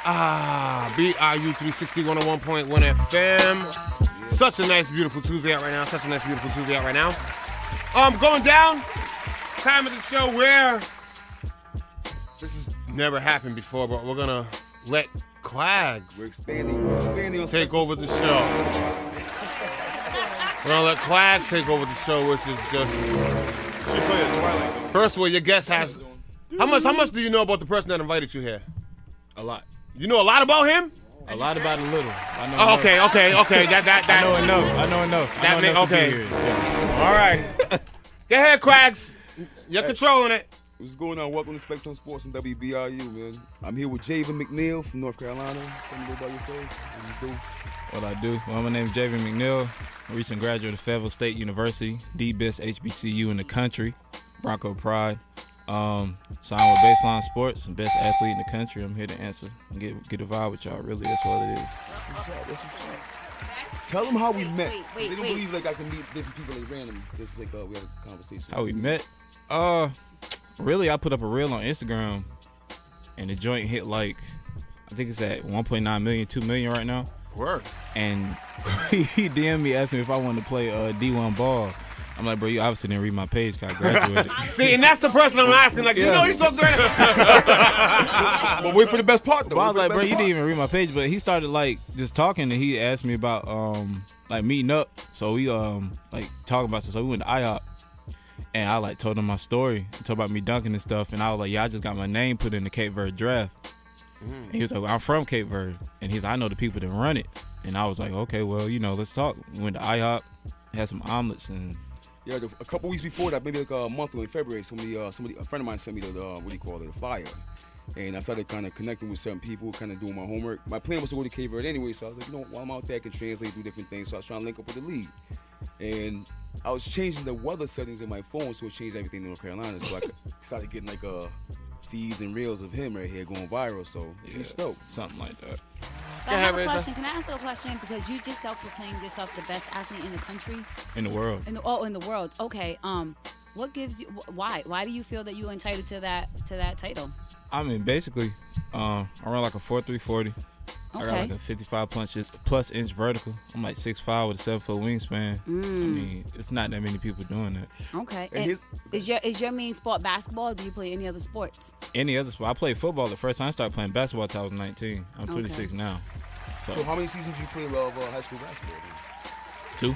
Speaker 5: Ah, BIU 360 101.1 FM. Such a nice, beautiful Tuesday out right now. Such a nice, beautiful Tuesday out right now. Um, going down. Time of the show where this has never happened before, but we're gonna let Quags we're
Speaker 16: expanding, we're expanding on
Speaker 5: take over the show.
Speaker 16: [LAUGHS]
Speaker 5: we're gonna let Quags take over the show, which is just. First of all, your guest has. How much? How much do you know about the person that invited you here?
Speaker 19: A lot.
Speaker 5: You know a lot about him.
Speaker 19: A lot about a little. I know
Speaker 5: Oh,
Speaker 19: enough.
Speaker 5: okay, okay, okay. That that that.
Speaker 19: I know enough. I know enough. I
Speaker 5: That
Speaker 19: know
Speaker 5: may,
Speaker 19: enough to be
Speaker 5: okay.
Speaker 19: here. Yeah.
Speaker 5: All right. Go ahead, Cracks. You're
Speaker 16: Hey.
Speaker 5: controlling it.
Speaker 16: What's going on? Welcome to Specs on Sports and WBRU, man. I'm here with Javen McNeil from North Carolina. Tell me about yourself. What you do?
Speaker 19: What I do? Well, my name is Javen McNeil, a recent graduate of Fayetteville State University, the best HBCU in the country, Bronco Pride. Um, signed with Baseline Sports and best athlete in the country. I'm here to answer and get get a vibe with y'all. Really, that's what it is.
Speaker 16: Tell them how we met.
Speaker 1: wait,
Speaker 16: 'Cause
Speaker 1: wait,
Speaker 16: they don't
Speaker 1: wait.
Speaker 16: believe like I can meet different people like randomly. Just like uh, we had a conversation.
Speaker 19: How we met? Uh, really, I put up a reel on Instagram, and the joint hit like, I think it's at 1.9 million, 2 million right now.
Speaker 6: Word.
Speaker 19: And [LAUGHS] he DM me asking me if I wanted to play uh, D1 ball. I'm like, bro, you obviously didn't read my page because I graduated.
Speaker 5: [LAUGHS] See, and that's the person I'm asking. Like, you
Speaker 19: Yeah.
Speaker 5: know, you talk to
Speaker 16: [LAUGHS] but wait for the best part though.
Speaker 19: But I was
Speaker 16: Wait
Speaker 19: like,
Speaker 16: for
Speaker 19: bro,
Speaker 16: the
Speaker 19: you
Speaker 16: best
Speaker 19: didn't even read my page. But he started like just talking, and he asked me about um like meeting up. So we um like talking about stuff. So we went to IHOP, and I like told him my story, told about me dunking and stuff. And I was like, yeah, I just got my name put in the Cape Verde draft. And he was like, well, I'm from Cape Verde, and he's I know the people that run it. And I was like, okay, well, you know, let's talk. We went to IHOP, had some omelets, and
Speaker 16: Yeah, the, a couple weeks before that, maybe like a month ago in February, somebody, uh, somebody, a friend of mine sent me the, uh, what do you call it, a flyer, and I started kind of connecting with certain people, kind of doing my homework. My plan was to go to Cape Verde anyway, so I was like, you know, while I'm out there, I can translate, do different things. So I was trying to link up with the league, and I was changing the weather settings in my phone, so it changed everything in North Carolina.
Speaker 19: [LAUGHS]
Speaker 16: So I could- started getting like uh, feeds and reels of him right here going viral. So it was dope.
Speaker 19: Something like that.
Speaker 20: But I have a question. Can I ask you a question? Because you just self-proclaimed yourself the best athlete in the country,
Speaker 19: in the world.
Speaker 20: in the oh, in the world. Okay. Um, what gives you? wh- Why? Why do you feel that you're entitled to that to that title?
Speaker 19: I mean, basically, um, I run like a four three forty. I got
Speaker 20: Okay.
Speaker 19: like a 55 plus inch, plus inch vertical. I'm like six five with a 7 foot wingspan. I
Speaker 20: Mm.
Speaker 19: mean, it's not that many people doing that.
Speaker 20: Okay.
Speaker 19: And
Speaker 20: And
Speaker 19: his-
Speaker 20: is your is your main sport basketball? Or do you play any other sports?
Speaker 19: Any other sport? I played football the first time. I started playing basketball till I was 19. I'm
Speaker 20: Okay.
Speaker 19: 26 now. So,
Speaker 16: So how many seasons did you play of uh, high school basketball? dude?
Speaker 19: two.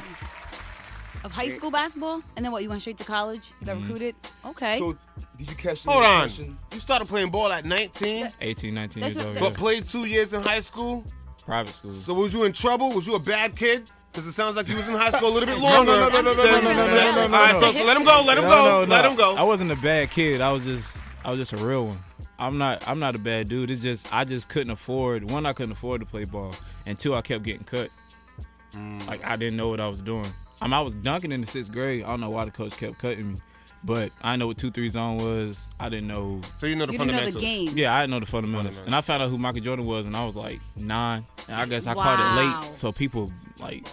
Speaker 20: Of high school basketball, and then what? You went straight to college? Got
Speaker 19: Mhm.
Speaker 20: recruited? Okay.
Speaker 16: So did you catch?
Speaker 5: Hold on.
Speaker 19: attention?
Speaker 5: [LAUGHS] You started playing ball at 19,
Speaker 19: 18, 19
Speaker 5: That's what-
Speaker 19: years old.
Speaker 5: but
Speaker 19: yeah.
Speaker 5: played two years in high school.
Speaker 19: Private school.
Speaker 5: So was you in trouble? Was you a bad kid? Because it sounds like you was in high school a little bit
Speaker 19: No,
Speaker 5: longer.
Speaker 19: no, no, no, no, no,
Speaker 5: than-
Speaker 19: no, no, no,
Speaker 5: than-
Speaker 19: no,
Speaker 5: All
Speaker 19: no,
Speaker 5: right,
Speaker 19: no.
Speaker 5: so, so let him go. Let him
Speaker 19: No,
Speaker 5: go.
Speaker 19: no, no.
Speaker 5: Let him go.
Speaker 19: I wasn't a bad kid. I was just, I was just a real one. I'm not, I'm not a bad dude. It's just, I just couldn't afford. One, I couldn't afford to play ball, and two, I kept getting cut.
Speaker 5: Mm.
Speaker 19: Like I didn't know what I was doing. I mean, I was dunking in the sixth grade. I don't know why the coach kept cutting me, but I know what two three zone was. I didn't know.
Speaker 5: So you know
Speaker 20: the You didn't know the fundamentals. game.
Speaker 19: Yeah, I didn't know the fundamentals. and I found out who Michael Jordan was, when I was like nine. And I guess I caught it
Speaker 16: Wow.
Speaker 19: late, so people like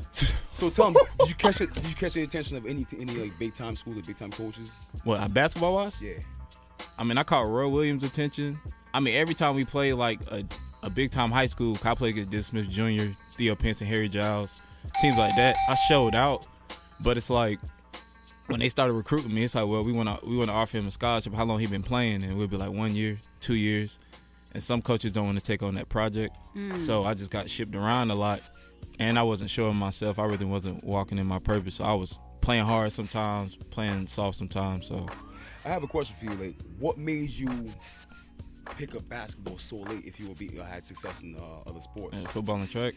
Speaker 16: [LAUGHS] So tell me, did you catch it? Did you catch the attention of any any like big time school or big time coaches?
Speaker 19: What uh, basketball wise?
Speaker 16: Yeah.
Speaker 19: I mean, I caught Roy Williams' attention. I mean, every time we play like a, a big time high school, I played against Dennis Smith Jr., Theo Pinson, Harry Giles, teams like that. I showed out, but it's like when they started recruiting me, it's like, well, we want to we want to offer him a scholarship. How long he been playing? And we'll be like one year, two years, and some coaches don't want to take on that project.
Speaker 21: Mm.
Speaker 19: So I just got shipped around a lot, and I wasn't sure of myself. I really wasn't walking in my purpose. So I was playing hard sometimes, playing soft sometimes. So.
Speaker 16: I have a question for you. Like, what made you pick up basketball so late? If you were being, had success in uh, other sports.
Speaker 19: Yeah, football and track.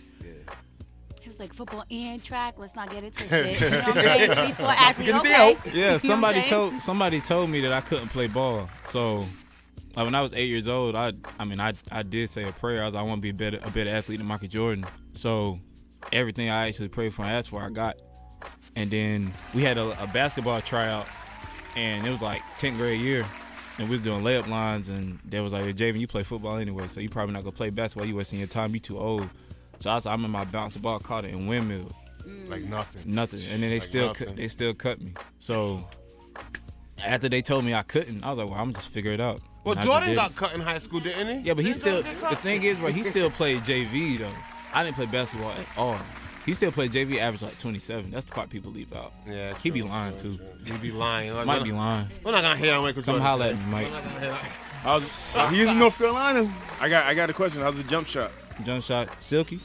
Speaker 20: He was like football and track. Let's not
Speaker 19: [LAUGHS]
Speaker 20: get it twisted. [LAUGHS] You know
Speaker 11: [LAUGHS]
Speaker 20: what I'm saying? Three sport athlete. Okay. [LAUGHS] You know what
Speaker 19: Yeah,
Speaker 20: I'm
Speaker 19: somebody
Speaker 20: saying?
Speaker 19: told somebody told me that I couldn't play ball. So like when I was eight years old, I I mean I, I did say a prayer. I was like, I want to be better a better athlete than Michael Jordan. So everything I actually prayed for and asked for, I got. And then we had a, a basketball tryout, and it was like 10th grade year, and we was doing layup lines, and they was like, hey, Javen, you play football anyway, so you probably not gonna play basketball. You wasting your time. You too old. So I was like, I'm in my bouncing ball, caught it and windmill.
Speaker 5: Like nothing.
Speaker 19: Nothing. And then they
Speaker 5: Like
Speaker 19: still
Speaker 5: nothing.
Speaker 19: cut, they still cut me. So after they told me I couldn't, I was like, well, I'm just figure it out.
Speaker 5: Well,
Speaker 19: And I just
Speaker 5: Jordan
Speaker 19: did
Speaker 5: got
Speaker 19: it.
Speaker 5: cut in high school, didn't he?
Speaker 19: Yeah, but he
Speaker 5: Didn't
Speaker 19: still.
Speaker 5: Jordan get
Speaker 19: The
Speaker 5: cut?
Speaker 19: thing is, right? He still played JV though. I didn't play basketball at all. He still played JV, average like 27. That's the part people leave out.
Speaker 5: Yeah,
Speaker 19: he be lying too.
Speaker 5: He be lying. Like,
Speaker 19: [LAUGHS] Might
Speaker 5: we're
Speaker 19: be
Speaker 5: not-
Speaker 19: lying.
Speaker 5: We're not gonna hate on Michael
Speaker 19: Come
Speaker 5: Jordan.
Speaker 19: holler at
Speaker 5: today.
Speaker 19: me, Mike.
Speaker 5: We're not gonna hate on-
Speaker 6: How's,
Speaker 5: he's in
Speaker 6: North Carolina. I got I got a question. How's the jump shot?
Speaker 19: Jump shot, silky.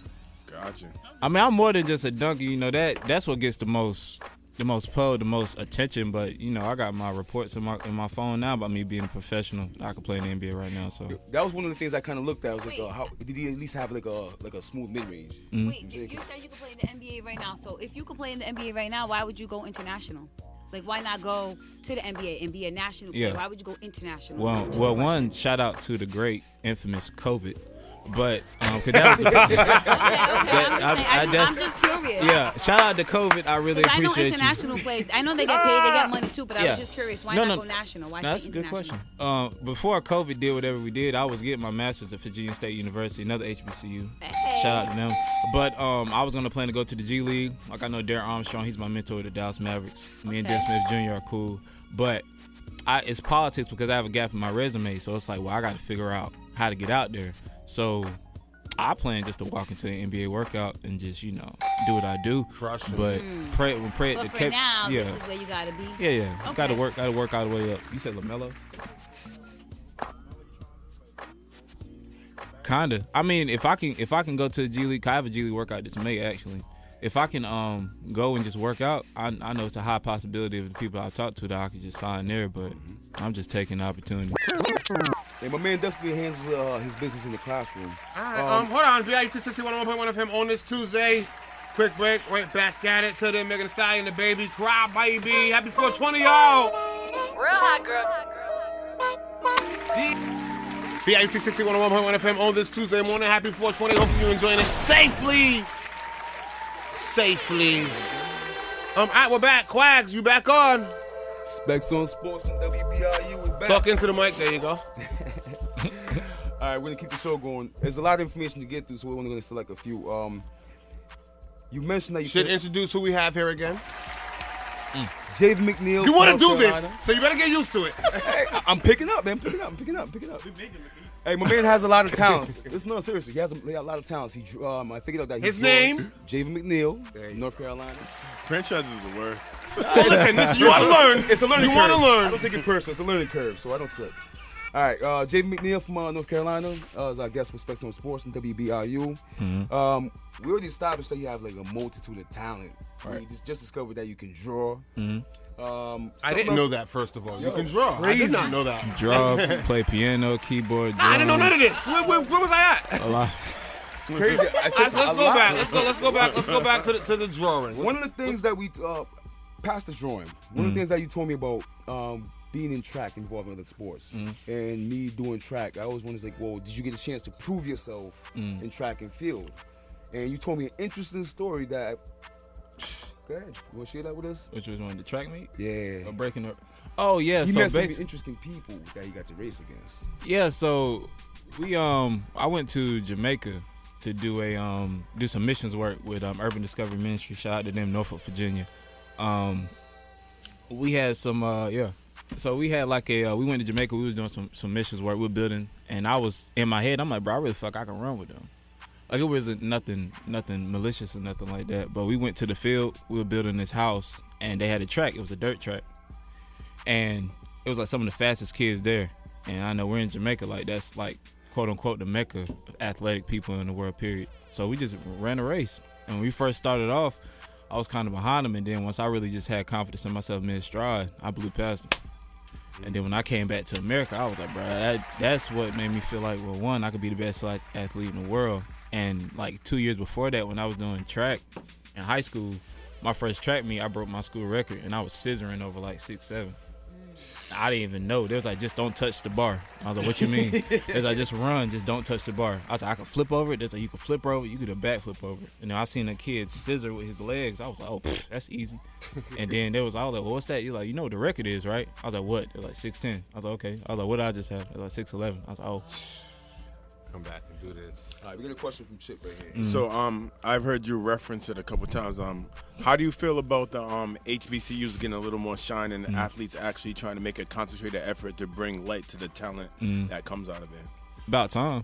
Speaker 6: Gotcha.
Speaker 19: I mean, I'm more than just a dunker. You know that. That's what gets the most the most pulled, the most attention. But you know, I got my reports in my in my phone now about me being a professional. I could play in the NBA right now. So
Speaker 16: That was one of the things I kind of looked at. I was like, uh, how, did he at least have like a like a smooth mid range?
Speaker 19: Mhm.
Speaker 20: Wait, you said you could play in the NBA right now. So if you could play in the NBA right now, why would you go international? Like, why not go to the NBA and be a national player?
Speaker 19: Yeah.
Speaker 20: Why would you go international?
Speaker 19: Well,
Speaker 20: Just a
Speaker 19: well,
Speaker 20: question.
Speaker 19: one shout out to the great, infamous COVID, but um,
Speaker 20: [LAUGHS]
Speaker 19: 'cause that was that-
Speaker 20: I'm just saying, I just-
Speaker 19: that's-
Speaker 20: I'm just curious.
Speaker 19: Yeah, shout out to COVID. I really
Speaker 20: 'Cause I know
Speaker 19: appreciate
Speaker 20: international
Speaker 19: you.
Speaker 20: players. I know they get paid, they get money too. But I
Speaker 19: Yeah.
Speaker 20: was just curious, why
Speaker 19: No,
Speaker 20: not
Speaker 19: no.
Speaker 20: go national? Why
Speaker 19: No, that's a
Speaker 20: stay
Speaker 19: good
Speaker 20: international?
Speaker 19: question. Um, before COVID did whatever we did, I was getting my master's at Fijian State University, another HBCU.
Speaker 20: Hey.
Speaker 19: Shout out to them. But um, I was going to plan to go to the G League. Like I know Darren Armstrong, he's my mentor at the Dallas Mavericks. Me and
Speaker 20: Okay.
Speaker 19: Dan Smith Jr. are cool. But I, it's politics because I have a gap in my resume. So it's like, well, I got to figure out how to get out there. So I plan just to walk into an NBA workout and just, you know, do what I do. Crush
Speaker 20: it.
Speaker 19: But
Speaker 20: Mm.
Speaker 19: pray, when pray at
Speaker 20: But
Speaker 19: the
Speaker 20: for
Speaker 19: Cape-
Speaker 20: now,
Speaker 19: yeah.
Speaker 20: this is where you gotta be.
Speaker 19: Yeah, yeah.
Speaker 20: Okay.
Speaker 19: Gotta work, gotta work all the way up. You said LaMelo? Kinda. I mean, if I can, if I can go to the G League, I have a G League workout this May actually. If I can um go and just work out, I, I know it's a high possibility of the people I've talked to that I could just sign there. But I'm just taking the opportunity.
Speaker 16: And my man Dusty handles uh, his business in the classroom.
Speaker 5: All right, um, hold on. BIU 261 1.1 FM on this Tuesday. Quick break, right back at it. Till then, Megan Thee Stallion, the baby, cry baby. Happy 420, y'all.
Speaker 1: Real hot girl.
Speaker 5: BIU 261 1.1 FM on this Tuesday morning. Happy 420. Hopefully you're enjoying it safely. Safely. Um, all right, we're back. Quags, you back on?
Speaker 16: Specs on Sports and WBRU. We back.
Speaker 5: Talk into the mic. There you go.
Speaker 16: [LAUGHS] All right, we're gonna keep the show going. There's a lot of information to get through, so we're only gonna select a few. Um, you mentioned that you
Speaker 5: Should introduce who we have here again.
Speaker 16: Jave McNeil.
Speaker 5: You want to
Speaker 16: South
Speaker 5: do this,
Speaker 16: Carolina.
Speaker 5: so you better get used to it.
Speaker 16: [LAUGHS] Hey, I- I'm picking up, man. Picking up. I'm picking up. Picking up. Hey, my man has a lot of
Speaker 5: [LAUGHS]
Speaker 16: talents. Listen, no, seriously, he has a, he got a lot of talents. He, drew- um, I figured out that he
Speaker 5: His
Speaker 16: draws.
Speaker 5: name?
Speaker 16: Javen McNeil, North Carolina.
Speaker 6: Franchise is the worst.
Speaker 5: Well, listen,
Speaker 6: [LAUGHS]
Speaker 5: listen, you wanna learn.
Speaker 16: It's a learning
Speaker 5: You
Speaker 16: curve.
Speaker 5: wanna learn.
Speaker 16: I don't take it personal. It's a learning curve, so I don't trip. All right, uh, Javen McNeil from uh, North Carolina, uh, is our guest with Specs on Sports and WBRU.
Speaker 1: Mhm.
Speaker 16: Um, we already established that you have like a multitude of talent. We just, just discovered that you can draw.
Speaker 19: Mhm.
Speaker 16: Um,
Speaker 5: I didn't
Speaker 16: something
Speaker 5: know
Speaker 16: else-
Speaker 5: that, first of all. You
Speaker 16: Yo,
Speaker 5: can draw. I did not know that. [LAUGHS]
Speaker 19: Draw, play piano, keyboard.
Speaker 5: I didn't know none of
Speaker 19: drums,
Speaker 5: this. Where, where, where was I at?
Speaker 19: A lot.
Speaker 16: It's crazy. I
Speaker 5: Let's,
Speaker 16: said
Speaker 5: let's
Speaker 16: a
Speaker 5: go
Speaker 16: lot.
Speaker 5: back. Let's go. Let's go back. Let's go back to the to the drawing. Mm.
Speaker 16: One of the things that we uh, past the drawing. One of the
Speaker 19: Mhm.
Speaker 16: things that you told me about um, being in track involving other sports
Speaker 5: Mm.
Speaker 19: Mhm.
Speaker 16: and me doing track. I always wondered like, well, did you get a chance to prove yourself
Speaker 19: Mm.
Speaker 16: in track and field? And you told me an interesting story that. Go ahead. You want to share that with us?
Speaker 19: Which was one the track meet?
Speaker 16: Yeah.
Speaker 19: Or breaking up. Oh yeah.
Speaker 16: You
Speaker 19: so
Speaker 16: met some
Speaker 19: basi-
Speaker 16: interesting people that you got to race against.
Speaker 19: Yeah, so we um I went to Jamaica to do a um do some missions work with um Urban Discovery Ministry. Shout out to them, Norfolk, Virginia. Um, we had some uh yeah. So we had like a uh, we went to Jamaica. We was doing some some missions work. We were building, and I was in my head. I'm like, bro, I really fuck. I can run with them. Like it wasn't nothing nothing malicious or nothing like that. But we went to the field. We were building this house, and they had a track. It was a dirt track and it was like some of the fastest kids there. And I know we're in Jamaica, like that's like quote unquote the mecca of athletic people in the world. Period. So we just ran a race, and when we first started off, I was kind of behind them, and then once I really just had confidence in myself mid stride, I blew past them. And then when I came back to America, I was like, bro, that, that's what made me feel like, well, one, I could be the best like, athlete in the world. And like two years before that, when I was doing track in high school, my first track meet, I broke my school record, and I was scissoring over like six seven. I didn't even know. They was like, just don't touch the bar. I was like, what you mean? they was like, just run, just don't touch the bar. I was like, I can flip over it. They was like, you can flip over it, you could do a back flip over it. And then I seen a kid scissor with his legs. I was like, oh, pff, that's easy. and then they was all like, well, what's that? You like, you know what the record is, right? I was like, what? They're like, 6'10. I was like, okay. I was like, what did I just have? They're like, 6'11. I was like, oh.
Speaker 5: Come back and do this. Mm.
Speaker 16: All right, we got a question from Chip right here.
Speaker 6: So um, I've heard you reference it a couple times. Um, how do you feel about the um HBCUs getting a little more shine and
Speaker 19: Mm.
Speaker 6: athletes actually trying to make a concentrated effort to bring light to the talent
Speaker 19: Mm.
Speaker 6: that comes out of there?
Speaker 19: About time.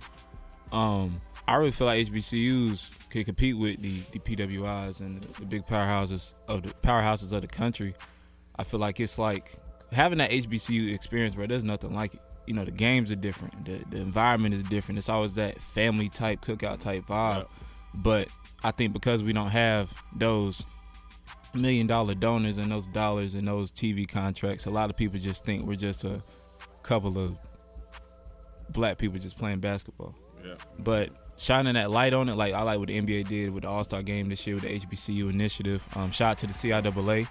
Speaker 19: Um, I really feel like HBCUs can compete with the, the PWIs and the, big powerhouses of the powerhouses of the country. I feel like it's like having that HBCU experience, bro. There's nothing like it. You know, the games are different. The, the environment is different. It's always that family type cookout type vibe. But I think because we don't have those million dollar donors and those dollars and those TV contracts, a lot of people just think we're just a couple of black people just playing basketball.
Speaker 6: Yeah.
Speaker 19: But shining that light on it, like I like what the NBA did with the All Star Game this year with the HBCU initiative. Um, shout out to the CIAA,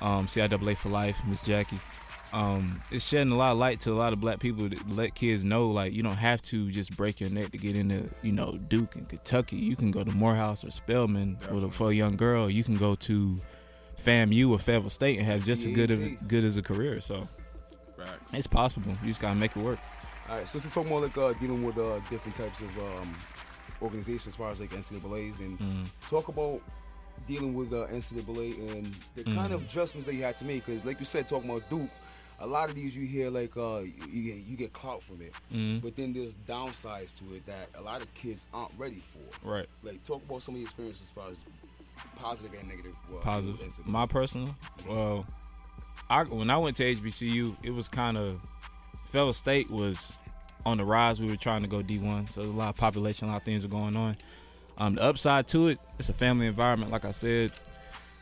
Speaker 19: um, CIAA for life, Miss Jackie. Um, it's shedding a lot of light to a lot of black people to let kids know like you don't have to just break your neck to get into you know Duke and Kentucky. You can go to Morehouse or Spelman with a, for a young girl. You can go to FAMU or Fayetteville State and have just as good of, good as a career. So
Speaker 6: Facts.
Speaker 19: it's possible. You just gotta make it work.
Speaker 16: All right, since we're talking more like uh, dealing with uh, different types of um, organizations as far as like NCAA's and
Speaker 19: Mhm.
Speaker 16: talk about dealing with uh, NCAA and the kind of
Speaker 19: Mhm.
Speaker 16: adjustments that you had to make. Because like you said, talking about Duke, a lot of these you hear like uh, you, you get- you get clout from it,
Speaker 19: Mhm.
Speaker 16: but then there's downsides to it that a lot of kids aren't ready for.
Speaker 19: Right.
Speaker 16: Like talk about some of the experiences as far as positive and negative. uh,
Speaker 19: positive.
Speaker 16: NCAA.
Speaker 19: My personal, well, I when I went to HBCU, it was kind of fellow state was on the rise. We were trying to go D one, so there's a lot of population, a lot of things are going on. Um, the upside to it, it's a family environment. Like I said,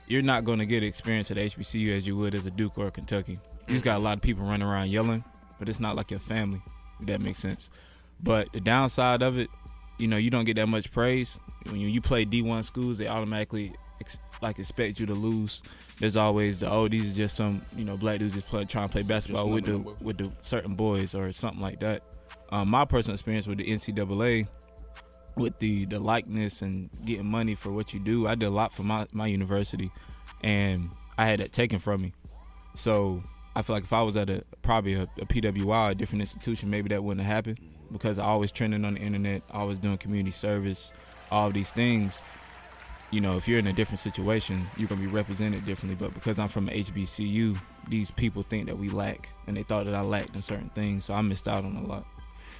Speaker 19: you're not going to get experience at HBCU as you would as a Duke or a Kentucky. You just got a lot of people running around yelling, but it's not like your family. If that makes sense. But the downside of it, you know, you don't get that much praise. When you, you play D1 schools, they automatically ex- like expect you to lose. There's always the oh, these are just some you know black dudes just play, trying to play basketball with the
Speaker 16: another-
Speaker 19: with the certain boys or something like that. Um, my personal experience with the NCAA, with the the likeness and getting money for what you do, I did a lot for my my university, and I had that taken from me. So I feel like if I was at a probably a, a PWI, a different institution, maybe that wouldn't have happened because I always trending on the internet, always doing community service, all these things. You know, if you're in a different situation, you're gonna be represented differently. But because I'm from HBCU, these people think that we lack, and they thought that I lacked in certain things, so I missed out on a lot.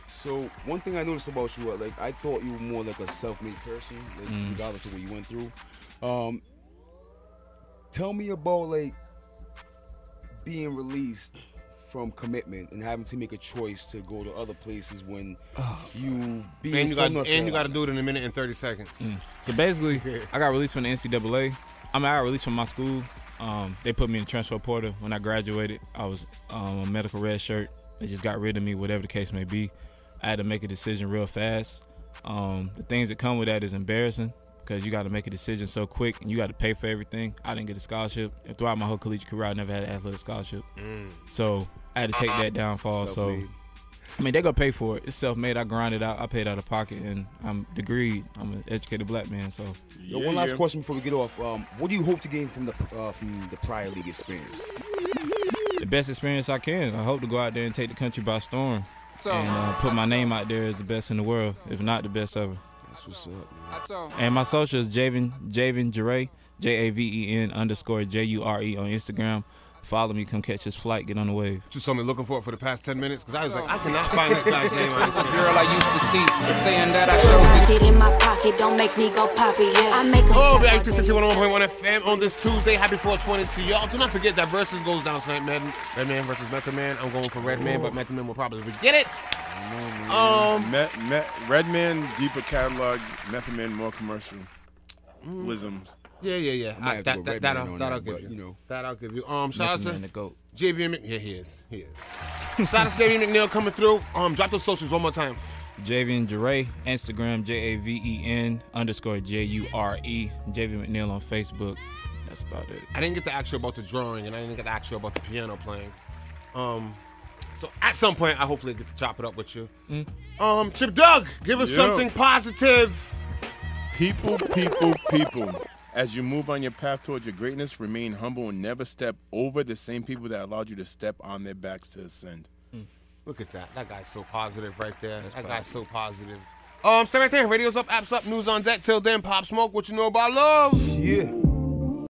Speaker 16: So one thing I noticed about you, uh, like I thought you were more like a self-made person, like,
Speaker 19: Mm.
Speaker 16: regardless of what you went through. Um, tell me about like being released from commitment and having to make a choice to go to other places when you being
Speaker 3: And
Speaker 16: from
Speaker 3: you got
Speaker 16: North
Speaker 3: and you got
Speaker 16: Carolina.
Speaker 3: to do it in a minute and thirty seconds.
Speaker 16: Mm.
Speaker 19: Mm. So basically, I got released from the NCAA. I mean, I got released from my school. Um, they put me in the transfer portal. When I graduated, I was um, a medical red shirt. They just got rid of me, whatever the case may be. I had to make a decision real fast. Um, the things that come with that is embarrassing because you got to make a decision so quick and you got to pay for everything. I didn't get a scholarship. And throughout my whole collegiate career, I never had an athletic scholarship.
Speaker 16: Mm.
Speaker 19: So I had to take that downfall.
Speaker 16: Self-made.
Speaker 19: So I mean, they gonna pay for it. It's self made. I grind it out. I paid out of pocket, and I'm degreed. I'm an educated black man. So
Speaker 16: Yo, one last question before we get off. Um, what do you hope to gain from the uh, from the prior league experience?
Speaker 19: The best experience I can. I hope to go out there and take the country by storm,
Speaker 16: So-
Speaker 19: and uh, put my name out there as the best in the world, if not the best ever.
Speaker 16: That's what's up.
Speaker 19: And my social is Javen Javen Jure J A V E N underscore J U R E on Instagram. Follow me. Come catch this flight. Get on the wave.
Speaker 3: Just saw me looking for it for the past ten minutes because I was like, I cannot find this guy's name. on Instagram.
Speaker 18: Girl I used to see, saying that I chose it.
Speaker 1: Get in my pocket, don't make me go poppy. Yeah, I make
Speaker 5: Oh,
Speaker 3: Back to 61.1 FM on this Tuesday. Happy 420 to y'all. Do not forget that versus goes down tonight, man. Redman versus Mecca Man. I'm going for Redman, but Mecca Man will probably get it.
Speaker 6: Um, Met, Met, Redman deeper catalog, Method Man more commercial. Lisms.
Speaker 3: Mm. Yeah, yeah, yeah. I,
Speaker 6: have
Speaker 3: that
Speaker 6: to go
Speaker 3: that, that,
Speaker 6: Redman
Speaker 3: I'll,
Speaker 6: on
Speaker 3: that
Speaker 6: that,
Speaker 3: I'll give
Speaker 6: but,
Speaker 3: you.
Speaker 6: you know.
Speaker 3: That I'll give you. Um, shout out
Speaker 6: Method Man the
Speaker 3: to
Speaker 19: GOAT.
Speaker 3: JV Mc- Yeah, he is. He [LAUGHS] is. shout out to JV McNeil coming through. Um, drop those socials one more time.
Speaker 19: Javian Jure, Instagram J A V E N underscore J U R E, Javian McNeil on Facebook. That's about it.
Speaker 3: I didn't get to ask you about the drawing, and I didn't get to ask you about the piano playing. Um, so at some point, I hopefully get to chop it up with you. Um, Chip Doug, give us
Speaker 6: Yeah.
Speaker 3: something positive.
Speaker 6: People, people, people. As you move on your path towards your greatness, remain humble and never step over the same people that allowed you to step on their backs to ascend.
Speaker 3: Look at that. That guy's so positive right there. that guy's so positive. Um, stay right there. Radio's up, apps up, news on deck. Till then, pop smoke. What you know about love?
Speaker 16: Yeah.